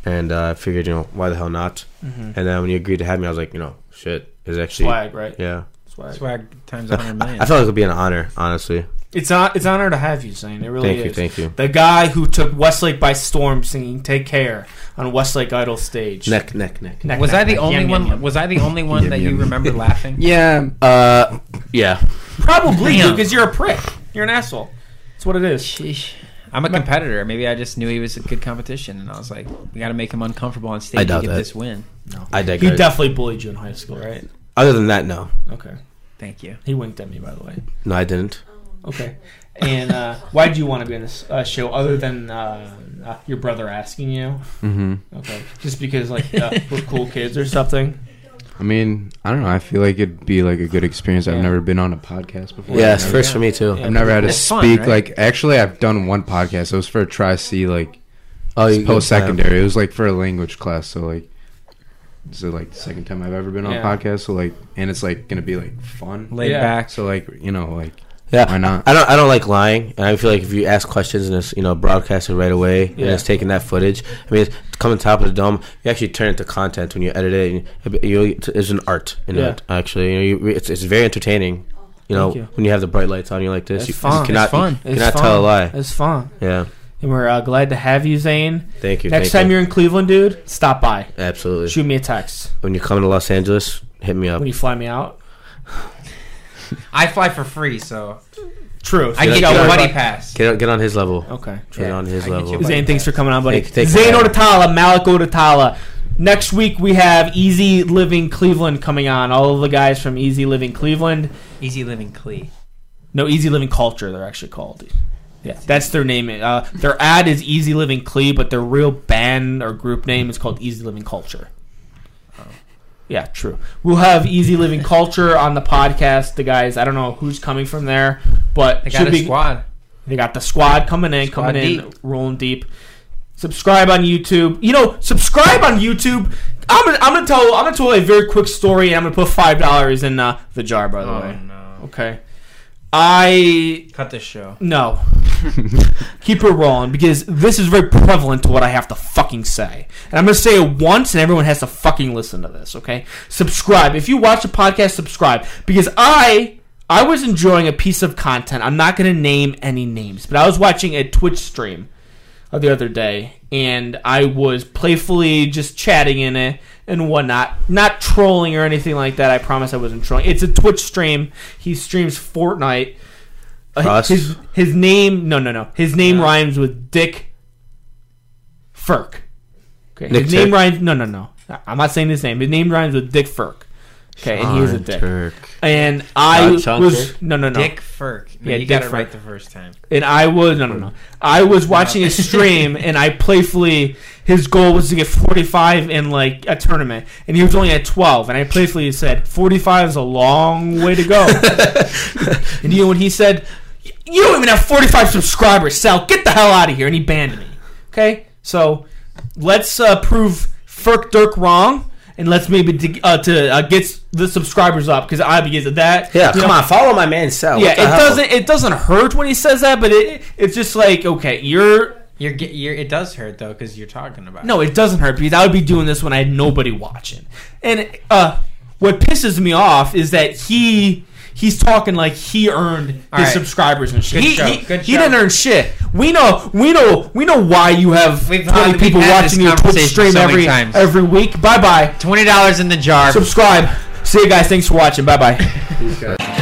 [SPEAKER 3] and uh, I figured you know why the hell not.
[SPEAKER 1] Mhm.
[SPEAKER 3] And then when you agreed to have me, I was like you know shit is actually
[SPEAKER 1] Swag, right?
[SPEAKER 3] yeah.
[SPEAKER 1] Swag.
[SPEAKER 2] Swag times
[SPEAKER 3] I,
[SPEAKER 2] 100 million.
[SPEAKER 3] I felt like it would be an honor, honestly.
[SPEAKER 1] It's on. It's an honor to have you, Zane. It really
[SPEAKER 3] Thank
[SPEAKER 1] is.
[SPEAKER 3] you, thank you.
[SPEAKER 1] The guy who took Westlake by storm, singing "Take Care" on Westlake Idol stage.
[SPEAKER 3] Neck, neck, neck.
[SPEAKER 1] Neck,
[SPEAKER 2] was
[SPEAKER 1] neck,
[SPEAKER 2] I the
[SPEAKER 1] neck.
[SPEAKER 2] only
[SPEAKER 1] Yum,
[SPEAKER 2] one?
[SPEAKER 1] yum, yum.
[SPEAKER 2] Was I the only one
[SPEAKER 4] Yum,
[SPEAKER 2] that
[SPEAKER 4] yum.
[SPEAKER 2] you remember laughing?
[SPEAKER 4] Yeah.
[SPEAKER 3] Uh, yeah.
[SPEAKER 1] Probably
[SPEAKER 2] Damn.
[SPEAKER 1] because you're a prick. You're an asshole. That's what it is.
[SPEAKER 2] Sheesh. I'm a competitor. Maybe I just knew he was a good competition, and I was like, we got to make him uncomfortable on stage
[SPEAKER 3] I
[SPEAKER 2] to
[SPEAKER 3] doubt
[SPEAKER 2] get
[SPEAKER 3] that.
[SPEAKER 2] this win.
[SPEAKER 3] I
[SPEAKER 1] He
[SPEAKER 3] digress.
[SPEAKER 1] definitely bullied you in high school, right?
[SPEAKER 3] Other than that, no,
[SPEAKER 1] Okay.
[SPEAKER 2] Thank you.
[SPEAKER 1] He winked at me, by the way.
[SPEAKER 3] no, I didn't.
[SPEAKER 1] Okay. And uh, why do you want to be on this uh, show other than uh, uh, your brother asking you?
[SPEAKER 4] Mm-hmm.
[SPEAKER 1] Okay. Just because, like, uh, we're cool kids or something?
[SPEAKER 4] I mean, I don't know. I feel like it'd be like a good experience.
[SPEAKER 1] Yeah.
[SPEAKER 4] I've never been on a podcast before.
[SPEAKER 3] Yeah,
[SPEAKER 4] I've
[SPEAKER 3] it's
[SPEAKER 4] never-
[SPEAKER 3] first for me too.
[SPEAKER 1] Yeah.
[SPEAKER 4] I've never had to
[SPEAKER 2] It's fun,
[SPEAKER 4] speak.
[SPEAKER 2] right?
[SPEAKER 4] Like, actually, I've done one podcast. It was for a tri C like
[SPEAKER 3] Oh, you
[SPEAKER 4] post secondary. It was like for a language class. So like, this is like the second time I've ever been on
[SPEAKER 1] Yeah.
[SPEAKER 4] a podcast. So like, and it's like gonna be like fun.
[SPEAKER 2] Laid
[SPEAKER 1] Yeah.
[SPEAKER 2] back.
[SPEAKER 4] So like, you know, like
[SPEAKER 3] Yeah,
[SPEAKER 4] Why not?
[SPEAKER 3] I don't. I don't like lying, and I feel like if you ask questions and it's you know broadcasted right away and
[SPEAKER 1] Yeah.
[SPEAKER 3] it's taking that footage. I mean, it's coming top of the dome. You actually turn it to content when you edit it. And you, you, it's an art in
[SPEAKER 1] Yeah.
[SPEAKER 3] it. Actually, you know, you, it's it's very entertaining. You know,
[SPEAKER 1] Thank you.
[SPEAKER 3] when you have the bright lights on you like this,
[SPEAKER 1] It's
[SPEAKER 3] you, you
[SPEAKER 1] fun.
[SPEAKER 3] cannot
[SPEAKER 2] It's fun.
[SPEAKER 3] you cannot tell a lie.
[SPEAKER 1] It's fun.
[SPEAKER 3] Yeah,
[SPEAKER 1] And we're uh, glad to have you, Zane.
[SPEAKER 3] thank you.
[SPEAKER 1] Next
[SPEAKER 3] thank
[SPEAKER 1] time you're in Cleveland, dude, stop by.
[SPEAKER 3] you. absolutely
[SPEAKER 1] Shoot me a text.
[SPEAKER 3] when you come to Los Angeles, hit me up.
[SPEAKER 1] When you fly me out.
[SPEAKER 2] I fly for free, so
[SPEAKER 1] True.
[SPEAKER 2] I
[SPEAKER 3] Get
[SPEAKER 2] get
[SPEAKER 3] out- get
[SPEAKER 2] you a
[SPEAKER 3] out-
[SPEAKER 2] buddy pass.
[SPEAKER 3] Get on, get on his level.
[SPEAKER 1] Okay.
[SPEAKER 3] Get on his
[SPEAKER 2] I get
[SPEAKER 3] level.
[SPEAKER 2] you.
[SPEAKER 1] Zane, thanks for coming on, buddy.
[SPEAKER 3] Thank you, thank you.
[SPEAKER 1] Zane Odatala, Malik Odatala. Next week we have Easy Living Cleveland coming on. All of the guys from Easy Living Cleveland.
[SPEAKER 2] Easy living Clee.
[SPEAKER 1] No, Easy Living Culture, they're actually called. Yeah, that's their name. Uh, their ad is Easy Living Clee, but their real band or group name is called Easy Living Culture. Uh, Yeah, true. We'll have Easy Living Culture on the podcast. The guys, I don't know who's coming from there, but
[SPEAKER 2] I
[SPEAKER 1] should
[SPEAKER 2] got a
[SPEAKER 1] be-
[SPEAKER 2] squad.
[SPEAKER 1] they got the squad coming in,
[SPEAKER 2] Squad
[SPEAKER 1] coming in,
[SPEAKER 2] deep.
[SPEAKER 1] rolling deep. Subscribe on YouTube. You know, subscribe on YouTube. I'm gonna, I'm gonna tell I'm gonna tell a very quick story, and I'm gonna put five dollars in uh, the jar. By the way,
[SPEAKER 2] Oh, no!
[SPEAKER 1] okay. I
[SPEAKER 2] Cut this show.
[SPEAKER 1] no. Keep it rolling because this is very prevalent to what I have to fucking say. And I'm going to say it once and everyone has to fucking listen to this, okay? Subscribe. If you watch the podcast, subscribe because I I was enjoying a piece of content. I'm not going to name any names, but I was watching a Twitch stream of the other day and I was playfully just chatting in it and whatnot. Not trolling or anything like that. I promise I wasn't trolling. It's a Twitch stream. He streams Fortnite. Uh,
[SPEAKER 3] Us?
[SPEAKER 1] His his name no no no. His name rhymes with Dick Firk. Okay.
[SPEAKER 3] Nick
[SPEAKER 1] his name
[SPEAKER 3] Turk.
[SPEAKER 1] rhymes no no no. I'm not saying his name. His name rhymes with Dick Firk. Okay, and he was a dick. And I
[SPEAKER 3] Not Sean
[SPEAKER 1] was
[SPEAKER 3] Turk?
[SPEAKER 1] no no no.
[SPEAKER 2] Dick Firk. No,
[SPEAKER 1] Yeah,
[SPEAKER 2] you
[SPEAKER 1] Dick
[SPEAKER 2] got it right
[SPEAKER 1] Firk.
[SPEAKER 2] the first time.
[SPEAKER 1] and I was no no no. I was watching a stream and I playfully his goal was to get 45 in like a tournament and he was only at 12 and I playfully said 45 is a long way to go. and you know what he said? You don't even have 45 subscribers, Sal. Get the hell out of here. And he banned me. Okay? So let's uh, prove Firk Dirk wrong. And let's maybe to, uh, to uh, get the subscribers up because I because of that.
[SPEAKER 3] Yeah,
[SPEAKER 1] you
[SPEAKER 3] come
[SPEAKER 1] know,
[SPEAKER 3] on, follow my man Sal.
[SPEAKER 1] yeah,
[SPEAKER 3] What
[SPEAKER 1] it
[SPEAKER 2] uh-huh.
[SPEAKER 3] the hell?
[SPEAKER 1] doesn't it doesn't hurt when he says that, but it it's just like okay, you're
[SPEAKER 2] You're, ge- you're it does hurt though because you're talking about.
[SPEAKER 1] no, it doesn't hurt because I would be doing this when I had nobody watching. And uh, what pisses me off is that he he's talking like he earned his
[SPEAKER 2] All right.
[SPEAKER 1] subscribers and shit.
[SPEAKER 2] Good
[SPEAKER 1] he
[SPEAKER 2] show,
[SPEAKER 1] he,
[SPEAKER 2] good
[SPEAKER 1] he
[SPEAKER 2] show.
[SPEAKER 1] didn't earn shit. We know we know we know why you have
[SPEAKER 2] We've-
[SPEAKER 1] twenty
[SPEAKER 2] we've
[SPEAKER 1] people
[SPEAKER 2] had this
[SPEAKER 1] watching your Twitch
[SPEAKER 2] conversation
[SPEAKER 1] stream
[SPEAKER 2] so many
[SPEAKER 1] every
[SPEAKER 2] times.
[SPEAKER 1] every week. Bye bye.
[SPEAKER 2] Twenty dollars in the jar.
[SPEAKER 1] Subscribe. See you guys. Thanks for watching. Bye bye.